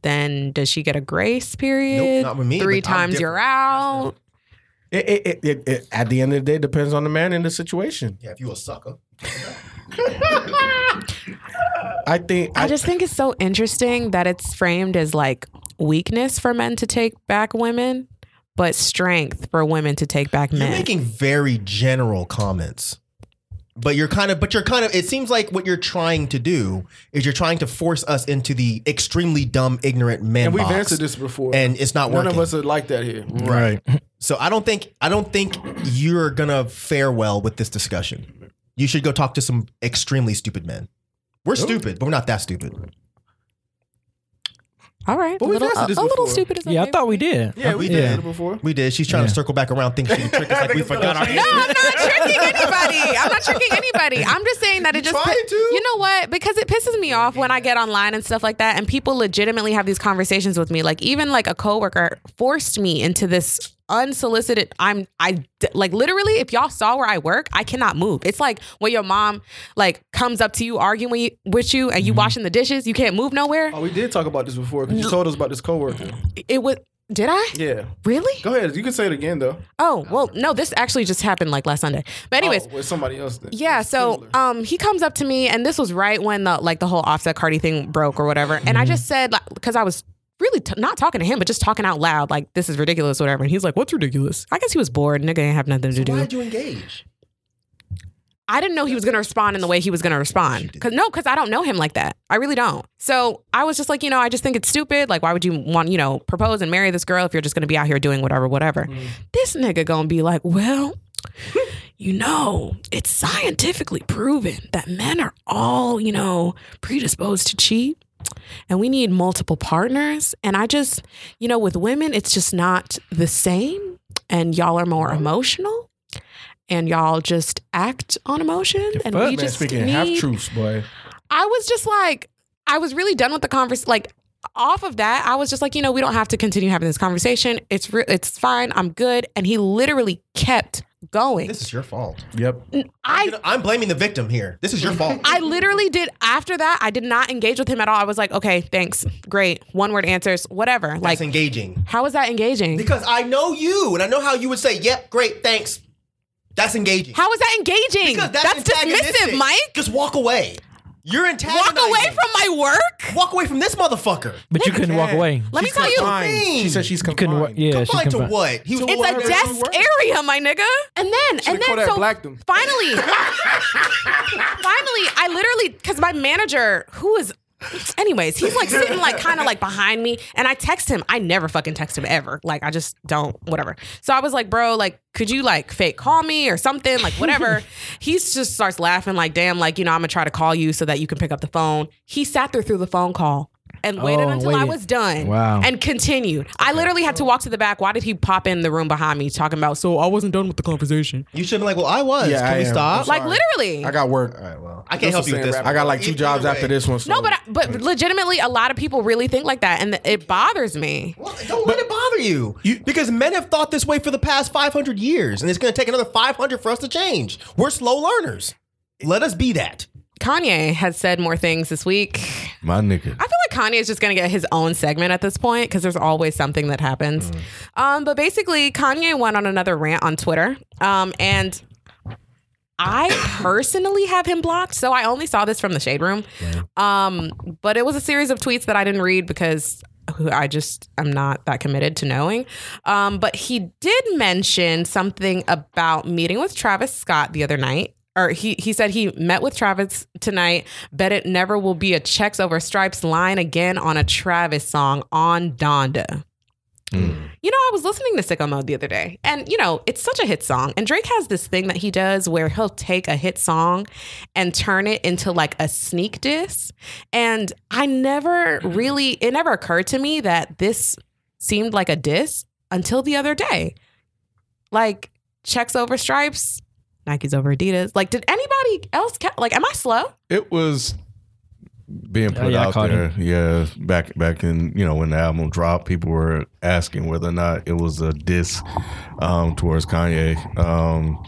Speaker 2: then does she get a grace period?
Speaker 6: not with me,
Speaker 2: Three
Speaker 6: but I'm
Speaker 2: times you're out.
Speaker 1: It, it, it, it, it- at the end of the day, depends on the man and the situation.
Speaker 6: Yeah, if you a sucker.
Speaker 1: I think.
Speaker 2: I just think it's so interesting that it's framed as like weakness for men to take back women, but strength for women to take back
Speaker 6: You're
Speaker 2: men.
Speaker 6: making very general comments. But you're kind of, but you're kind of, it seems like what you're trying to do is you're trying to force us into the extremely dumb, ignorant men.
Speaker 14: And we've
Speaker 6: box.
Speaker 14: answered this before.
Speaker 6: And it's not
Speaker 14: None
Speaker 6: working.
Speaker 14: of us are like that here.
Speaker 5: right.
Speaker 6: so I don't think, I don't think you're going to fare well with this discussion. You should go talk to some extremely stupid men. We're stupid, but we're not that stupid.
Speaker 2: All right,
Speaker 14: But
Speaker 2: a
Speaker 14: we've
Speaker 2: little,
Speaker 14: answered
Speaker 2: a,
Speaker 14: this
Speaker 2: a little
Speaker 14: before.
Speaker 2: stupid. Is
Speaker 5: Yeah, I
Speaker 2: okay.
Speaker 5: thought we did.
Speaker 14: Yeah, we
Speaker 5: Yeah.
Speaker 14: did it before.
Speaker 6: We did. She's trying to circle back around, think she can trick us like we forgot our
Speaker 2: No, I'm not tricking anybody. I'm not tricking anybody. I'm just saying that it just
Speaker 6: trying to?
Speaker 2: You know what? Because it pisses me off when I get online and stuff like that and people legitimately have these conversations with me. Like even like a coworker forced me into this unsolicited. I'm I like literally. If y'all saw where I work, I cannot move. It's like when your mom like comes up to you arguing with you, with you and you
Speaker 6: Mm-hmm.
Speaker 2: washing the dishes, you can't move nowhere.
Speaker 14: Oh, we did talk about this before because you told us about this coworker.
Speaker 1: Mm-hmm.
Speaker 2: It was. Did I?
Speaker 14: Yeah.
Speaker 2: Really?
Speaker 14: Go ahead. You can say it again though.
Speaker 2: Oh well, no. This actually just happened like last Sunday. But anyways,
Speaker 14: oh, with somebody else. Then.
Speaker 2: Yeah, so um, he comes up to me, and this was right when the like the whole Offset Cardi thing broke or whatever, and I just said because I was really t- not talking to him, but just talking out loud, like this is ridiculous, whatever. And he's like, "What's ridiculous?" I guess he was bored. Nigga didn't have nothing to do.
Speaker 6: Why'd you engage?
Speaker 2: I didn't know he was gonna respond in the way he was gonna respond. Cause no, cause I don't know him like that. I really don't. So I was just like, you know, I just think it's stupid. Like, why would you want, you know, propose and marry this girl if you're just gonna be out here doing whatever, whatever? This nigga gonna be like, well, you know, it's scientifically proven that men are all, you know, predisposed to cheat. And we need multiple partners. And I just, you know, with women, it's just not the same. And y'all are more emotional. And y'all just act on emotion. and
Speaker 1: Fuck,
Speaker 2: we
Speaker 1: man,
Speaker 2: just
Speaker 1: speaking
Speaker 2: need-
Speaker 1: half truths, boy.
Speaker 2: I was just like, I was really done with the conversation. Like, off of that, I was just like, you know, we don't have to continue having this conversation. It's re- it's fine. I'm good. And he literally kept going.
Speaker 6: This is your fault.
Speaker 1: Yep.
Speaker 2: I
Speaker 6: I'm blaming the victim here. This is your fault.
Speaker 2: I literally did after that. I did not engage with him at all. I was like, okay, thanks, great, one word answers, whatever.
Speaker 6: That's
Speaker 2: like,
Speaker 6: engaging.
Speaker 2: how is that engaging?
Speaker 6: Because I know you and I know how you would say, yep, great, thanks. That's engaging.
Speaker 2: How is that engaging?
Speaker 6: Because that's,
Speaker 2: dismissive,
Speaker 6: antagonistic.
Speaker 2: Mike.
Speaker 6: Just walk away. You're antagonizing.
Speaker 2: Walk away from my work.
Speaker 6: Walk away from this motherfucker.
Speaker 5: But you couldn't walk away.
Speaker 2: Let me tell you,
Speaker 1: She said she's
Speaker 5: Couldn't.
Speaker 1: confined.
Speaker 5: wa- Yeah, she
Speaker 6: Confined to
Speaker 5: confined.
Speaker 6: what? He was
Speaker 2: it's a desk area, my nigga. And then, and
Speaker 14: call
Speaker 2: then,
Speaker 14: that
Speaker 2: so
Speaker 14: blackdom.
Speaker 2: finally, finally, I literally, because my manager, who is, anyways, he's like sitting like kind of like behind me, and I text him. I never fucking text him ever. Like I just don't, whatever. So I was like, bro, like, could you like fake call me or something, like whatever. he just starts laughing, like, damn, like you know, I'm gonna try to call you so that you can pick up the phone. He sat there through the phone call. And waited
Speaker 5: Oh,
Speaker 2: until I
Speaker 5: waited.
Speaker 2: was done.
Speaker 5: Wow.
Speaker 2: And continued. I literally had to walk to the back. Why did he pop in the room behind me talking about, so I wasn't done with the conversation?
Speaker 6: You should have been like, well, I was.
Speaker 1: Yeah,
Speaker 6: Can
Speaker 1: I
Speaker 6: we
Speaker 1: am.
Speaker 6: stop?
Speaker 2: Like literally.
Speaker 1: I got work.
Speaker 6: I can't help you with this.
Speaker 1: I got like two
Speaker 6: Either
Speaker 1: jobs
Speaker 6: way.
Speaker 1: after this one. So.
Speaker 2: no, but I, but legitimately, a lot of people really think like that, and it bothers me.
Speaker 6: Don't let it bother you. Because men have thought this way for the past 500 years, and it's going to take another 500 for us to change. We're slow learners. Let us be that.
Speaker 2: Kanye has said more things this week.
Speaker 4: My nigga.
Speaker 2: I feel like Kanye is just going to get his own segment at this point because there's always something that happens. Um, but basically, Kanye went on another rant on Twitter, um, and I personally have him blocked, so I only saw this from the shade room. Um, but it was a series of tweets that I didn't read because who I just am not that committed to knowing. Um, but he did mention something about meeting with Travis Scott the other night. Or he, he said he met with Travis tonight. Bet it never will be a checks over stripes line again on a Travis song on Donda. You know, I was listening to Sicko Mode the other day, and you know, it's such a hit song. And Drake has this thing that he does where he'll take a hit song and turn it into like a sneak diss. And I never really, it never occurred to me that this seemed like a diss until the other day. Like, checks over stripes, Nike's over Adidas. Like, did anybody else, ca- like, am I slow?
Speaker 4: It was being
Speaker 5: Oh,
Speaker 4: put
Speaker 5: yeah, I
Speaker 4: out
Speaker 5: caught
Speaker 4: there. Uh, Yeah, back back in you know when the album dropped, people were asking whether or not it was a diss um, towards Kanye. Um,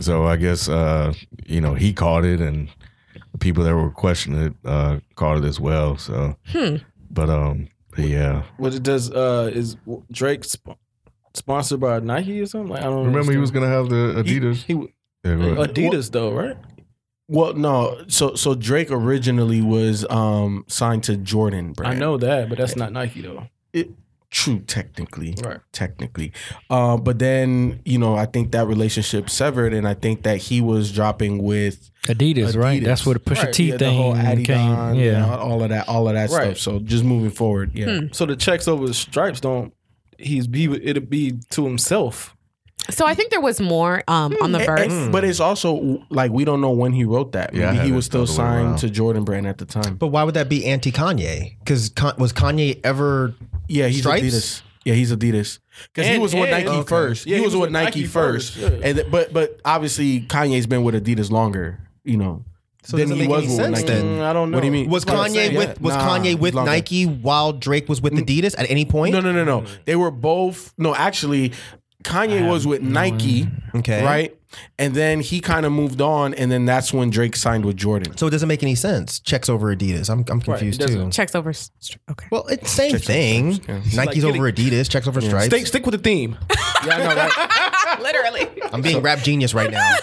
Speaker 4: so I guess uh, you know he caught it, and the people that were questioning it uh, caught it as well. So,
Speaker 2: Hmm.
Speaker 4: but um, but yeah.
Speaker 8: What it does uh, is w- Drake sp- sponsored by Nike or something. Like, I don't
Speaker 4: Remember, he was
Speaker 8: understand.
Speaker 4: gonna have the Adidas.
Speaker 8: He, w
Speaker 4: Yeah, go ahead.
Speaker 8: Adidas though, right?
Speaker 1: Well, no. So so Drake originally was um signed to Jordan brand.
Speaker 8: I know that, but that's not Nike though.
Speaker 1: It, true, technically.
Speaker 8: Right.
Speaker 1: Technically. Uh, but then, you know, I think that relationship severed and I think that he was dropping with
Speaker 5: Adidas, right? That's where the Pusha
Speaker 1: Right.
Speaker 5: T
Speaker 1: Yeah,
Speaker 5: thing
Speaker 1: the whole Adidas,
Speaker 5: came.
Speaker 1: you
Speaker 5: Yeah.
Speaker 1: know, all of that, all of that
Speaker 8: Right. Hmm.
Speaker 1: stuff. So just moving forward, yeah.
Speaker 8: So the checks over the stripes don't. He's be it'll be to himself.
Speaker 2: So I think there was more um, on the
Speaker 1: And-
Speaker 2: verse.
Speaker 1: and- but it's also like we don't know when he wrote that.
Speaker 4: Yeah, I
Speaker 1: Maybe
Speaker 4: had
Speaker 1: he
Speaker 4: it
Speaker 1: was still
Speaker 4: the other way
Speaker 1: signed
Speaker 4: around.
Speaker 1: to Jordan Brand at the time.
Speaker 6: But why would that be anti Kanye? Because Con- was Kanye ever
Speaker 1: Yeah, he's
Speaker 6: stripes?
Speaker 1: Adidas. Yeah, he's Adidas. Because he
Speaker 8: And-
Speaker 1: was with
Speaker 8: and-
Speaker 1: Nike
Speaker 8: Okay.
Speaker 1: first.
Speaker 8: Yeah,
Speaker 1: he, was, with Nike, first.
Speaker 8: yeah.
Speaker 1: And th- but but obviously Kanye's been with Adidas longer, you know.
Speaker 6: So
Speaker 1: than
Speaker 6: does it
Speaker 1: he
Speaker 6: make
Speaker 1: was
Speaker 6: any
Speaker 1: with
Speaker 6: sense
Speaker 1: Nike.
Speaker 6: then?
Speaker 8: Mm, I don't know.
Speaker 1: What do you mean?
Speaker 6: Was
Speaker 1: That's what I'm
Speaker 6: Kanye
Speaker 1: saying.
Speaker 6: with
Speaker 1: Yeah.
Speaker 6: was
Speaker 1: Nah,
Speaker 6: Kanye with
Speaker 1: longer. Mm.
Speaker 6: Nike while Drake was with Adidas at any point?
Speaker 1: No, no, no, no. They were both no, actually Kanye was with Nike,
Speaker 6: okay,
Speaker 1: right? And then he kind of moved on, and then that's when Drake signed with Jordan.
Speaker 6: So it doesn't make any sense. Checks over Adidas. I'm, I'm confused too.
Speaker 2: Checks over. stri- Okay.
Speaker 6: Well, it's same thing. Nike's
Speaker 14: Like getting-
Speaker 6: over Adidas. Checks over stripes.
Speaker 14: Stick, stick with the theme.
Speaker 2: Literally.
Speaker 6: I'm being rap genius right now.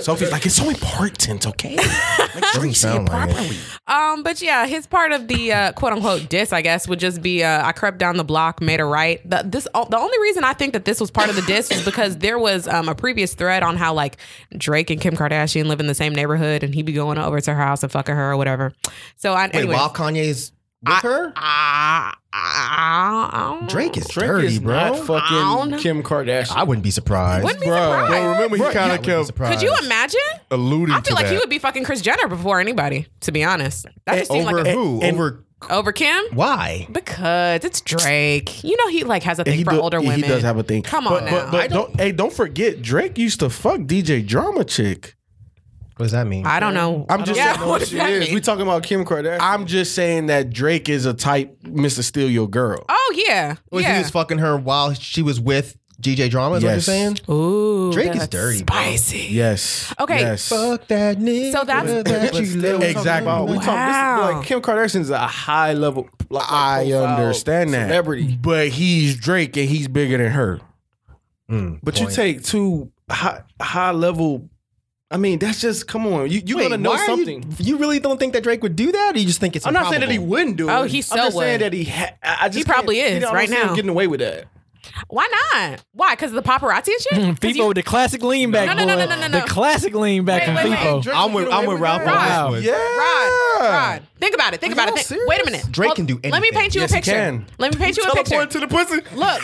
Speaker 1: Sophie's like, it's so important, okay? Make sure you say it
Speaker 6: sound like it.
Speaker 1: properly.
Speaker 2: Um, but yeah, his part of the uh, quote unquote diss, I guess, would just be uh, I crept down the block, made a right. The, this the only reason I think that this was part of the diss is because there was um, a previous thread on how like Drake and Kim Kardashian live in the same neighborhood, and he'd be going over to her house and fucking her or whatever. So I
Speaker 6: Wait,
Speaker 2: anyways, Ah,
Speaker 6: while Kanye's with her,
Speaker 2: I, I, I don't-
Speaker 6: Drake is
Speaker 8: Drake
Speaker 6: dirty,
Speaker 8: is
Speaker 6: bro.
Speaker 8: not
Speaker 2: Own.
Speaker 8: fucking Kim Kardashian.
Speaker 6: I wouldn't be surprised.
Speaker 2: Wouldn't be surprised.
Speaker 4: Well, remember he
Speaker 6: Right.
Speaker 4: kind
Speaker 6: Yeah,
Speaker 4: of
Speaker 6: I wouldn't
Speaker 4: kept
Speaker 6: be
Speaker 2: Could you imagine?
Speaker 4: alluding
Speaker 2: I
Speaker 4: to
Speaker 2: feel like
Speaker 4: that.
Speaker 2: he would be fucking Chris Jenner before anybody, to be honest. That just seemed
Speaker 6: over
Speaker 2: like a-
Speaker 6: who? over
Speaker 2: over Kim.
Speaker 6: why?
Speaker 2: Because it's Drake. You know he like has a thing
Speaker 1: he
Speaker 2: for
Speaker 1: do-
Speaker 2: older
Speaker 1: yeah,
Speaker 2: women.
Speaker 1: He does have a thing.
Speaker 2: Come
Speaker 1: But-
Speaker 2: on
Speaker 1: but,
Speaker 2: now.
Speaker 1: but
Speaker 2: I
Speaker 1: don't, hey, don't forget Drake used to fuck DJ Drama Chick.
Speaker 6: What does that mean?
Speaker 2: I don't know.
Speaker 1: I'm just
Speaker 2: Yeah,
Speaker 1: saying
Speaker 2: what
Speaker 1: what
Speaker 2: does
Speaker 1: she
Speaker 2: that
Speaker 1: is.
Speaker 2: mean?
Speaker 1: We talking about Kim Kardashian. I'm just saying that Drake is a type Mr. Steal Your Girl.
Speaker 2: Oh yeah,
Speaker 6: Was
Speaker 2: yeah.
Speaker 6: he was fucking her while she was with GJ Drama? Is what you're
Speaker 1: Yes.
Speaker 6: saying?
Speaker 2: Ooh,
Speaker 6: Drake is
Speaker 2: that's
Speaker 6: dirty, bro.
Speaker 2: Spicy.
Speaker 1: Yes.
Speaker 2: Okay.
Speaker 1: Yes.
Speaker 6: Fuck that nigga.
Speaker 2: So that's-
Speaker 6: that you love.
Speaker 1: Exactly.
Speaker 8: Wow. We talking, this is like Kim Kardashian's a high level. Like,
Speaker 1: I
Speaker 8: profile
Speaker 1: understand that.
Speaker 8: Celebrity.
Speaker 1: But he's Drake and he's bigger than her.
Speaker 8: But
Speaker 6: Point.
Speaker 8: you take two high, high level. I mean, that's just come on. You you
Speaker 6: Wait,
Speaker 8: gotta know
Speaker 6: why are you-
Speaker 8: something.
Speaker 6: You, really don't think that Drake would do that? Or you just think it's?
Speaker 8: I'm not saying that he
Speaker 6: improbable?
Speaker 8: wouldn't do it.
Speaker 2: Oh, he so
Speaker 8: I'm just saying
Speaker 2: would.
Speaker 8: that he. Ha- I I just
Speaker 2: He probably
Speaker 8: can't-
Speaker 2: is
Speaker 8: you know, I don't
Speaker 2: right
Speaker 8: see him
Speaker 2: now.
Speaker 8: getting away with that.
Speaker 2: Why not? Why? Because of the paparazzi and shit. 'Cause
Speaker 5: FIFO
Speaker 2: you-
Speaker 5: with the classic lean back.
Speaker 2: No, no, no,
Speaker 5: boy.
Speaker 2: no, no, no, no.
Speaker 5: The classic lean back
Speaker 2: Wait,
Speaker 5: from
Speaker 2: wait, wait.
Speaker 5: FIFO.
Speaker 8: Drake
Speaker 6: I'm
Speaker 8: can
Speaker 6: with
Speaker 8: get away
Speaker 6: I'm with
Speaker 8: with
Speaker 6: Ralph
Speaker 8: that.
Speaker 5: Wow.
Speaker 6: on this one.
Speaker 2: Rod, Rod, think about it. Think about
Speaker 8: y'all
Speaker 2: it. Think-
Speaker 8: serious?
Speaker 2: wait a minute.
Speaker 6: Drake can do
Speaker 2: Let me
Speaker 6: anything.
Speaker 2: paint you
Speaker 1: Yes,
Speaker 2: a
Speaker 1: he
Speaker 2: picture.
Speaker 1: can.
Speaker 2: Let me paint you a picture.
Speaker 8: Teleport to the pussy.
Speaker 2: Look,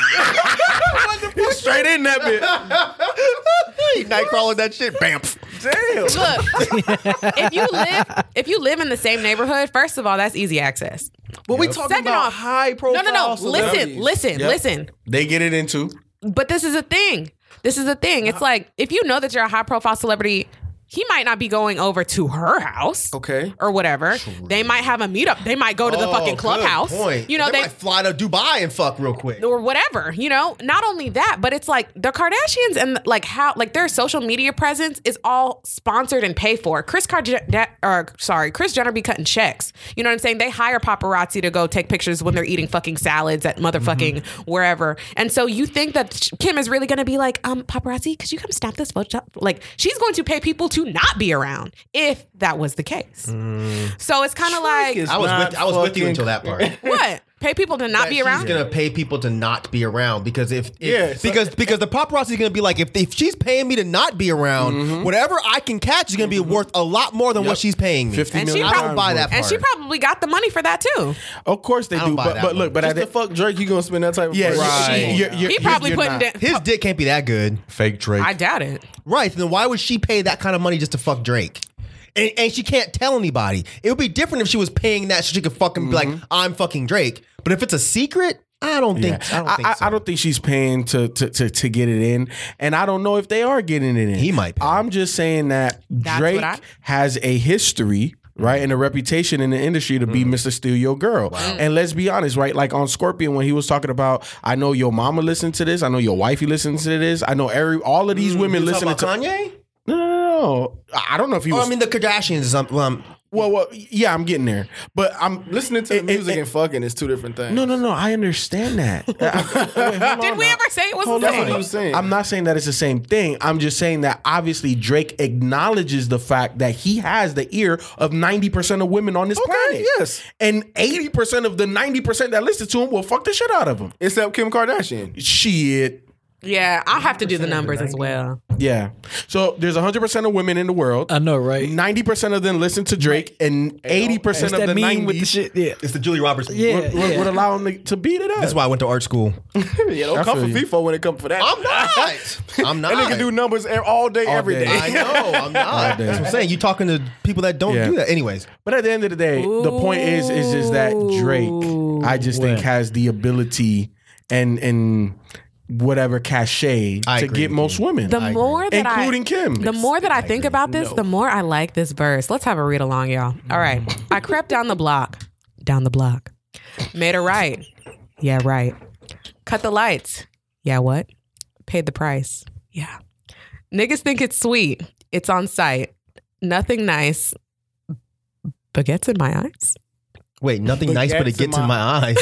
Speaker 1: Straight in that bitch.
Speaker 6: He Nightcrawler that shit. Bamf.
Speaker 8: Damn.
Speaker 2: look. if you live, if you live in the same neighborhood, first of all, that's easy access.
Speaker 8: But we talking
Speaker 2: Second
Speaker 8: about
Speaker 2: off-
Speaker 8: high
Speaker 2: No,
Speaker 8: profile.
Speaker 2: no, no. Listen,
Speaker 8: celebrities.
Speaker 2: listen,
Speaker 1: Yep.
Speaker 2: listen.
Speaker 1: They get it into.
Speaker 2: But this is a thing. This is a thing.
Speaker 8: Uh-huh.
Speaker 2: It's like if you know that you're a high profile celebrity, he might not be going over to her house.
Speaker 8: Okay.
Speaker 2: Or whatever. They might have a meetup. They might go to the fucking clubhouse.
Speaker 6: Oh, Point.
Speaker 2: You know,
Speaker 6: they,
Speaker 2: they,
Speaker 6: might fly to Dubai and fuck real quick.
Speaker 2: or whatever, you know? Not only that, but it's like the Kardashians and like how like their social media presence is all sponsored and paid for. Chris Kardashian or sorry, Chris Jenner be cutting checks. You know what I'm saying? They hire paparazzi to go take pictures when they're eating fucking salads at motherfucking
Speaker 6: Mm-hmm.
Speaker 2: wherever. And so you think that Kim is really going to be like, "Um paparazzi, could you come snap this photo?" Like she's going to pay people to not be around if that was the case.
Speaker 6: Mm.
Speaker 2: So it's kind of like
Speaker 6: I was
Speaker 8: Not
Speaker 6: with I was with you
Speaker 8: fucking-
Speaker 6: until that part.
Speaker 2: what? Pay people to not
Speaker 6: That
Speaker 2: be around?
Speaker 6: She's gonna pay people to not be around because if, if
Speaker 8: Yeah, so-
Speaker 6: because because the paparazzi is gonna be like if, if she's paying me to not be around, whatever I can catch is gonna be worth a lot more than what she's paying me.
Speaker 1: 50
Speaker 2: Mm-hmm. And she
Speaker 1: million.
Speaker 6: I don't
Speaker 2: prob-
Speaker 6: buy that part.
Speaker 2: And she probably got the money for that too.
Speaker 1: Of course they
Speaker 6: I don't
Speaker 1: do.
Speaker 6: buy
Speaker 1: But,
Speaker 6: that
Speaker 1: but look, but
Speaker 8: Just the
Speaker 1: at
Speaker 8: fuck Drake, you gonna spend that type of
Speaker 1: Yeah,
Speaker 8: money?
Speaker 6: Right.
Speaker 1: she- you're- you're-
Speaker 2: He
Speaker 1: you're-
Speaker 2: probably
Speaker 1: you're
Speaker 2: putting
Speaker 1: not.
Speaker 2: down.
Speaker 6: His dick can't be that good,
Speaker 4: Fake Drake.
Speaker 2: I doubt it.
Speaker 6: right? Then why would she pay that kind of money just to fuck Drake? And, and she can't tell anybody. It would be different if she was paying that so she could fucking be like, I'm fucking Drake. But if it's a secret, I don't think. I don't think
Speaker 1: I,
Speaker 6: so.
Speaker 1: I don't think she's paying to, to to to get it in, and I don't know if they are getting it in.
Speaker 6: He might pay.
Speaker 1: I'm just saying that
Speaker 2: That's
Speaker 1: Drake
Speaker 2: what I-
Speaker 1: has a history.
Speaker 6: Mm-hmm.
Speaker 1: Right and a reputation in the industry to be Mr. Steal Your Girl,
Speaker 2: Mm.
Speaker 1: and let's be honest, right? Like on Scorpion, when he was talking about, I know your mama listened to this, I know your wifey listens to this, I know every all of these women
Speaker 6: Mm, Mm-hmm. You talking
Speaker 1: listening to
Speaker 6: about Kanye.
Speaker 1: No, no, no, no. I I don't know if he
Speaker 6: Or
Speaker 1: was.
Speaker 6: I mean, the Kardashians. is Um, um,
Speaker 1: well, well, yeah, I'm getting there, but I'm
Speaker 8: Listening to the
Speaker 1: it- it-
Speaker 8: music
Speaker 1: it-
Speaker 8: and fucking is two different things.
Speaker 1: No, no, no. I understand that.
Speaker 2: Did we ever say it was the
Speaker 8: That's what
Speaker 2: same?
Speaker 8: I'm saying.
Speaker 1: I'm not saying that it's the same thing. I'm just saying that obviously Drake acknowledges the fact that he has the ear of 90% of women on this planet.
Speaker 8: yes.
Speaker 1: And 80% of the 90% that listen to him will fuck the shit out of him.
Speaker 8: Except Kim Kardashian.
Speaker 1: Shit.
Speaker 2: Yeah, I'll have to do the numbers as well.
Speaker 1: Yeah. So there's 100% of women in the world.
Speaker 5: I know, right?
Speaker 1: 90% of them listen to Drake, and 80%
Speaker 5: What's
Speaker 1: of the
Speaker 5: that mean
Speaker 1: 90s
Speaker 5: with the shit? Yeah.
Speaker 6: it's the Julie Roberts.
Speaker 5: Yeah.
Speaker 1: would, would- would allow him to, to beat it up.
Speaker 6: That's why I went to art school.
Speaker 8: Yeah, don't come for
Speaker 1: feel you.
Speaker 8: FIFA when it comes for that.
Speaker 6: I'm not. I'm not.
Speaker 8: That nigga do numbers e- all day,
Speaker 1: All
Speaker 8: every
Speaker 1: day.
Speaker 8: day.
Speaker 6: I know. I'm not. That's what I'm saying. You talking to people that don't
Speaker 1: Yeah.
Speaker 6: do that. Anyways,
Speaker 1: But at the end of the day, the point is is is that Drake, I just think
Speaker 5: What?
Speaker 1: has the ability and and whatever cachet
Speaker 6: I
Speaker 1: to
Speaker 6: agree
Speaker 1: get
Speaker 6: with
Speaker 1: most
Speaker 6: you.
Speaker 1: women,
Speaker 2: The more that
Speaker 1: including
Speaker 2: I,
Speaker 1: Kim.
Speaker 2: The more that I think about this, the more I like this verse. Let's have a read along, y'all. All right.
Speaker 19: Mm.
Speaker 2: I crept down the block. Down the block. Made a right. Yeah, right. Cut the lights. Yeah, what? paid the price. Yeah. Niggas think it's sweet. It's on site. Nothing nice. Baguettes in my eyes.
Speaker 6: Wait, nothing nice, but it
Speaker 2: Baguettes in
Speaker 6: gets in my eyes.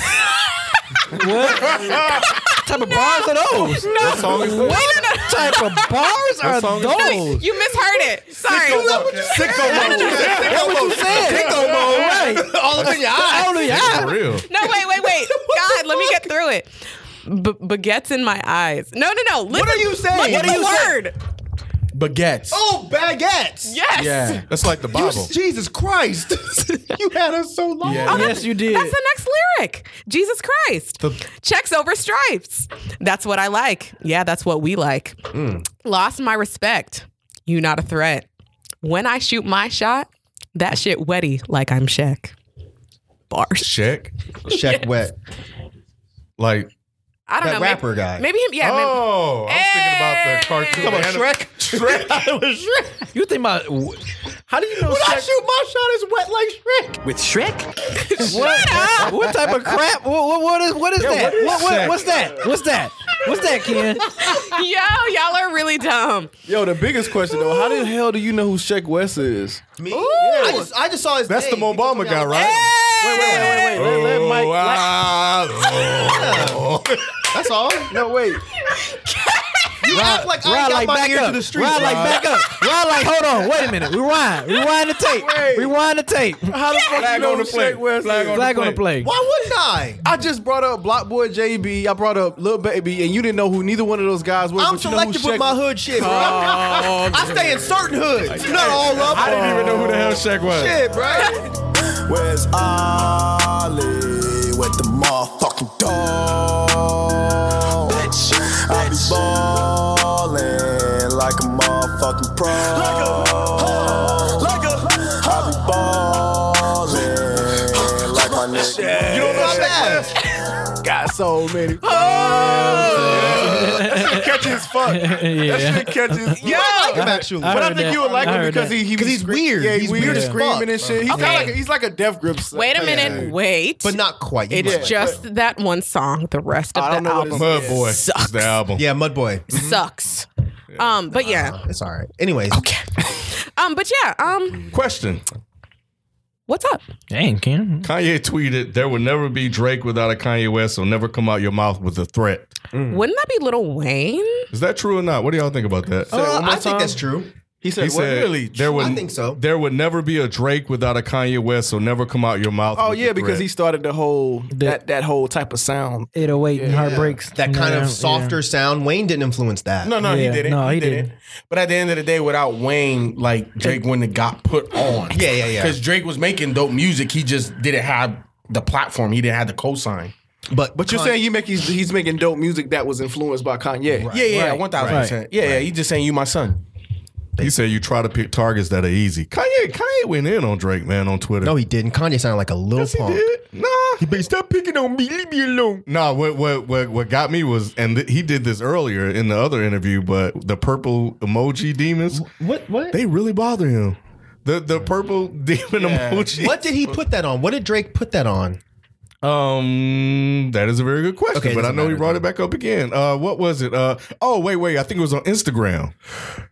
Speaker 8: What type of bars are those?
Speaker 2: No. What song is this?
Speaker 8: What type of bars
Speaker 2: What
Speaker 8: are
Speaker 2: song is
Speaker 19: Oh.
Speaker 8: those?
Speaker 2: You misheard it. Sorry.
Speaker 8: That's what you said. right.
Speaker 2: All up in your eyes.
Speaker 8: All in your eyes.
Speaker 4: real.
Speaker 2: No, wait, wait, wait. God, let me get through it. B- baguettes in my eyes. No, no, no. Listen,
Speaker 19: are you saying?
Speaker 2: Look
Speaker 19: What
Speaker 2: at
Speaker 19: are
Speaker 2: the
Speaker 19: you saying?
Speaker 2: word.
Speaker 1: Baguettes.
Speaker 19: Oh, baguettes.
Speaker 2: Yes.
Speaker 1: Yeah.
Speaker 4: That's like the
Speaker 19: You-
Speaker 4: Bible.
Speaker 19: Jesus Christ. you had us so long.
Speaker 4: Yeah.
Speaker 2: that's-
Speaker 8: Yes, you did.
Speaker 2: That's the next lyric. Jesus Christ. Checks over stripes. That's what I like. Yeah, that's what we like. Lost my respect. You not a threat. When I shoot my shot, that shit wetty like I'm Shaq. Bars.
Speaker 4: Check.
Speaker 6: Check wet.
Speaker 4: Like
Speaker 2: I don't
Speaker 6: That
Speaker 2: know. may-
Speaker 6: rapper guy.
Speaker 2: Maybe him. Yeah. maybe-
Speaker 4: Oh, I was thinking about the cartoon.
Speaker 8: Come on,
Speaker 4: anim-
Speaker 8: Shrek. Shrek. You think about how do you know?
Speaker 19: When I
Speaker 8: Shrek?
Speaker 19: shoot my shot, it's wet like Shrek.
Speaker 8: With Shrek? what? what type of crap? What, what, what is what is
Speaker 5: Yo,
Speaker 8: that?
Speaker 5: what is
Speaker 8: what, what,
Speaker 5: Shrek?
Speaker 8: what's that? What's that? What's that, Ken?
Speaker 2: Yo, y'all are really dumb.
Speaker 8: Yo, the biggest question though: How the hell do you know who Sheck West is?
Speaker 6: Me?
Speaker 19: I
Speaker 6: I, just, I just saw his
Speaker 4: That's the
Speaker 6: name.
Speaker 4: Obama guy, right?
Speaker 8: Wait, wait, wait, wait, wait. Let, let Mike.
Speaker 14: ah,
Speaker 4: wow.
Speaker 19: That's all.
Speaker 8: No, wait.
Speaker 19: You act like I ain't got my ear
Speaker 8: up.
Speaker 19: to the street.
Speaker 8: Ride like back up. Ride like hold on. Wait a minute. Rewind. Rewind the tape. Rewind the tape.
Speaker 19: How the fuck
Speaker 4: Flag
Speaker 19: you know
Speaker 4: on the
Speaker 19: who
Speaker 4: plate.
Speaker 19: Shaq West
Speaker 4: Flag
Speaker 19: is?
Speaker 4: on the
Speaker 8: Flag on the play.
Speaker 19: Why wouldn't I?
Speaker 14: I just brought up Block Boy JB. I brought up Lil Baby, and you didn't know who neither one of those guys were.
Speaker 19: I'm
Speaker 14: but you know who
Speaker 19: selective with
Speaker 14: Shaq-
Speaker 19: my hood shit, bro.
Speaker 14: Oh,
Speaker 19: I stay in certain hoods, not all of them.
Speaker 4: I didn't even know who the hell Shaq was.
Speaker 19: Shit, bro.
Speaker 3: Where's Ollie with the motherfucking dog? Bitch, I be ballin' like a motherfucking pro. Like a, like a, I be ballin' like my nigga. You don't know that?
Speaker 14: Got so many.
Speaker 6: Oh!
Speaker 14: catchy as fuck. That shit catches.
Speaker 19: You might like him actually.
Speaker 14: but I think
Speaker 5: heard that.
Speaker 14: you would like
Speaker 5: I
Speaker 14: him
Speaker 5: heard
Speaker 14: because
Speaker 5: that.
Speaker 14: he, he
Speaker 6: 'Cause
Speaker 14: was
Speaker 6: he's
Speaker 14: scre-
Speaker 6: weird.
Speaker 14: Yeah,
Speaker 6: He's
Speaker 14: he's weird,
Speaker 6: weird as
Speaker 14: screaming
Speaker 6: fuck,
Speaker 14: and shit. He's kind
Speaker 2: bro. Okay.
Speaker 14: of like a, he's like a deaf grip. s-
Speaker 2: Wait a
Speaker 14: type
Speaker 2: minute.
Speaker 14: dude.
Speaker 2: Wait.
Speaker 6: But not quite. You
Speaker 2: It's
Speaker 6: might.
Speaker 2: just that one song. The rest of
Speaker 14: I don't
Speaker 2: the
Speaker 14: know what
Speaker 2: album
Speaker 4: Mud Boy. is
Speaker 2: sucks.
Speaker 4: the album.
Speaker 6: Yeah, Mud Boy.
Speaker 2: sucks. Um, but yeah.
Speaker 6: It's all right. Anyways. Okay.
Speaker 2: Um, but yeah. Um,
Speaker 4: Question.
Speaker 2: what's up?
Speaker 5: Dang, Ken.
Speaker 4: Kanye tweeted, "There will never be Drake without a Kanye West, so never come out your mouth with a threat."
Speaker 5: Hmm.
Speaker 2: Wouldn't that be Little Wayne?
Speaker 4: Is that true or not? What do y'all think about that?
Speaker 6: Uh, I think that's true.
Speaker 14: He said,
Speaker 4: he
Speaker 14: what?
Speaker 4: said,
Speaker 14: really?
Speaker 4: There would,
Speaker 6: I think so.
Speaker 4: There would never be a Drake without a Kanye West, so never come out your mouth.
Speaker 14: Oh
Speaker 4: with
Speaker 14: yeah,
Speaker 4: a
Speaker 14: because
Speaker 4: threat."
Speaker 14: he started the whole that that whole type of sound.
Speaker 5: 808 and heartbreaks.
Speaker 6: That kind
Speaker 5: Yeah,
Speaker 6: of softer sound. Wayne didn't influence that.
Speaker 9: No, no, he
Speaker 5: Yeah,
Speaker 9: didn't.
Speaker 5: no,
Speaker 9: he,
Speaker 5: he
Speaker 9: didn't.
Speaker 5: didn't.
Speaker 9: But at the end of the day, without Wayne, like Drake wouldn't have got put on.
Speaker 6: Yeah, yeah, yeah.
Speaker 9: Because Drake was making dope music. He just didn't have the platform. He didn't have the cosign.
Speaker 6: But
Speaker 14: But you're
Speaker 6: Con-
Speaker 14: saying you make he's, he's making dope music that was influenced by Kanye.
Speaker 9: Yeah, yeah, one thousand percent. Yeah, yeah. He just saying you my son.
Speaker 4: He said you try to pick targets that are easy. Kanye, Kanye went in on Drake, man, on Twitter.
Speaker 6: No, he didn't. Kanye sounded like a little
Speaker 4: he
Speaker 6: punk.
Speaker 4: did. Nah.
Speaker 6: He better stop picking on me. Leave me alone.
Speaker 4: Nah, what what what what got me was, and th- he did this earlier in the other interview, but the purple emoji demons,
Speaker 5: What? What?
Speaker 4: they really bother him. The the purple demon emoji.
Speaker 6: What did he put that on? What did Drake put that on?
Speaker 4: Um, that is a very good question,
Speaker 6: Okay, it
Speaker 4: but I
Speaker 6: doesn't
Speaker 4: know he
Speaker 6: matter,
Speaker 4: brought it back up again. Uh, what was it? Uh, oh wait, wait, I think it was on Instagram.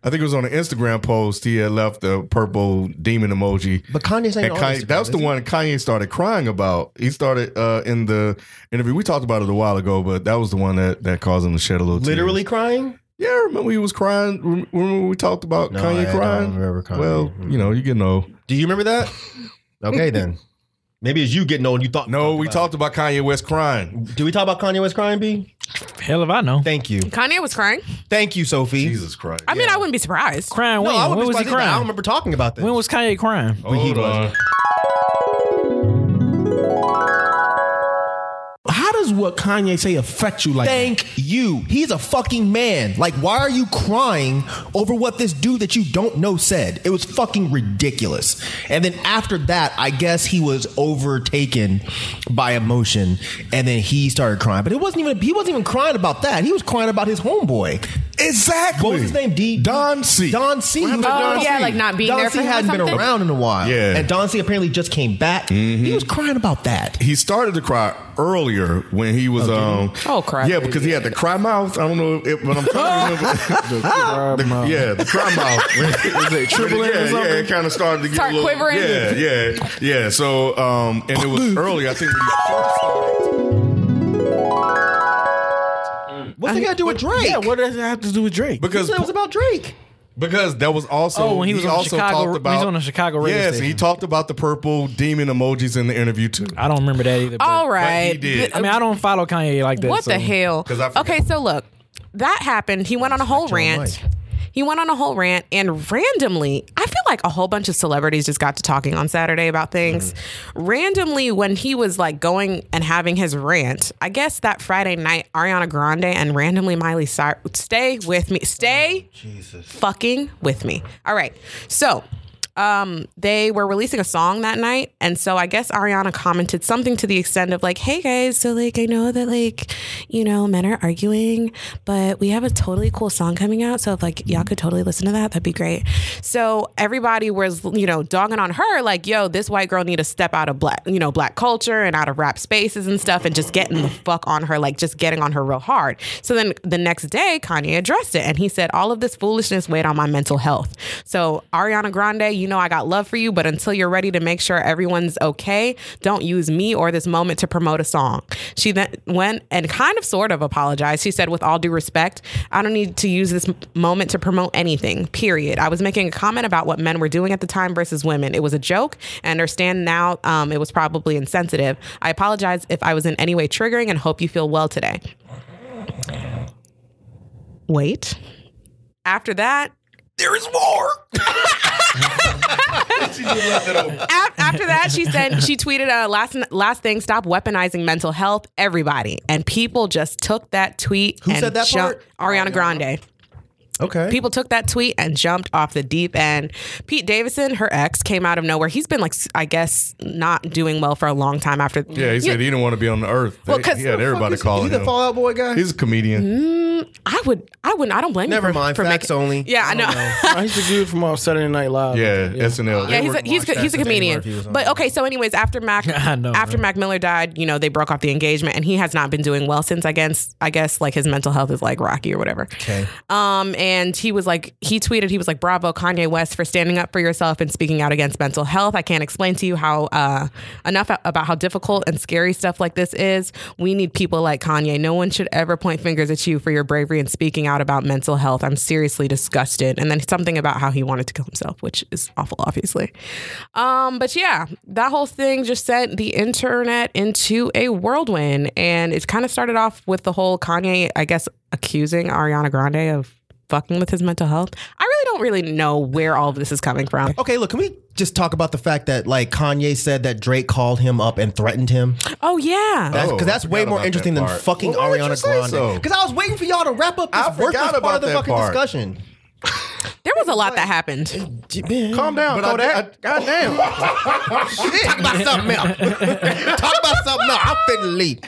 Speaker 4: I think it was on an Instagram post. He had left the purple demon emoji.
Speaker 6: But Kanye's not
Speaker 4: And
Speaker 6: on
Speaker 4: Kanye,
Speaker 6: Instagram,
Speaker 4: that was the
Speaker 6: is he?
Speaker 4: one Kanye started crying about. He started uh, in the interview. We talked about it a while ago, but that was the one that, that caused him to shed a little. tear.
Speaker 6: Literally crying.
Speaker 4: yeah. Remember he was crying. Rem- Remember we talked about
Speaker 6: No, I
Speaker 4: Kanye
Speaker 6: don't
Speaker 4: crying.
Speaker 6: remember Kanye.
Speaker 4: Well, you know, you can know.
Speaker 6: Do you remember that? Okay, then. Maybe it's you getting old. You thought.
Speaker 4: No, we talked about Kanye West crying.
Speaker 6: Do we talk about Kanye West crying? B.
Speaker 5: Hell if I know.
Speaker 6: Thank you.
Speaker 2: Kanye was crying.
Speaker 6: Thank you, Sophie.
Speaker 4: Jesus Christ.
Speaker 2: I mean, I wouldn't be surprised.
Speaker 5: Crying
Speaker 6: No,
Speaker 5: when?
Speaker 6: I would
Speaker 5: when
Speaker 6: be
Speaker 5: was he
Speaker 6: surprised either. I don't
Speaker 5: crying?
Speaker 6: remember talking about this.
Speaker 5: When was Kanye crying?
Speaker 4: Hold on.
Speaker 9: How does what Kanye say affect you like that?
Speaker 6: Thank you. He's a fucking man. Like, why are you crying over what this dude that you don't know said? It was fucking ridiculous. And then after that, I guess he was overtaken by emotion, and then he started crying. But it wasn't even he wasn't even crying about that. He was crying about his homeboy.
Speaker 4: Exactly.
Speaker 6: What was his name? D.
Speaker 4: Don C.
Speaker 6: Don C.
Speaker 2: What happened to Oh, Don yeah, C? like not being
Speaker 6: Don
Speaker 2: there
Speaker 6: C
Speaker 2: for him or
Speaker 6: hadn't been
Speaker 2: something?
Speaker 6: around in a while.
Speaker 4: Yeah.
Speaker 6: And Don C. apparently just came back.
Speaker 2: Mm-hmm.
Speaker 6: He was crying about that.
Speaker 4: He started to cry earlier when he was um
Speaker 2: Oh, cry
Speaker 4: yeah because he had the cry mouth I don't know if but I'm trying to remember the cry mouth yeah the cry mouth
Speaker 8: it tripling or
Speaker 4: yeah, yeah
Speaker 8: something?
Speaker 4: it kind of started to get
Speaker 2: Start
Speaker 4: a little,
Speaker 2: quivering?
Speaker 4: yeah yeah yeah so um and it was early I think when he first
Speaker 6: What's that got to do with Drake? Yeah,
Speaker 9: what does it have to do with Drake?
Speaker 4: Because-
Speaker 6: it was about Drake.
Speaker 4: Because that was also
Speaker 6: Oh, when he was on
Speaker 4: also
Speaker 6: Chicago-
Speaker 4: talked
Speaker 6: when
Speaker 4: about
Speaker 6: he was on a Chicago radio
Speaker 4: Yes, and
Speaker 6: station. Uh,
Speaker 4: he talked about the purple demon emojis in the interview too.
Speaker 5: I don't remember that either.
Speaker 2: All right.
Speaker 4: he did.
Speaker 2: Th-
Speaker 5: I mean, I don't follow Kanye like that.
Speaker 2: What
Speaker 5: so-
Speaker 2: the hell? Okay, so look, that happened. He went on a whole rant. He went on a whole rant, and randomly, I feel like a whole bunch of celebrities just got to talking on Saturday about things.
Speaker 5: Hmm.
Speaker 2: Randomly, when he was like going and having his rant, I guess that Friday night, Ariana Grande and randomly Miley Cyrus, stay with me, stay
Speaker 5: Oh,
Speaker 2: fucking with me. All right, so um, they were releasing a song that night. And so I guess Ariana commented something to the extent of like, hey guys, so like I know that like, you know, men are arguing, but we have a totally cool song coming out. So if like y'all could totally listen to that, that'd be great. So everybody was, you know, dogging on her, like, yo, this white girl need to step out of black, you know, black culture and out of rap spaces and stuff and just getting the fuck on her, like just getting on her real hard. So then the next day, Kanye addressed it and he said, all of this foolishness weighed on my mental health. So Ariana Grande, you know I got love for you, but until you're ready to make sure everyone's okay, don't use me or this moment to promote a song. She then went and kind of sort of apologized. She said, with all due respect, I don't need to use this m- moment to promote anything, period. I was making a comment about what men were doing at the time versus women. It was a joke. I understand now um, it was probably insensitive. I apologize if I was in any way triggering and hope you feel well today. Wait. After that,
Speaker 4: there is war.
Speaker 2: Af- after that, she said she tweeted uh, last last thing. Stop weaponizing mental health, everybody, and people just took that tweet.
Speaker 6: Who
Speaker 2: and
Speaker 6: said that
Speaker 2: jumped- Ariana Grande.
Speaker 6: Okay.
Speaker 2: People took that tweet and jumped off the deep end. Pete Davidson, her ex, came out of nowhere. He's been like, s- I guess, not doing well for a long time after.
Speaker 4: Yeah, he said he didn't want to be on the earth.
Speaker 2: Well,
Speaker 4: They-
Speaker 2: 'cause
Speaker 4: he had everybody calling him.
Speaker 6: Fallout Boy guy?
Speaker 4: He's a comedian.
Speaker 6: Mm-hmm.
Speaker 2: Mm, I would, I wouldn't, I don't blame
Speaker 6: Never
Speaker 2: you. for-
Speaker 6: mind.
Speaker 2: for
Speaker 6: Facts
Speaker 2: making-
Speaker 6: only.
Speaker 2: Yeah, I know.
Speaker 9: I used to do it from off Saturday Night Live.
Speaker 4: Yeah, SNL.
Speaker 2: Yeah,
Speaker 4: They
Speaker 2: he's
Speaker 4: were-
Speaker 2: a, he's a, he's a comedian. But okay, so anyways, after Mac after Mac Miller died, you know, they broke off the engagement, and he has not been doing well since. I guess I guess like his mental health is like rocky or whatever.
Speaker 6: Okay.
Speaker 2: Um, and he was like, he tweeted, he was like, "Bravo, Kanye West, for standing up for yourself and speaking out against mental health. I can't explain to you how uh, enough about how difficult and scary stuff like this is. We need people like Kanye. No one should ever point fingers at you for your bravery and speaking out about mental health. I'm seriously disgusted." And then something about how he wanted to kill himself, which is awful, obviously. Um, but yeah, that whole thing just sent the internet into a whirlwind, and it kind of started off with the whole Kanye, I guess, accusing Ariana Grande of fucking with his mental health. I really don't really know where all of this is coming from.
Speaker 6: Okay, look, can we just talk about the fact that like Kanye said that Drake called him up and threatened him?
Speaker 2: Oh yeah,
Speaker 6: Because that's, way more interesting than fucking Ariana Grande. Because I was waiting for y'all to wrap up this
Speaker 2: I
Speaker 6: worthless
Speaker 2: forgot
Speaker 6: part
Speaker 2: about
Speaker 6: of the
Speaker 2: that
Speaker 6: fucking
Speaker 2: part.
Speaker 6: discussion.
Speaker 2: there was a lot that happened.
Speaker 6: Calm
Speaker 4: down, But I- Kodak.
Speaker 6: God damn. Talk about something else. Talk about something else. I'm finna leave.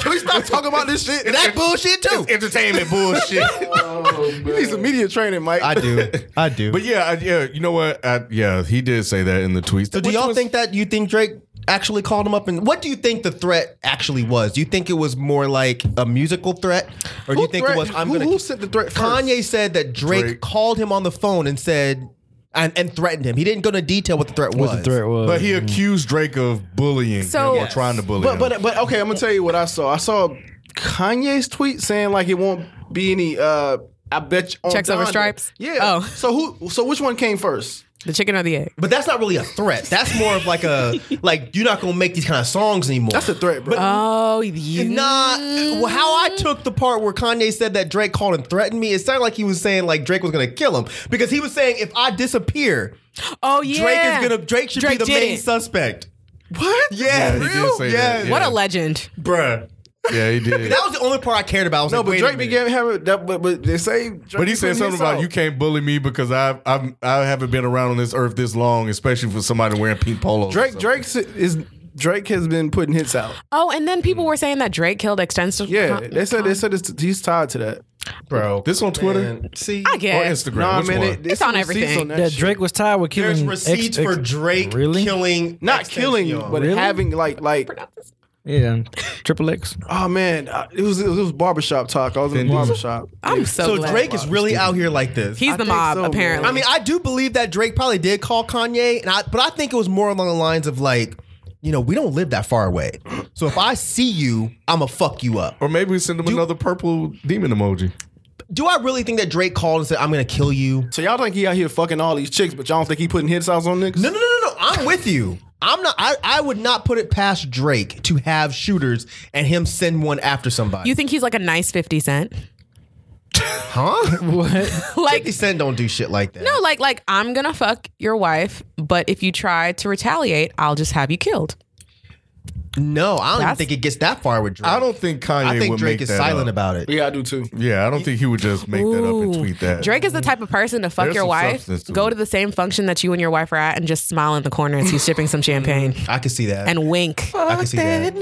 Speaker 19: Can we stop talking about this shit?
Speaker 6: That bullshit too.
Speaker 19: It's entertainment bullshit.
Speaker 14: you need some media training, Mike.
Speaker 6: I do. I do.
Speaker 4: But yeah, I, yeah, you know what? I, yeah, he did say that in the tweets.
Speaker 6: So do y'all think that you think Drake actually called him up and what do you think the threat actually was? Do you think it was more like a musical threat or do you think it was I'm going to Who
Speaker 14: sent the threat
Speaker 6: Kanye said that Drake, called him on the phone and said and, and threatened him. He didn't go into detail what the threat was.
Speaker 4: But
Speaker 6: Mm.
Speaker 4: he accused Drake of bullying
Speaker 14: So-
Speaker 4: him or trying to bully
Speaker 14: But
Speaker 4: him.
Speaker 14: but but okay, I'm gonna tell you what I saw. I saw Kanye's tweet saying like it won't be any. uh I bet you on
Speaker 2: Checks over
Speaker 14: Donda.
Speaker 2: stripes?
Speaker 14: Yeah.
Speaker 2: Oh.
Speaker 14: So who? So which one came first?
Speaker 2: The chicken or the egg?
Speaker 6: But that's not really a threat. That's more of like a like you're not gonna make these kind of songs anymore. That's
Speaker 14: a threat, bro.
Speaker 2: oh,
Speaker 6: Nah. Well, how
Speaker 2: Mm.
Speaker 6: I took the part where Kanye said that Drake called and threatened me, it sounded like he was saying like Drake was gonna kill him because he was saying if I disappear,
Speaker 2: oh
Speaker 6: Drake
Speaker 2: yeah.
Speaker 6: is gonna Drake should
Speaker 2: Drake
Speaker 6: be the
Speaker 2: did
Speaker 6: main
Speaker 2: it.
Speaker 6: suspect.
Speaker 14: What?
Speaker 6: Yeah,
Speaker 4: Yeah, he did say that, yeah.
Speaker 2: What a legend.
Speaker 4: bruh. Yeah, he did.
Speaker 6: That was the only part I cared about. I was
Speaker 14: No,
Speaker 6: like,
Speaker 14: but
Speaker 6: wait a
Speaker 14: Drake
Speaker 6: minute.
Speaker 14: began having. That, but, but they say. Drake
Speaker 4: But he
Speaker 14: was
Speaker 4: said
Speaker 14: putting
Speaker 4: something
Speaker 14: his
Speaker 4: about
Speaker 14: out.
Speaker 4: you can't bully me because I've I've I haven't been around on this earth this long, especially for somebody wearing pink polos.
Speaker 14: Drake Drake s- is Drake has been putting hits out.
Speaker 2: Oh, and then people were saying that Drake killed extensive.
Speaker 14: Yeah, they said they said it's, he's tied to that.
Speaker 4: Bro, this on Twitter,
Speaker 6: see,
Speaker 2: I get
Speaker 4: or
Speaker 2: it.
Speaker 4: Instagram?
Speaker 14: Nah,
Speaker 4: Which
Speaker 14: man,
Speaker 4: one?
Speaker 14: it- it's on everything.
Speaker 5: that Drake was tied with killing. ex-
Speaker 6: There's receipts
Speaker 5: ex-
Speaker 6: for Drake
Speaker 5: really?
Speaker 6: killing,
Speaker 14: Not killing,
Speaker 6: Extension.
Speaker 14: but
Speaker 5: Really?
Speaker 14: having like like.
Speaker 5: Yeah, Triple X.
Speaker 14: Oh man, uh, it was it was barbershop talk. I was in the barbershop.
Speaker 2: I'm so.
Speaker 6: So
Speaker 2: glad.
Speaker 6: Drake is really out here like this.
Speaker 2: He's the
Speaker 14: think
Speaker 2: mob,
Speaker 14: so, man.
Speaker 2: apparently.
Speaker 6: I mean, I do believe that Drake probably did call Kanye, and I but I think it was more along the lines of like, you know, we don't live that far away. So if I see you, I'ma fuck you up.
Speaker 4: Or maybe we send him another purple demon emoji.
Speaker 6: Do I really think that Drake called and said, I'm gonna kill you?
Speaker 14: So y'all think he out here fucking all these chicks, but y'all don't think he putting hits out on niggas?
Speaker 6: No, no, no, no, no. I'm with you. I'm not I, I would not put it past Drake to have shooters and him send one after somebody.
Speaker 2: you think he's like a nice Fifty Cent?
Speaker 6: huh?
Speaker 5: What?
Speaker 2: Like-
Speaker 6: 50 Cent don't do shit like that.
Speaker 2: No, like like I'm gonna fuck your wife, but if you try to retaliate, I'll just have you killed.
Speaker 6: No, I don't even
Speaker 2: That's-
Speaker 6: think it gets that far with Drake. I
Speaker 4: don't think Kanye
Speaker 6: I think
Speaker 4: would
Speaker 6: Drake
Speaker 4: make
Speaker 6: is
Speaker 4: that
Speaker 6: silent
Speaker 4: up.
Speaker 6: about it.
Speaker 14: Yeah, I do too.
Speaker 4: Yeah, I don't think he would just make that up and
Speaker 2: Ooh.
Speaker 4: tweet that.
Speaker 2: Drake is the type of person to fuck
Speaker 4: There's
Speaker 2: your
Speaker 4: some
Speaker 2: wife,
Speaker 4: substance to
Speaker 2: go
Speaker 4: it.
Speaker 2: to the same function that you and your wife are at, and just smile in the corner as he's sipping some champagne
Speaker 6: I could see that.
Speaker 2: and wink.
Speaker 6: I could see that.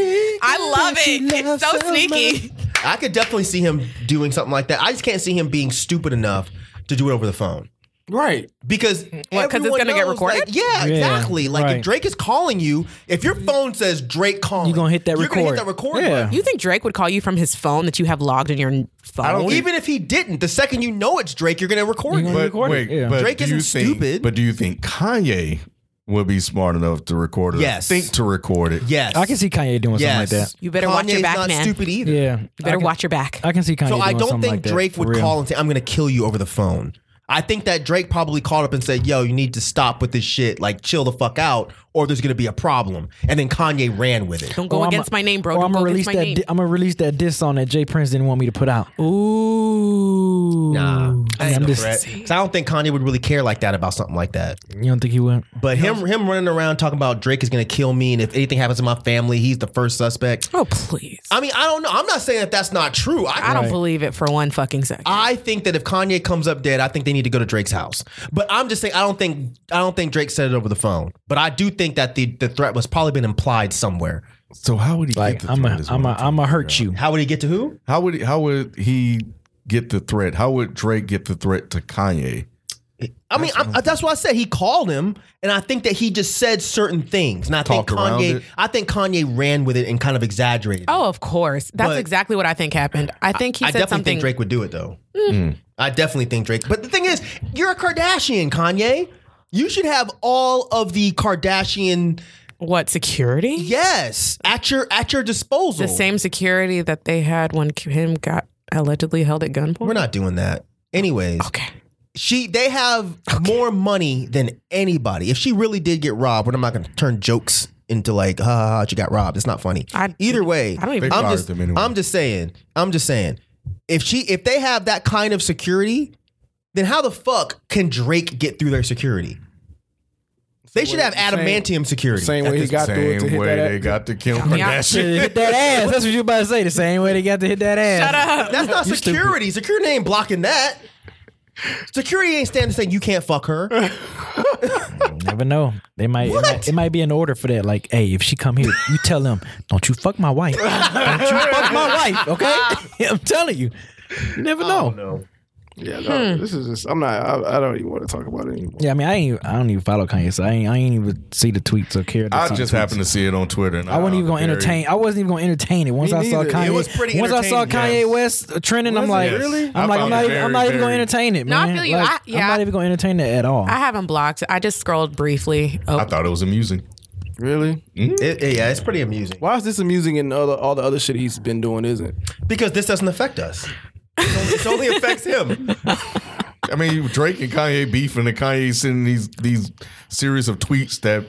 Speaker 2: I love it. It's so sneaky.
Speaker 6: I could definitely see him doing something like that. I just can't see him being stupid enough to do it over the phone.
Speaker 14: Right.
Speaker 6: Because
Speaker 2: What, 'cause it's
Speaker 6: everyone
Speaker 2: gonna get
Speaker 6: knows,
Speaker 2: recorded?
Speaker 6: like,
Speaker 5: Yeah,
Speaker 6: yeah, exactly. Like
Speaker 5: right.
Speaker 6: if Drake is calling you, if
Speaker 2: Mm-hmm.
Speaker 6: your phone says Drake calling, you're gonna hit
Speaker 5: that record.
Speaker 6: that record
Speaker 5: Yeah.
Speaker 6: button.
Speaker 2: You think Drake would call you from his phone that you have logged in your n- phone?
Speaker 6: Even if he didn't, the second you know it's Drake, you're gonna record it.
Speaker 4: But wait, but
Speaker 6: Drake
Speaker 4: do
Speaker 6: isn't
Speaker 4: you think,
Speaker 6: stupid.
Speaker 4: But do you think Kanye would be smart enough to record it? or
Speaker 6: Yes.
Speaker 4: think to record it.
Speaker 6: Yes.
Speaker 5: I can see Kanye doing
Speaker 6: Yes.
Speaker 5: something like
Speaker 2: you better watch your
Speaker 6: Kanye's
Speaker 2: back,
Speaker 6: not
Speaker 2: man.
Speaker 6: stupid
Speaker 5: that.
Speaker 6: either.
Speaker 5: Yeah,
Speaker 2: You better
Speaker 5: I can,
Speaker 2: watch your back.
Speaker 6: Oh,
Speaker 5: I can see Kanye.
Speaker 6: So
Speaker 5: doing
Speaker 6: I don't
Speaker 5: something
Speaker 6: think
Speaker 5: like that,
Speaker 6: Drake
Speaker 5: for
Speaker 6: would
Speaker 5: real.
Speaker 6: call and say, "I'm going to kill you over the phone." I think that Drake probably called up and said, "Yo, you need to stop with this shit. Like, chill the fuck out, or there's going to be a problem." And then Kanye ran with it.
Speaker 2: Don't go
Speaker 5: Or
Speaker 2: against
Speaker 5: I'ma-
Speaker 2: my name,
Speaker 6: oh,
Speaker 2: bro.
Speaker 5: Or
Speaker 2: Don't
Speaker 5: I'm gonna
Speaker 2: go
Speaker 5: release
Speaker 2: against my
Speaker 5: that.
Speaker 2: name.
Speaker 5: Di- I'm gonna release that diss song that Jay Prince didn't want me to put out.
Speaker 2: Ooh.
Speaker 6: Nah, I
Speaker 5: I'm
Speaker 6: ain't no
Speaker 5: just-
Speaker 6: threat. 'Cause I don't think Kanye would really care like that about something like that.
Speaker 5: You don't think he would?
Speaker 6: But him, him running around talking about Drake is going to kill me, and if anything happens to my family, he's the first suspect.
Speaker 2: Oh please.
Speaker 6: I mean, I don't know. I'm not saying that that's not true. I,
Speaker 2: I don't believe it for one fucking second.
Speaker 6: I think that if Kanye comes up dead, I think they need to go to Drake's house. But I'm just saying, I don't think I don't think Drake said it over the phone. But I do think that the the threat was probably been implied somewhere.
Speaker 4: So how would he
Speaker 5: Like
Speaker 4: get the
Speaker 5: I'm
Speaker 4: threat
Speaker 5: a,
Speaker 4: is
Speaker 5: I'm
Speaker 4: what
Speaker 5: a, I'm a hurt you.
Speaker 6: How would he get to who?
Speaker 4: How would he, how would he get the threat? How would Drake get the threat to Kanye?
Speaker 6: I mean, I, I- that's why I said he called him, and I think that he just said certain things. And I
Speaker 4: Talked
Speaker 6: think
Speaker 4: around
Speaker 6: Kanye,
Speaker 4: it.
Speaker 6: I think Kanye ran with it and kind of exaggerated. it.
Speaker 2: oh, of course. That's
Speaker 6: But-
Speaker 2: exactly what I think happened. I think he
Speaker 6: I
Speaker 2: said
Speaker 6: definitely
Speaker 2: something. Mm.
Speaker 6: think Drake would do it though.
Speaker 4: Mm.
Speaker 6: I definitely think Drake. But the thing is, you're a Kardashian, Kanye. You should have all of the Kardashian.
Speaker 2: what security?
Speaker 6: Yes, at your at your disposal.
Speaker 2: The same security that they had when Kim got allegedly held at gunpoint.
Speaker 6: We're not doing that. Anyways,
Speaker 2: Okay.
Speaker 6: she they have more money than anybody. If she really did get robbed, but I'm not going to turn jokes into like, ha, ha, ha, she got robbed. It's not funny.
Speaker 2: I-
Speaker 6: Either way,
Speaker 2: I don't even- They
Speaker 6: I'm
Speaker 4: fired
Speaker 6: just,
Speaker 4: them anyway.
Speaker 6: I'm just saying. I'm just saying. If she, if they have that kind of security, then how the fuck can Drake get through their security? They should have adamantium security.
Speaker 15: Same way he got through it to
Speaker 4: Same
Speaker 15: hit
Speaker 4: way
Speaker 15: that.
Speaker 4: they got to Kim
Speaker 2: Yeah.
Speaker 4: Kardashian.
Speaker 5: hit that ass. That's what you about to say. The same way they got to hit that ass.
Speaker 2: Shut up.
Speaker 6: That's not security. Security ain't blocking that. Security ain't standing saying you can't fuck her.
Speaker 5: Never know. They might it, might. it might be an order for that. Like, hey, if she come here, you tell them, don't you fuck my wife. Don't you fuck my wife. Okay, I'm telling you. You never know.
Speaker 14: Um, Yeah, no,
Speaker 2: Hmm.
Speaker 14: this is just. I'm not. I, I don't even want to talk about it anymore.
Speaker 5: Yeah, I mean, I ain't. I don't even follow Kanye, so I ain't. I ain't even see the tweets or care.
Speaker 4: I just happened to see it on Twitter. And
Speaker 5: I wasn't even gonna
Speaker 4: very-
Speaker 5: entertain. I wasn't even gonna entertain it. Once I saw
Speaker 14: neither. It
Speaker 5: Kanye,
Speaker 6: was pretty
Speaker 5: once I saw
Speaker 6: entertaining,
Speaker 5: Kanye
Speaker 6: yes.
Speaker 5: West trending, I'm
Speaker 14: Was it
Speaker 5: like,
Speaker 14: really?
Speaker 5: I'm
Speaker 4: I
Speaker 5: like, I'm
Speaker 4: found
Speaker 5: not,
Speaker 4: it
Speaker 5: even, I'm
Speaker 4: very,
Speaker 5: not even gonna
Speaker 4: very-
Speaker 5: entertain it,
Speaker 2: No, I
Speaker 5: man.
Speaker 2: feel you.
Speaker 5: Like,
Speaker 2: I- yeah.
Speaker 5: I'm not even gonna entertain it at all.
Speaker 2: I haven't blocked. I just scrolled briefly. Oh,
Speaker 4: I thought it was amusing.
Speaker 14: Really?
Speaker 19: Mm.
Speaker 6: It- it- yeah, it's pretty amusing
Speaker 14: Why is this amusing and other all the other shit he's been doing isn't?
Speaker 6: because this doesn't affect us. It only affects him.
Speaker 4: I mean, Drake and Kanye beefing, and Kanye sending these these series of tweets that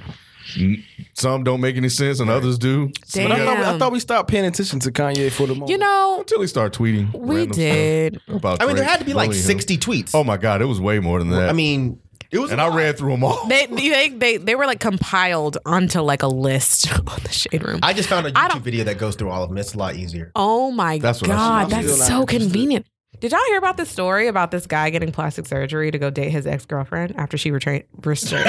Speaker 4: n- some don't make any sense and others do.
Speaker 2: damn.
Speaker 14: But I thought, I thought we stopped paying attention to Kanye for the moment.
Speaker 2: you know,
Speaker 4: Until he started tweeting,
Speaker 2: We
Speaker 4: random stuff
Speaker 2: did.
Speaker 4: About
Speaker 6: I mean, there
Speaker 4: Drake,
Speaker 6: had to be like
Speaker 4: bullying him.
Speaker 6: 60 tweets.
Speaker 4: Oh my god, it was way more than that.
Speaker 6: I mean, it was.
Speaker 4: and I read through them all.
Speaker 2: they, they they they were like compiled onto like a list on the shade room.
Speaker 6: I just found a
Speaker 2: I
Speaker 6: YouTube
Speaker 2: don't-
Speaker 6: video that goes through all of them. It's a lot easier.
Speaker 2: oh my
Speaker 4: That's what I
Speaker 2: god,
Speaker 4: saw. I'm
Speaker 2: that's
Speaker 14: still not
Speaker 2: so
Speaker 14: interested.
Speaker 2: convenient. Did y'all hear about this story about this guy getting plastic surgery to go date his ex girlfriend after she retrained? Restrained.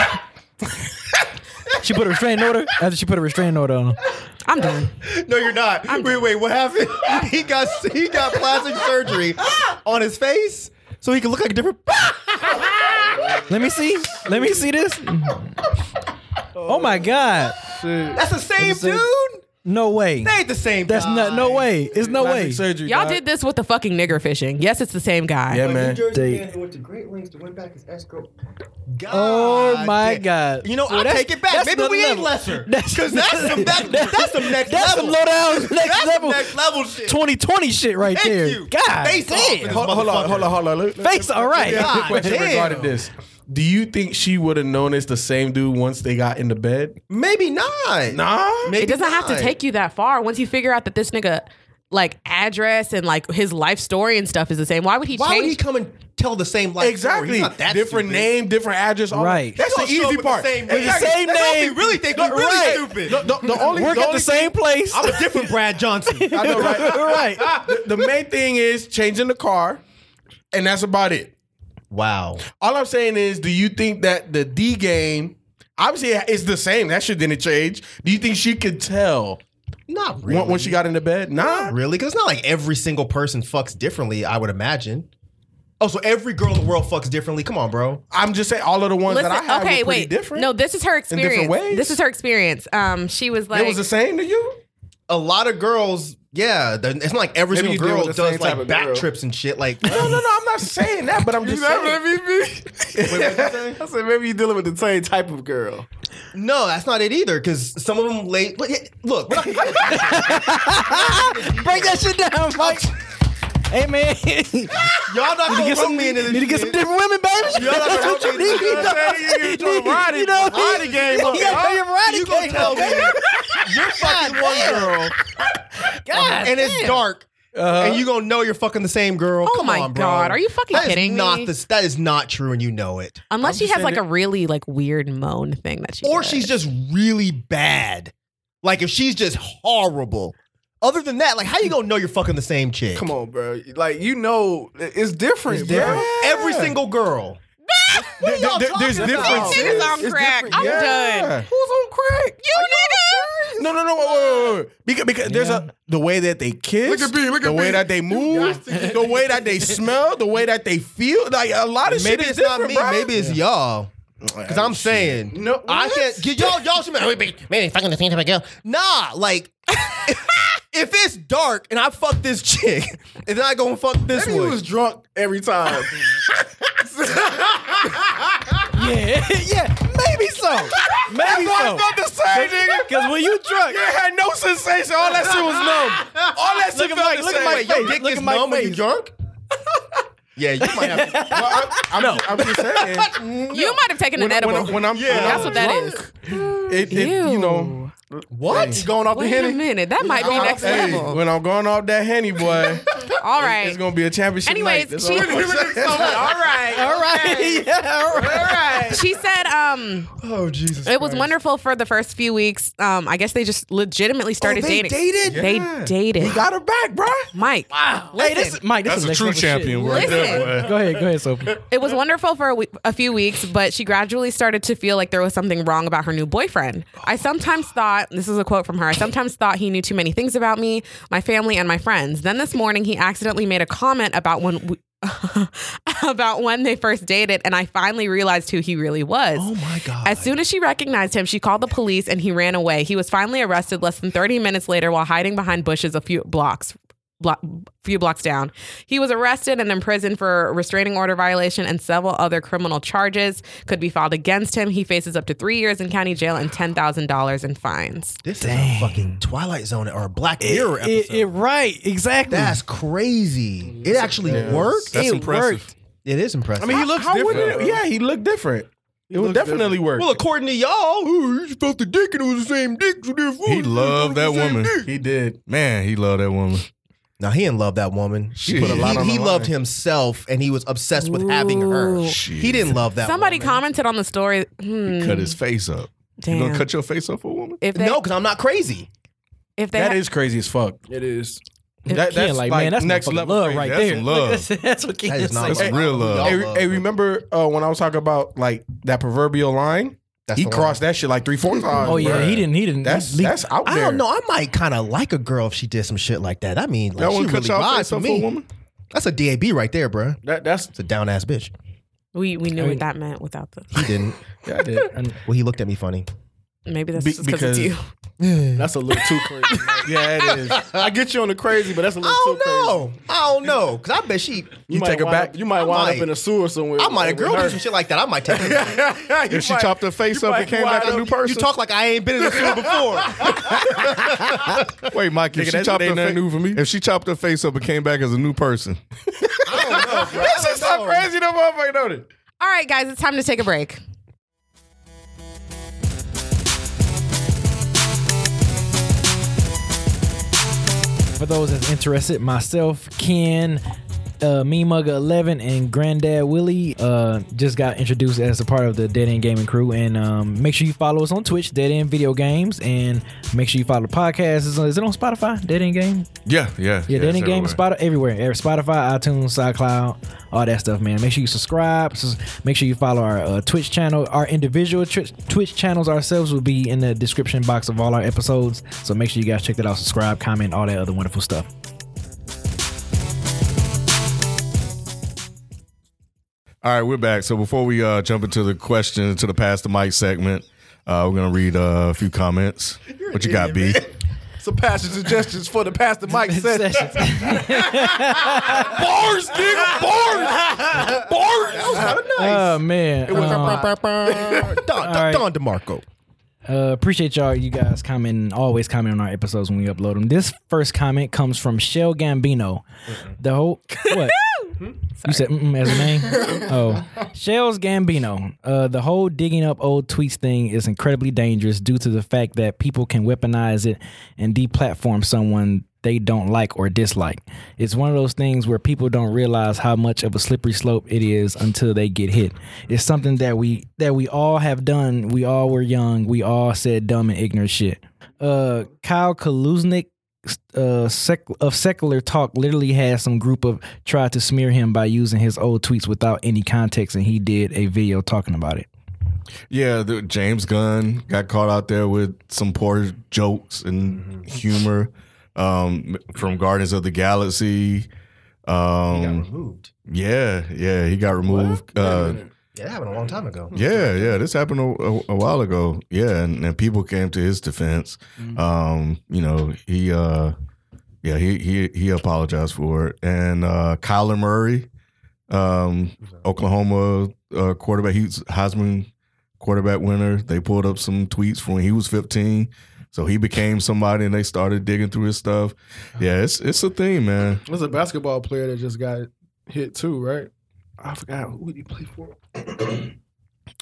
Speaker 5: She put a restraining order. After she put a restraining order on him.
Speaker 2: I'm done.
Speaker 19: No, you're not. wait, wait, what happened? He got he got plastic surgery on his face so he could look like a different.
Speaker 5: Let me see. Let me see this. Oh my god.
Speaker 19: That's the same dude.
Speaker 5: No way. They
Speaker 19: ain't the same.
Speaker 5: That's not. No way. It's no way.
Speaker 2: Y'all did this with the fucking nigger fishing. Yes, it's the same guy.
Speaker 5: Yeah, man.
Speaker 2: They-
Speaker 18: who went to great lengths to win back his escrow.
Speaker 5: Oh my god.
Speaker 19: Ah, You know, I
Speaker 5: that's-
Speaker 19: take it back.
Speaker 5: that's
Speaker 19: Maybe we
Speaker 5: another
Speaker 19: ain't
Speaker 5: level.
Speaker 19: lesser.
Speaker 5: That's-
Speaker 19: Because that's, some that, that's some next
Speaker 5: That's some
Speaker 19: level.
Speaker 5: low down next
Speaker 19: that's some
Speaker 5: level.
Speaker 19: next level shit.
Speaker 5: 2020 shit right
Speaker 19: Thank
Speaker 5: there.
Speaker 19: you.
Speaker 5: God
Speaker 19: Face
Speaker 5: damn.
Speaker 19: off with this
Speaker 1: Hold, hold on, hold on, hold on. Let- let-
Speaker 5: Face, all right.
Speaker 1: let me ask you a
Speaker 5: God
Speaker 1: question
Speaker 5: damn.
Speaker 1: regarding this. Do you think she would have known it's the same dude once they got in the bed?
Speaker 19: Maybe not.
Speaker 1: Nah.
Speaker 2: it doesn't have to take you that far once you figure out that this nigga like address and like his life story and stuff is the same. Why would he
Speaker 19: Why
Speaker 2: change?
Speaker 19: would he come and tell the same life
Speaker 2: Exactly.
Speaker 19: story? He's not that
Speaker 2: Different
Speaker 19: stupid.
Speaker 1: name, different address. all-
Speaker 5: Right.
Speaker 1: That's
Speaker 19: They
Speaker 1: the
Speaker 19: all show up
Speaker 1: easy
Speaker 19: with the
Speaker 1: part.
Speaker 19: same
Speaker 1: With
Speaker 19: name.
Speaker 1: same
Speaker 19: That's what
Speaker 1: name.
Speaker 19: we really think we really
Speaker 1: Right.
Speaker 19: stupid.
Speaker 1: The, the- the only,
Speaker 5: Work
Speaker 1: the
Speaker 5: at
Speaker 1: only
Speaker 5: the same place.
Speaker 19: I'm a different Brad Johnson.
Speaker 1: I know, right? The, the main thing is changing the car, and that's about it.
Speaker 6: Wow.
Speaker 1: All I'm saying is, do you think that the D game, obviously, it's the same. That shit didn't change. Do you think she could tell?
Speaker 19: Not
Speaker 1: really. Once she got into bed, nah,
Speaker 6: really, because it's not like every single person fucks differently. I would imagine. Oh, so every girl in the world fucks differently. Come on, bro.
Speaker 1: I'm just saying all of the ones
Speaker 2: Listen, okay,
Speaker 6: pretty
Speaker 2: wait. No, this is her
Speaker 6: different
Speaker 2: experience.
Speaker 6: ways.
Speaker 2: This is her experience. Um, she was like,
Speaker 1: same to you.
Speaker 6: A lot of girls, yeah. the- It's not like every
Speaker 1: Maybe you
Speaker 6: single
Speaker 1: deal
Speaker 6: girl
Speaker 1: with the
Speaker 6: does
Speaker 1: same type
Speaker 6: like
Speaker 1: of
Speaker 6: back
Speaker 1: girl.
Speaker 6: trips and shit. Like,
Speaker 1: No, no, no. I'm not saying that, but I'm just saying.
Speaker 14: I said maybe you're dealing with the same type of girl.
Speaker 6: no, that's not it either. Because some of them late. Look, look, we're not-
Speaker 5: Break that shit down, Mike. Hey man,
Speaker 19: y'all not
Speaker 5: need to
Speaker 19: gonna
Speaker 5: get some,
Speaker 19: rope me into this
Speaker 5: need to
Speaker 19: shit.
Speaker 5: get some different women, baby.
Speaker 19: Y'all not
Speaker 5: That's
Speaker 19: gonna
Speaker 5: what you
Speaker 19: rope me into
Speaker 5: need.
Speaker 19: this shit. You trying to ride it-
Speaker 5: what I
Speaker 19: ride
Speaker 5: mean?
Speaker 19: the game up,
Speaker 5: You gotta
Speaker 19: huh?
Speaker 5: play your
Speaker 19: You
Speaker 5: riding
Speaker 19: gonna
Speaker 5: game.
Speaker 19: tell
Speaker 5: up,
Speaker 19: me
Speaker 5: baby.
Speaker 19: You're fucking one girl,
Speaker 5: God
Speaker 19: and it's
Speaker 5: damn.
Speaker 19: dark. And you gonna know you're fucking the same girl?
Speaker 2: Oh
Speaker 19: Come
Speaker 2: my
Speaker 19: on, bro.
Speaker 2: God, are you fucking
Speaker 19: That is
Speaker 2: kidding
Speaker 19: not
Speaker 2: me?
Speaker 19: This, that is not true, and you know it.
Speaker 2: unless
Speaker 19: I'm
Speaker 2: she
Speaker 19: just
Speaker 2: has like a
Speaker 19: saying
Speaker 2: really like weird moan thing that she,
Speaker 19: or
Speaker 2: does.
Speaker 19: she's just really bad. Like if she's just horrible. Other than that, like how you gonna know you're fucking the same chick?
Speaker 14: Come on, bro. Like you know, it's different,
Speaker 19: It's
Speaker 14: bro.
Speaker 19: different. Every single girl.
Speaker 1: There- there- there's differences.
Speaker 2: Niggas on
Speaker 1: It's
Speaker 2: crack.
Speaker 1: different.
Speaker 2: I'm
Speaker 1: Yeah.
Speaker 2: done.
Speaker 14: Who's on crack?
Speaker 2: You nigga.
Speaker 1: No, no, no, wait, wait, wait, wait. Because, because there's a the way that they kiss,
Speaker 14: Look at me, look
Speaker 1: the
Speaker 14: at
Speaker 1: way
Speaker 14: me.
Speaker 1: that they move, the way that they smell, the way that they feel. Like a lot of
Speaker 19: Maybe
Speaker 1: shit
Speaker 19: it's
Speaker 1: is
Speaker 19: not
Speaker 1: different,
Speaker 19: me.
Speaker 1: bro.
Speaker 19: Maybe it's y'all.
Speaker 1: Oh,
Speaker 19: Because I'm saying,
Speaker 14: No,
Speaker 19: I
Speaker 14: what?
Speaker 19: can't. Get y'all, y'all should be like, "Wait, wait, man, fucking the same type of girl. Nah, like if it's dark and I fuck this chick, and then I go and fuck this
Speaker 14: Maybe he
Speaker 19: one.
Speaker 14: was drunk every time.
Speaker 5: Yeah, yeah, maybe so. Maybe
Speaker 1: That's
Speaker 5: so.
Speaker 1: what I was about to say, nigga.
Speaker 5: Because when you drunk,
Speaker 1: You ain't had no sensation. All that shit was numb. All that shit
Speaker 5: Look at
Speaker 1: felt
Speaker 5: my-
Speaker 1: the
Speaker 5: look at
Speaker 1: same.
Speaker 5: my
Speaker 1: Yo,
Speaker 5: face.
Speaker 1: dick
Speaker 5: Look
Speaker 1: is
Speaker 5: at my
Speaker 1: numb when you
Speaker 5: face.
Speaker 1: drunk?
Speaker 19: Yeah, you might have.
Speaker 1: Well, I, I'm, no. I'm just saying.
Speaker 2: You might have taken an
Speaker 1: When, I- when,
Speaker 2: edible.
Speaker 1: I- when I'm,
Speaker 2: Yeah.
Speaker 1: when
Speaker 2: That's
Speaker 1: I'm
Speaker 2: what that
Speaker 1: drunk,
Speaker 2: is.
Speaker 1: It, it, you know,
Speaker 19: What?
Speaker 1: You going off the
Speaker 2: Wait
Speaker 1: henny?
Speaker 2: a minute. That might be
Speaker 1: Hey,
Speaker 2: next level.
Speaker 1: When I'm going off that henny, boy,
Speaker 2: All right.
Speaker 1: it's gonna be a championship. night.
Speaker 2: Anyways,
Speaker 1: That's
Speaker 2: she,
Speaker 1: all I'm saying.
Speaker 2: right, all right, yeah, all right. She said, um,
Speaker 19: oh Jesus,
Speaker 2: it was wonderful for the first few weeks. Um, I guess they just legitimately started
Speaker 1: Oh, they
Speaker 2: dating.
Speaker 1: dated?
Speaker 2: They
Speaker 1: Yeah.
Speaker 2: dated.
Speaker 1: We got her back, bro.
Speaker 2: Mike. Wow. Listen,
Speaker 5: Hey, this, Mike, this
Speaker 4: That's
Speaker 5: is
Speaker 4: a
Speaker 5: next
Speaker 4: true
Speaker 5: level
Speaker 4: champion
Speaker 5: shit.
Speaker 4: right
Speaker 2: Listen.
Speaker 4: there. boy.
Speaker 5: Go ahead, go ahead, Sophie.
Speaker 2: it was wonderful for a, we- a few weeks, but she gradually started to feel like there was something wrong about her new boyfriend. I sometimes thought, this is a quote from her, I sometimes thought he knew too many things about me, my family, and my friends. Then this morning, he accidentally made a comment about when. We, about when they first dated, and I finally realized who he really was. Oh my God. As soon as she recognized him, she called the police and he ran away. He was finally arrested less than 30 minutes later while hiding behind bushes a few blocks block, few blocks down. He was arrested and imprisoned for restraining order violation and several other criminal charges could be filed against him. He faces up to three years in county jail and ten thousand dollars in fines.
Speaker 6: This is a fucking Twilight Zone or a Black Mirror episode.
Speaker 5: It, it right, exactly.
Speaker 6: That's crazy. It actually worked.
Speaker 5: That's
Speaker 6: it
Speaker 5: impressive.
Speaker 6: worked. It is impressive.
Speaker 1: I mean, he looks different. yeah, he looked different. It would definitely work.
Speaker 6: Well, according to y'all, ooh, you felt the dick and it was the same dick. So therefore,
Speaker 4: He loved that woman.
Speaker 6: He
Speaker 4: did. Man, he loved that woman.
Speaker 6: Now he didn't love that woman.
Speaker 4: She put a lot
Speaker 6: he,
Speaker 4: on
Speaker 6: He
Speaker 4: the
Speaker 6: loved
Speaker 4: line.
Speaker 6: himself and he was obsessed with having her. He didn't love that.
Speaker 2: Somebody commented on the story. hmm,
Speaker 4: Cut his face up. You
Speaker 2: Damn.
Speaker 4: gonna cut your face up for a woman?
Speaker 2: If they,
Speaker 6: no, because I'm not crazy.
Speaker 2: if they
Speaker 1: That
Speaker 2: ha-
Speaker 1: is crazy as fuck.
Speaker 8: It is.
Speaker 1: That,
Speaker 5: Ken,
Speaker 1: that's
Speaker 5: like,
Speaker 1: like,
Speaker 5: man, that's
Speaker 1: next
Speaker 5: motherfucking
Speaker 1: level.
Speaker 5: love
Speaker 1: crazy.
Speaker 5: right
Speaker 1: that's
Speaker 5: there.
Speaker 1: Some
Speaker 5: Look,
Speaker 1: love.
Speaker 5: that's- that's what Ken
Speaker 6: That is not
Speaker 5: said.
Speaker 6: love.
Speaker 4: real
Speaker 6: Y'all
Speaker 4: love.
Speaker 1: Hey, hey, remember uh, when I was talking about like that proverbial line?
Speaker 6: That's Oh,
Speaker 20: he
Speaker 6: the
Speaker 20: crossed that shit like three, four times. bruh. That's that's out
Speaker 6: I
Speaker 20: there.
Speaker 6: don't know. I might kind of like a girl if she did some shit like that. I mean, like,
Speaker 20: That
Speaker 6: she
Speaker 20: one cut
Speaker 6: really
Speaker 20: y'all
Speaker 6: lied
Speaker 20: face
Speaker 6: to
Speaker 20: up for
Speaker 6: me.
Speaker 20: a woman?
Speaker 6: That's a dab right there, bro.
Speaker 8: That that's
Speaker 6: a down ass bitch.
Speaker 2: We we knew
Speaker 6: I mean-
Speaker 2: what that meant without the.
Speaker 6: He didn't. yeah, I did. Well, he looked at me funny.
Speaker 2: Maybe that's
Speaker 6: Be-
Speaker 2: just because it's you.
Speaker 6: because-
Speaker 8: That's a little too crazy.
Speaker 20: yeah, it is.
Speaker 21: I get you on the crazy, but that's a little
Speaker 6: I
Speaker 21: too
Speaker 6: don't know.
Speaker 21: crazy.
Speaker 6: Oh, I don't know. Cause I bet she.
Speaker 21: You might wind up- you might
Speaker 6: I
Speaker 21: wind up
Speaker 6: might-
Speaker 21: in a sewer somewhere.
Speaker 6: I might a girl do some shit like that. I might take her.
Speaker 21: if
Speaker 6: she chopped
Speaker 21: her
Speaker 6: face up and came back a new person. You talk like I ain't been in a sewer before.
Speaker 4: Wait, Mike,
Speaker 6: Nigga,
Speaker 4: if she
Speaker 6: that
Speaker 4: chopped
Speaker 6: shit
Speaker 4: her
Speaker 6: ain't nothing
Speaker 4: fa- if she chopped her face up and came back as a new person,
Speaker 2: That's just not
Speaker 4: crazy. No motherfucker know it.
Speaker 2: All right, guys, it's time to take a break.
Speaker 1: For those that's interested, myself, Ken, uh, Me Mugger 11, and Granddad Willie uh, just got introduced as a part of the Dead End Gaming crew. And um, make sure you follow us on Twitch, Dead End Video Games, and make sure you follow the podcast. Is, is it on Spotify? Dead End Game?
Speaker 4: Yeah, yeah,
Speaker 1: Yeah, Dead
Speaker 4: it's
Speaker 1: End Game,
Speaker 4: everywhere.
Speaker 1: Spotify, everywhere. Every- Spotify, iTunes, SoundCloud, all that stuff, man. Make sure you subscribe. Sus- Make sure you follow our uh, Twitch channel. Our individual Twitch, Twitch channels ourselves will be in the description box of all our episodes. So make sure you guys check that out. Subscribe, comment, all that other wonderful stuff.
Speaker 4: All right, we're back. So before we uh, jump into the question to the pass the mic segment, uh, we're gonna read uh, a few comments. what you got, B?
Speaker 21: Some passion suggestions for the Pastor Mike session. bars, nigga, bars, bars. That was kind of
Speaker 1: Oh man.
Speaker 21: It was
Speaker 1: Um,
Speaker 6: Don,
Speaker 1: All right.
Speaker 6: Don, Don DeMarco.
Speaker 1: Uh, appreciate y'all, you guys commenting, always comment on our episodes when we upload them. This first comment comes from Shell Gambino. The whole what? you said mm as a name? oh, Shell's Gambino. Uh, the whole digging up old tweets thing is incredibly dangerous due to the fact that people can weaponize it and deplatform someone they don't like or dislike. It's one of those things where people don't realize how much of a slippery slope it is until they get hit. It's something that we that we all have done. We all were young. We all said dumb and ignorant shit. Uh, Kyle Kaluznik uh, sec- of secular talk literally had some group of tried to smear him by using his old tweets without any context, and he did a video talking about it.
Speaker 4: Yeah, the, James Gunn got caught out there with some poor jokes and
Speaker 2: Mm-hmm.
Speaker 4: humor um, from Guardians of the Galaxy. Um,
Speaker 6: removed.
Speaker 4: Yeah, yeah, he got removed. Uh,
Speaker 6: Yeah, that happened a long time ago.
Speaker 4: yeah, yeah, this happened a, a, a while ago. Yeah, and, and people came to his defense.
Speaker 8: Mm.
Speaker 4: Um, you know, he, uh, yeah, he he he apologized for it. And uh, Kyler Murray, um, Oklahoma uh, quarterback, he's Heisman quarterback winner. They pulled up some tweets from when he was 15. So he became somebody, and they started digging through his stuff.
Speaker 8: Uh-huh.
Speaker 4: Yeah, it's it's a thing, man.
Speaker 8: There's a basketball player that just got hit too, right? I forgot who he played for.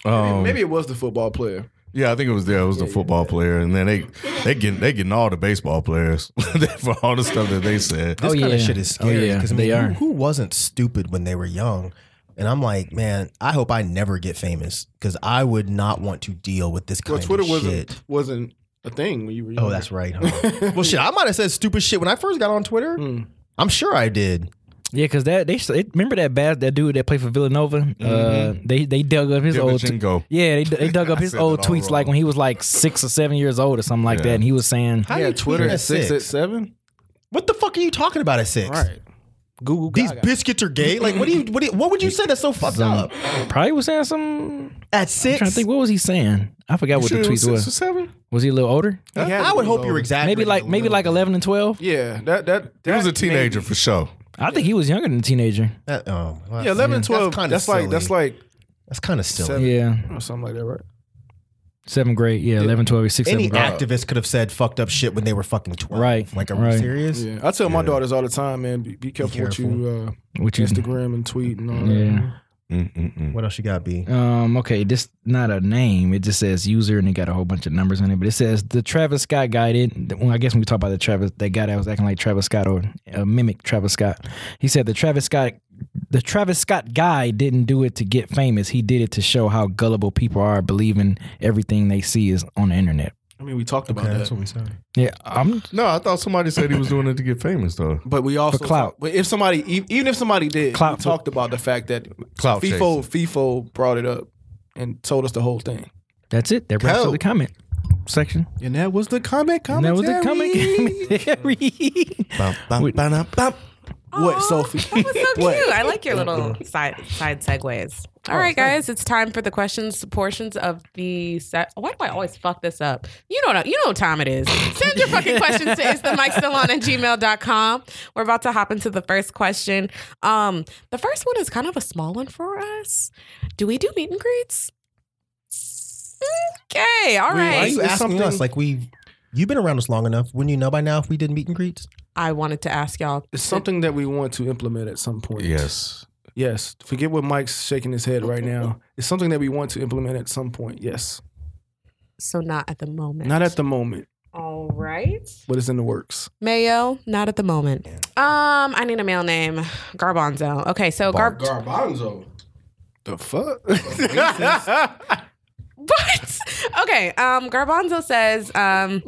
Speaker 22: Oh.
Speaker 4: Um,
Speaker 8: Maybe it was the football player.
Speaker 4: Yeah, I think it was there. It was the football player, and then they they getting they getting all the baseball players for all the stuff that they said.
Speaker 1: Oh,
Speaker 6: This kind of shit is scary. 'cause, I mean,
Speaker 1: they
Speaker 6: who-
Speaker 1: are.
Speaker 6: Who, wasn't stupid when they were young? And I'm like, man, I hope I never get famous because I would not want to deal with this kind
Speaker 21: Well, Twitter
Speaker 6: of
Speaker 21: wasn't
Speaker 6: shit.
Speaker 21: wasn't a thing when you were.
Speaker 6: Oh, that's right. huh? well, shit, I might have said stupid shit when I first got on Twitter. I'm sure I did.
Speaker 1: Yeah, because that they it, remember that bad that dude that played for Villanova. Uh, they they dug up his old t-
Speaker 4: Divagenko.
Speaker 1: yeah they, they dug up
Speaker 4: I
Speaker 1: his
Speaker 4: said
Speaker 1: old
Speaker 4: that all
Speaker 1: tweets like when he was like six or seven years old or something like that, and he was saying
Speaker 6: How you tweet at six?
Speaker 8: seven?
Speaker 6: What the fuck are you talking about at six? Right.
Speaker 8: Google
Speaker 6: These biscuits are gay. Like, what do you what do you, what would you say that's so fucked up?
Speaker 1: Probably was saying some I'm trying
Speaker 6: at
Speaker 1: to
Speaker 6: six.
Speaker 1: think what was he saying. I forgot
Speaker 6: You
Speaker 1: what
Speaker 6: sure
Speaker 1: the
Speaker 6: it was
Speaker 1: tweets
Speaker 6: six
Speaker 1: was.
Speaker 6: or
Speaker 4: seven?
Speaker 1: Was he a little older?
Speaker 6: I would hope you were exactly.
Speaker 1: Maybe like maybe like eleven and twelve.
Speaker 8: Yeah, that that
Speaker 4: He was a teenager for sure.
Speaker 1: I think he was younger than a teenager.
Speaker 6: That, oh, well,
Speaker 8: Yeah, 11 and
Speaker 6: that's
Speaker 8: 12.
Speaker 6: kinda
Speaker 8: That's like- that's
Speaker 6: silly.
Speaker 8: like
Speaker 6: that's kind of silly.
Speaker 8: seven
Speaker 1: Yeah.
Speaker 8: or something like that, right?
Speaker 1: Seventh grade, yeah, 11, 12, 6,
Speaker 6: Any
Speaker 1: seventh grade.
Speaker 6: activist could have said fucked up shit when they were fucking twelve.
Speaker 1: Right.
Speaker 6: Like, are
Speaker 1: Right.
Speaker 6: we serious?
Speaker 8: Yeah, I tell my daughters all the time, man, be, be careful, what you uh,
Speaker 1: What you-
Speaker 8: Instagram and tweet and all
Speaker 1: Yeah.
Speaker 6: What else you got, B?
Speaker 1: Um, okay, this not a name. It just says user and it got a whole bunch of numbers on it. But it says the Travis Scott guy did. Well, I guess when we talk about the Travis, that guy that was acting like Travis Scott or uh, mimic Travis Scott, he said the Travis Scott, the Travis Scott guy didn't do it to get famous. He did it to show how gullible people are, believing everything they see is on the internet.
Speaker 8: I mean, we talked about that. That's what we said.
Speaker 1: Yeah, I'm
Speaker 4: No, I thought somebody said he was doing it to get famous though.
Speaker 8: But we also
Speaker 1: clout.
Speaker 8: But if somebody, e- even if somebody did,
Speaker 1: Clout
Speaker 8: we talked about the fact that
Speaker 4: Clout
Speaker 8: FIFO FIFO brought it up and told us the whole thing.
Speaker 5: That's it. That wraps
Speaker 6: Cool.
Speaker 5: up the comment section.
Speaker 6: And that was the comic
Speaker 5: And that was the
Speaker 6: comment.
Speaker 14: What, Sophie?
Speaker 2: That was so
Speaker 14: What?
Speaker 2: cute. I like your little side side segues. All
Speaker 14: Oh,
Speaker 2: right, guys, it's time for the questions portions of the set. Why do I always fuck this up? You know, you know what time it is. Send your fucking questions to is the mic still on at gmail.com. We're about to hop into the first question. Um, the first one is kind of a small one for us. Do we do meet and greets? Okay, all
Speaker 6: Wait,
Speaker 2: right.
Speaker 6: Why are you asking us? Like we, you've been around us long enough. Wouldn't you know by now if we did meet and greets?
Speaker 2: I wanted to ask y'all.
Speaker 6: It's
Speaker 15: something that we want to implement at some point.
Speaker 4: Yes.
Speaker 15: Yes. Forget what Mike's shaking his head right now. It's something that we want to implement at some point. Yes.
Speaker 2: so not at the moment.
Speaker 15: Not at the moment,
Speaker 2: all right.
Speaker 15: but it's in the works.
Speaker 2: Mayo, not at the moment. Um, I need a male name. Garbanzo. Okay, so Gar-
Speaker 9: Garbanzo.
Speaker 15: The fuck?
Speaker 2: What? Okay. Um, Garbanzo says, um,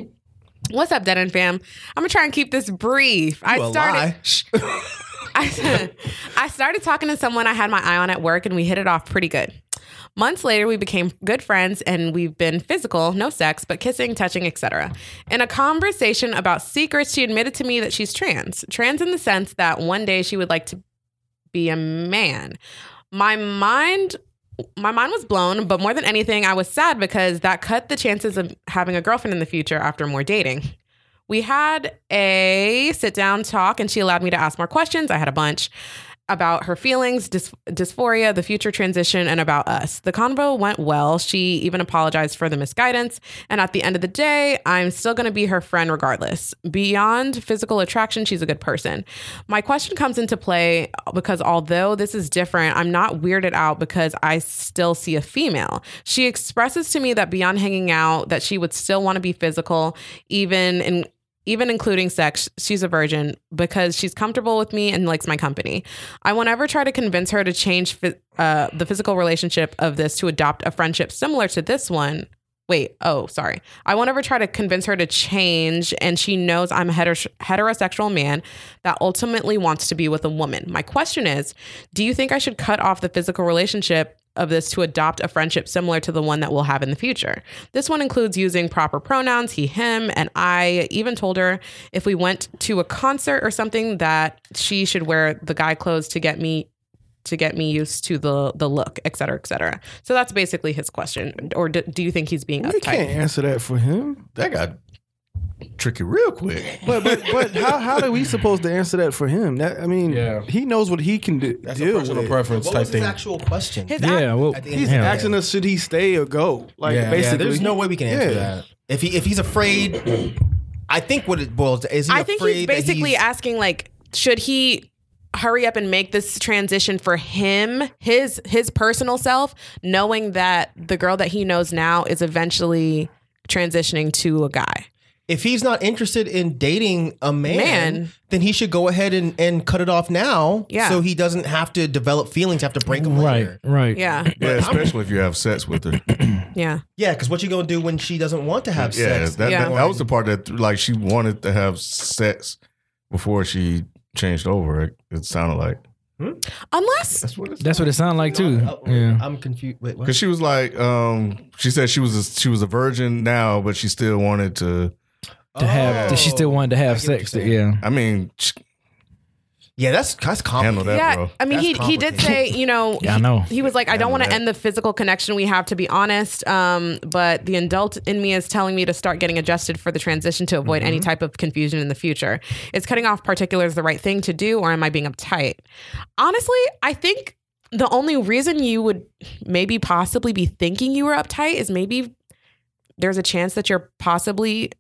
Speaker 2: "What's up, Dead End fam? I'm gonna try and keep this brief. I
Speaker 6: a
Speaker 2: started.
Speaker 6: lie.
Speaker 2: I, I started talking to someone I had my eye on at work, and we hit it off pretty good. Months later, we became good friends, and we've been physical, no sex, but kissing, touching, etc. In a conversation about secrets, she admitted to me that she's trans. Trans in the sense that one day she would like to be a man. My mind my mind was blown, but more than anything, I was sad because that cut the chances of having a girlfriend in the future after more dating. We had a sit down talk and she allowed me to ask more questions. I had a bunch about her feelings, dys- dysphoria, the future transition, and about us. The convo went well. She even apologized for the misguidance. And at the end of the day, I'm still going to be her friend regardless. Beyond physical attraction, she's a good person. My question comes into play uh, because although this is different, I'm not weirded out because I still see a female. She expresses to me that beyond hanging out, that she would still want to be physical, even in even including sex, she's a virgin because she's comfortable with me and likes my company. I won't ever try to convince her to change phy- uh, the physical relationship of this to adopt a friendship similar to this one. Wait, oh, sorry. I won't ever try to convince her to change, and she knows I'm a heter- heterosexual man that ultimately wants to be with a woman. My question is do you think I should cut off the physical relationship of this to adopt a friendship similar to the one that we'll have in the future. This one includes using proper pronouns, he, him, and I even told her if we went to a concert or something that she should wear the guy clothes to get me to get me used to the the look, et cetera, et cetera. So that's basically his question. Or do, do you think he's being
Speaker 4: We can't
Speaker 2: uptight?
Speaker 4: answer that for him. That got tricky real quick.
Speaker 15: But but but how how are we supposed to answer that for him? That I mean, he knows what he can do. That's deal a personal
Speaker 9: preference
Speaker 6: What was his actual question?
Speaker 5: yeah, well,
Speaker 15: He's
Speaker 5: yeah.
Speaker 15: asking us should he stay or go? Like
Speaker 6: yeah,
Speaker 15: basically,
Speaker 6: there's no way we can answer
Speaker 15: Yeah.
Speaker 6: that. If he if he's afraid, I think what it boils down is he
Speaker 2: I think
Speaker 6: afraid
Speaker 2: he's
Speaker 6: that
Speaker 2: basically
Speaker 6: he's-
Speaker 2: asking like, should he hurry up and make this transition for him, his his personal self, knowing that the girl that he knows now is eventually transitioning to a guy.
Speaker 6: if he's not interested in dating a man,
Speaker 2: Man.
Speaker 6: then he should go ahead and, and cut it off now.
Speaker 2: Yeah.
Speaker 6: So he doesn't have to develop feelings, have to break them later.
Speaker 5: Right.
Speaker 2: Yeah.
Speaker 4: Yeah, especially if you have sex with her.
Speaker 2: Yeah.
Speaker 6: Yeah, because what you gonna do when she doesn't want to have
Speaker 4: yeah,
Speaker 6: sex?
Speaker 4: That,
Speaker 2: Yeah.
Speaker 4: That, that was the part that like she wanted to have sex before she changed over. It, it sounded like
Speaker 2: Unless
Speaker 4: that's what it's
Speaker 5: That's what it sounded like too. Yeah.
Speaker 6: Oh, I'm confused. Wait, what?
Speaker 4: because she was like, um, she said she was a, she was a virgin now, but she still wanted to.
Speaker 5: To have, she still wanted to have sex. Yeah.
Speaker 4: I mean, sh-
Speaker 6: Yeah, that's that's
Speaker 4: handle that,
Speaker 2: yeah,
Speaker 4: bro.
Speaker 2: I mean, he, he did say, you know,
Speaker 5: Yeah, I know.
Speaker 2: he was like, I don't want to end the physical connection we have, to be honest. Um, but the adult in me is telling me to start getting adjusted for the transition to avoid
Speaker 6: Mm-hmm.
Speaker 2: any type of confusion in the future. Is cutting off particulars the right thing to do, or am I being uptight? Honestly, I think the only reason you would maybe possibly be thinking you were uptight is maybe there's a chance that you're possibly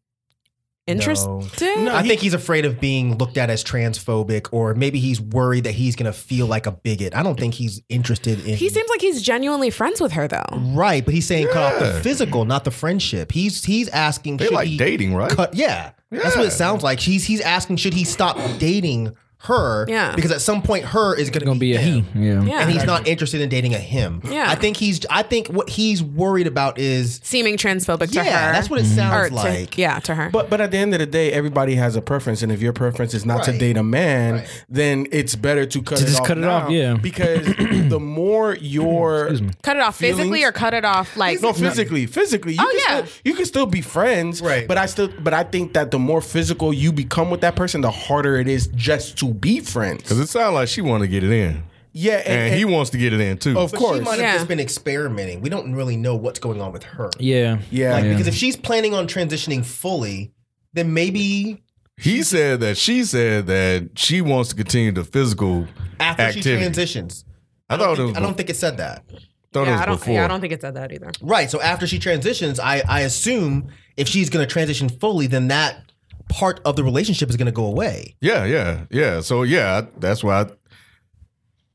Speaker 2: interested.
Speaker 6: I think he's afraid of being looked at as transphobic, or maybe he's worried that he's gonna feel like a bigot. I don't think he's interested in.
Speaker 2: He seems like he's genuinely friends with her, though.
Speaker 6: right, but he's saying cut off
Speaker 4: Yeah.
Speaker 6: the physical, not the friendship. He's he's asking.
Speaker 4: They
Speaker 6: should
Speaker 4: like
Speaker 6: he
Speaker 4: dating, right?
Speaker 6: Cut, yeah, that's what
Speaker 4: Yeah.
Speaker 6: it sounds like. He's he's asking, should he stop dating her
Speaker 2: Yeah.
Speaker 6: because at some point her is going to be, a he
Speaker 5: Yeah.
Speaker 2: Yeah.
Speaker 6: and he's not interested in dating a him
Speaker 2: Yeah.
Speaker 6: i think he's i think what he's worried about is
Speaker 2: seeming transphobic to her.
Speaker 6: Yeah, that's
Speaker 9: Mm-hmm.
Speaker 6: what it sounds
Speaker 2: Or to-
Speaker 6: like.
Speaker 2: yeah, to her.
Speaker 9: But but at the end of the day, everybody has a preference, and if your preference is not to date a man, then it's better to cut
Speaker 5: To
Speaker 9: it
Speaker 5: just
Speaker 9: off
Speaker 5: cut it off,
Speaker 9: now,
Speaker 5: yeah.
Speaker 9: because the more your
Speaker 2: cut it off physically
Speaker 9: Feelings?
Speaker 2: or cut it off like
Speaker 9: no physically physically you
Speaker 2: Oh,
Speaker 9: can
Speaker 2: yeah.
Speaker 9: still, you can still be friends right but i still but i think that the more physical you become with that person the harder it is just to be friends
Speaker 4: Because it sounds like she wanted to get it in.
Speaker 9: Yeah,
Speaker 4: And,
Speaker 9: and- and-
Speaker 4: he wants to get it in too.
Speaker 6: But she might have just been experimenting. We don't really know what's going on with her.
Speaker 5: Yeah.
Speaker 9: Yeah.
Speaker 6: Like,
Speaker 4: Yeah.
Speaker 6: Because if she's planning on transitioning fully, then maybe
Speaker 4: He said that she said that she wants to continue the physical
Speaker 6: after she
Speaker 4: activity.
Speaker 6: transitions.
Speaker 4: I
Speaker 6: don't
Speaker 4: thought
Speaker 6: think,
Speaker 4: it was
Speaker 6: I don't think it said that.
Speaker 4: Thought it was before.
Speaker 2: think it said that either.
Speaker 6: Right. So after she transitions, I, I assume if she's going to transition fully, then that part of the relationship is going to go away.
Speaker 4: Yeah, yeah, yeah. So yeah, I- that's why I,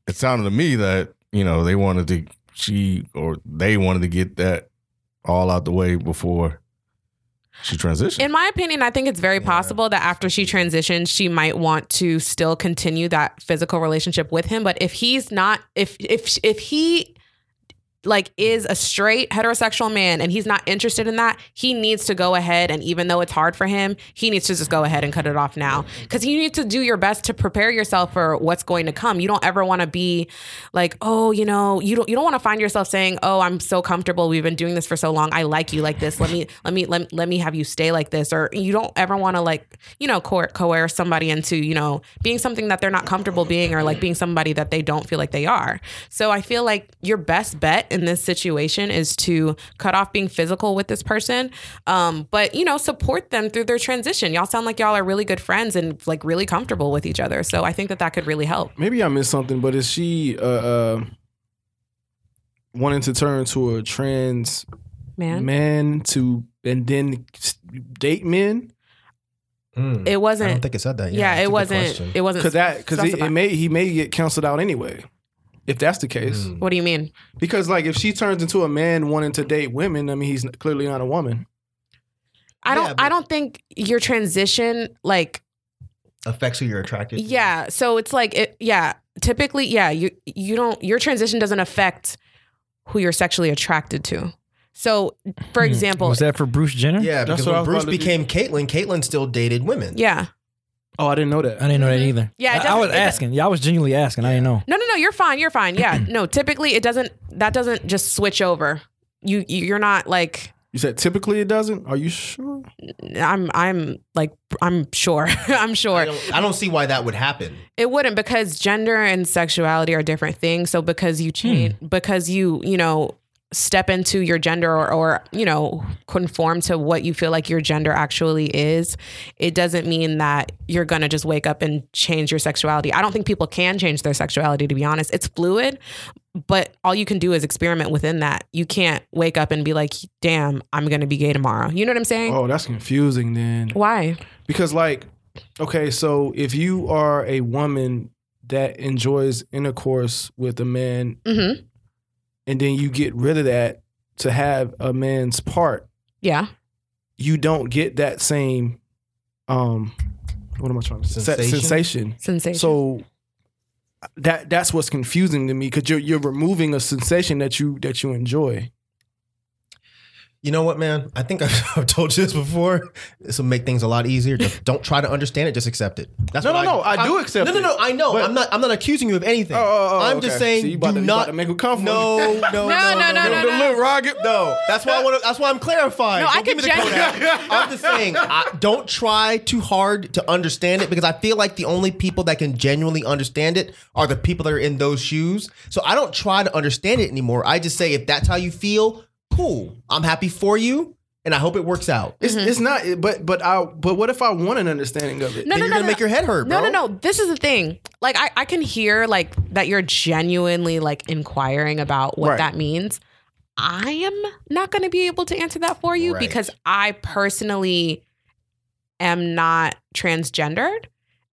Speaker 4: it sounded to me that you know they wanted to she or they wanted to get that all out the way before she transitioned.
Speaker 2: In my opinion, I think it's very possible that after she transitions, she might want to still continue that physical relationship with him. But if he's not, if if if he like is a straight heterosexual man and he's not interested in that, he needs to go ahead and even though it's hard for him, he needs to just go ahead and cut it off now cuz you need to do your best to prepare yourself for what's going to come. You don't ever want to be like, "Oh, you know, you don't you don't want to find yourself saying, "Oh, I'm so comfortable. We've been doing this for so long. I like you like this. Let me let me let, me- let me have you stay like this." Or you don't ever want to like, you know, coer- coerce somebody into, you know, being something that they're not comfortable being or like being somebody that they don't feel like they are. So I feel like your best bet in this situation is to cut off being physical with this person, um, but you know, support them through their transition. Y'all sound like y'all are really good friends and like really comfortable with each other. So I think that that could really help.
Speaker 8: Maybe I missed something, but is she uh, uh wanting to turn to a trans
Speaker 2: Man.
Speaker 8: man to and then s- date men?
Speaker 4: Hmm.
Speaker 2: It wasn't.
Speaker 6: I don't think it said that.
Speaker 2: Yeah, it wasn't. It wasn't.
Speaker 8: because that because it,
Speaker 2: specified.
Speaker 8: it may he may get canceled out anyway. If that's the case,
Speaker 6: Hmm.
Speaker 2: What do you mean?
Speaker 8: Because like if she turns into a man wanting to date women, I mean he's clearly not a woman.
Speaker 2: I don't. I don't think your transition, like,
Speaker 6: Affects who you're attracted. to.
Speaker 2: yeah. So it's like, it, yeah. Typically, yeah. You you don't. Your transition doesn't affect who you're sexually attracted to. So, for
Speaker 5: Hmm.
Speaker 2: example,
Speaker 5: Was that for Bruce Jenner?
Speaker 6: Yeah, because when Bruce became Caitlyn, Caitlyn still dated women.
Speaker 2: yeah.
Speaker 8: Oh, I didn't know that.
Speaker 5: I didn't know that either.
Speaker 2: Yeah, it
Speaker 5: I- I, was
Speaker 2: doesn't- it-
Speaker 5: asking. Yeah, I was genuinely asking. I didn't know.
Speaker 2: No, no, no. You're fine. You're fine. Yeah. no. Typically, it doesn't. That doesn't just switch over. You you're not like.
Speaker 8: You said typically it doesn't. Are you sure?
Speaker 2: I'm I'm like I'm sure. I'm sure.
Speaker 6: I don't, I don't see why that would happen.
Speaker 2: It wouldn't because gender and sexuality are different things. So because
Speaker 8: Hmm.
Speaker 2: you change, because you, you know, step into your gender or, or, you know, conform to what you feel like your gender actually is, it doesn't mean that you're going to just wake up and change your sexuality. I don't think people can change their sexuality, to be honest. It's fluid, but all you can do is experiment within that. You can't wake up and be like, damn, I'm going to be gay tomorrow. You know what I'm saying?
Speaker 8: Oh, that's confusing then.
Speaker 2: Why?
Speaker 8: Because like, okay, so if you are a woman that enjoys intercourse with a man,
Speaker 2: Mm-hmm.
Speaker 8: and then you get rid of that to have a man's part,
Speaker 2: Yeah.
Speaker 8: you don't get that same um what am I trying to say? Se-
Speaker 2: Sensation?
Speaker 8: Sensation.
Speaker 2: Sensation.
Speaker 8: So that that's what's confusing to me because you're you're removing a sensation that you that you enjoy.
Speaker 6: You know what, man? I think I've, I've told you this before. This will make things a lot easier. Just don't try to understand it. Just accept it. That's
Speaker 8: No,
Speaker 6: what
Speaker 8: no, no, I do
Speaker 6: I'm-
Speaker 8: accept
Speaker 6: No, no, no.
Speaker 8: it.
Speaker 6: I know.
Speaker 8: But-
Speaker 6: I'm not. I'm not accusing you of anything.
Speaker 8: oh,
Speaker 6: I'm
Speaker 8: okay.
Speaker 6: just
Speaker 8: So
Speaker 6: saying.
Speaker 8: you about
Speaker 6: do
Speaker 8: to- you
Speaker 6: not
Speaker 8: about to make him come for
Speaker 6: No,
Speaker 8: me.
Speaker 6: no, no, no, no, no, no,
Speaker 4: The little rocket.
Speaker 6: No, that's why I want. to That's why I'm clarifying.
Speaker 2: No, I
Speaker 6: Don't give
Speaker 2: could
Speaker 6: me the code
Speaker 2: genuinely-
Speaker 6: now. I'm just saying. I, don't try too hard to understand it because I feel like the only people that can genuinely understand it are the people that are in those shoes. So I don't try to understand it anymore. I just say if that's how you feel, cool. I'm happy for you, and I hope it works out.
Speaker 8: It's
Speaker 2: Mm-hmm.
Speaker 8: it's not it- but but I but what if I want an understanding of it?
Speaker 2: no, no, no, no.
Speaker 6: make your head hurt,
Speaker 2: No,
Speaker 6: bro.
Speaker 2: no, no. This is the thing. Like, I, I can hear like that you're genuinely like inquiring about what
Speaker 8: Right.
Speaker 2: that means. I am not going to be able to answer that for you
Speaker 23: Right.
Speaker 2: because I personally am not transgendered.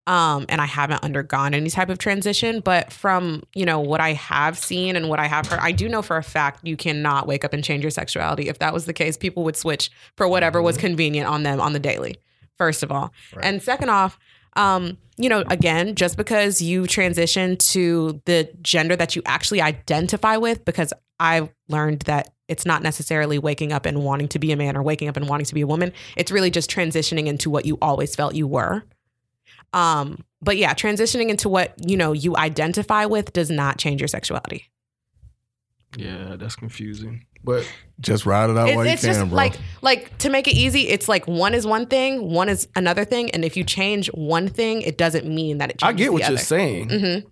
Speaker 2: Um, and I haven't undergone any type of transition, but from you know what I have seen and what I have heard, I do know for a fact you cannot wake up and change your sexuality. If that was the case, people would switch for whatever was convenient on them on the daily. First of all, and second off, Um, you know, again, just because you transition to the gender that you actually identify with, because I've learned that it's not necessarily waking up and wanting to be a man or waking up and wanting to be a woman. It's really just transitioning into what you always felt you were. Um, but yeah, transitioning into what you know you identify with does not change your sexuality.
Speaker 8: Yeah, that's confusing. But
Speaker 4: Just ride it out
Speaker 2: It's,
Speaker 4: while Oh, you
Speaker 2: it's
Speaker 4: can,
Speaker 2: just
Speaker 4: bro.
Speaker 2: like like to make it easy. It's like one is one thing, one is another thing, and if you change one thing, it doesn't mean that it.
Speaker 8: I
Speaker 2: Changes
Speaker 8: get
Speaker 2: the
Speaker 8: what you're
Speaker 2: other.
Speaker 8: saying.
Speaker 2: Mhm.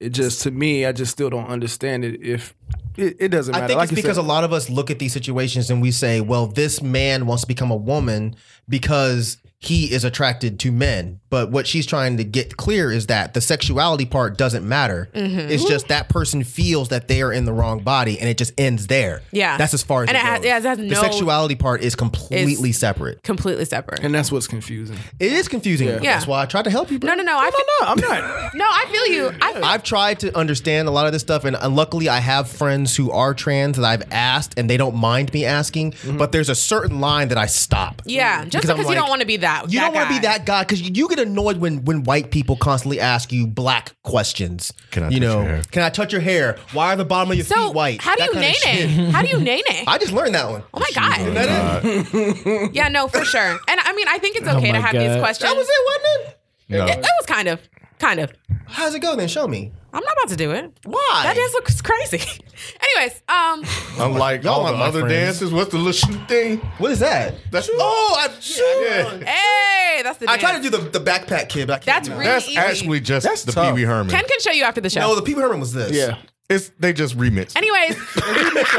Speaker 8: it just to me, I just still don't understand it. If it, it doesn't matter,
Speaker 6: I think
Speaker 8: Like
Speaker 6: it's
Speaker 8: you
Speaker 6: because
Speaker 8: said-
Speaker 6: a lot of us look at these situations and we say, well, this man wants to become a woman because he is attracted to men. But what she's trying to get clear is that the sexuality part doesn't matter.
Speaker 2: Mhm.
Speaker 6: It's just that person feels that they are in the wrong body and it just ends there.
Speaker 2: Yeah.
Speaker 6: That's as far as
Speaker 2: And
Speaker 6: it
Speaker 2: it has-
Speaker 6: goes.
Speaker 2: it has- it has
Speaker 6: the
Speaker 2: no-
Speaker 6: sexuality part is completely separate.
Speaker 2: Completely separate.
Speaker 8: and that's what's confusing.
Speaker 6: It is confusing.
Speaker 2: Yeah.
Speaker 6: That's why I tried to help you. Bro.
Speaker 2: No, no, no. I feel,
Speaker 8: no, I'm not.
Speaker 2: no, I feel you. I feel,
Speaker 6: I've tried to understand a lot of this stuff, and and luckily, I have friends who are trans that I've asked, and they don't mind me asking. But there's a certain line that I stop.
Speaker 2: yeah, just because,
Speaker 6: I'm
Speaker 2: you
Speaker 6: like,
Speaker 2: don't want to be that.
Speaker 6: You
Speaker 2: that
Speaker 6: don't want to be
Speaker 2: guy.
Speaker 6: that guy because you get annoyed when when white people constantly ask you black questions. Can I, you know, can I touch your hair? Why are the bottom of your
Speaker 2: So
Speaker 6: feet white?
Speaker 2: how do
Speaker 6: That
Speaker 2: you
Speaker 6: kinda
Speaker 2: name it?
Speaker 6: shit.
Speaker 2: How do you name it?
Speaker 6: I just learned that one.
Speaker 2: Oh my god.
Speaker 6: That is-
Speaker 2: yeah, no, for sure. And I mean, I think it's
Speaker 6: Oh
Speaker 2: okay to
Speaker 6: my
Speaker 2: have these
Speaker 6: God.
Speaker 2: questions.
Speaker 6: That was it, wasn't it? No.
Speaker 2: It, it was kind of, kind of.
Speaker 6: How's it go then? Show me.
Speaker 2: I'm not about to do it.
Speaker 6: Why?
Speaker 2: That dance looks crazy. Anyways, um,
Speaker 4: Unlike all the
Speaker 6: are my
Speaker 4: other
Speaker 6: friends.
Speaker 4: dances, what's the little shoot thing?
Speaker 6: What is that?
Speaker 4: That's oh, I, yeah.
Speaker 2: hey, that's the.
Speaker 6: I
Speaker 2: Dance.
Speaker 6: tried to do the, the backpack kid, but I can't
Speaker 2: That's
Speaker 6: do it.
Speaker 2: really That's easy. actually
Speaker 4: just That's the tough. Pee Wee Herman.
Speaker 2: Ken can show you after the show.
Speaker 6: No, the Pee Wee Herman was this.
Speaker 4: Yeah, it's they just remix.
Speaker 2: Anyways,
Speaker 8: a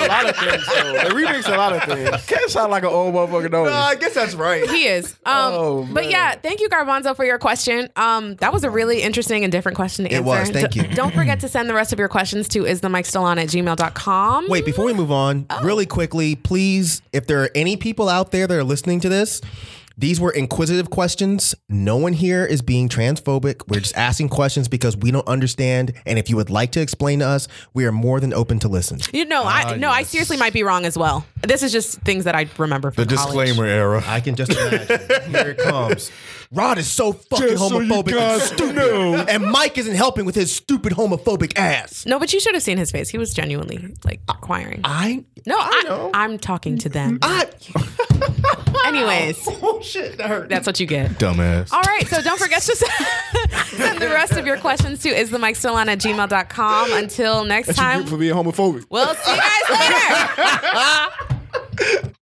Speaker 8: lot of things. Though. They remix a lot of things. Can't sound like an old motherfucker. though.
Speaker 6: Uh, I guess that's right.
Speaker 2: he is. Um,
Speaker 6: Oh,
Speaker 2: but yeah, thank you, Garbanzo, for your question. Um, that was a really interesting and different question to
Speaker 6: It
Speaker 2: answer.
Speaker 6: was. Thank
Speaker 2: D-
Speaker 6: you.
Speaker 2: Don't forget to send the rest of your questions to is the mic still on at gmail.com.
Speaker 6: Wait, before we move on, really quickly, please, if there are any people out there that are listening to this, these were inquisitive questions. No one here is being transphobic. We're just asking questions because we don't understand. And if you would like to explain to us, we are more than open to listen.
Speaker 2: You know,
Speaker 6: Ah,
Speaker 2: I no, I seriously might be wrong as well. This is just things that I remember from
Speaker 6: The
Speaker 2: college.
Speaker 4: disclaimer era.
Speaker 6: I can just imagine. here it comes. Rod is so fucking
Speaker 4: Just so you
Speaker 6: homophobic and
Speaker 4: guys
Speaker 6: stupid.
Speaker 4: know.
Speaker 6: And Mike isn't helping with his stupid homophobic ass.
Speaker 2: No, but you should have seen his face. He was genuinely like acquiring.
Speaker 6: I Oh.
Speaker 2: no, I, I'm talking to them.
Speaker 6: I,
Speaker 2: Anyways,
Speaker 6: oh shit, that hurt.
Speaker 2: That's what you get.
Speaker 4: Dumbass.
Speaker 2: All right, so don't forget to send, send the rest of your questions to is the mic still on at gmail.com. Until next time,
Speaker 8: for being homophobic.
Speaker 2: we'll see you guys later.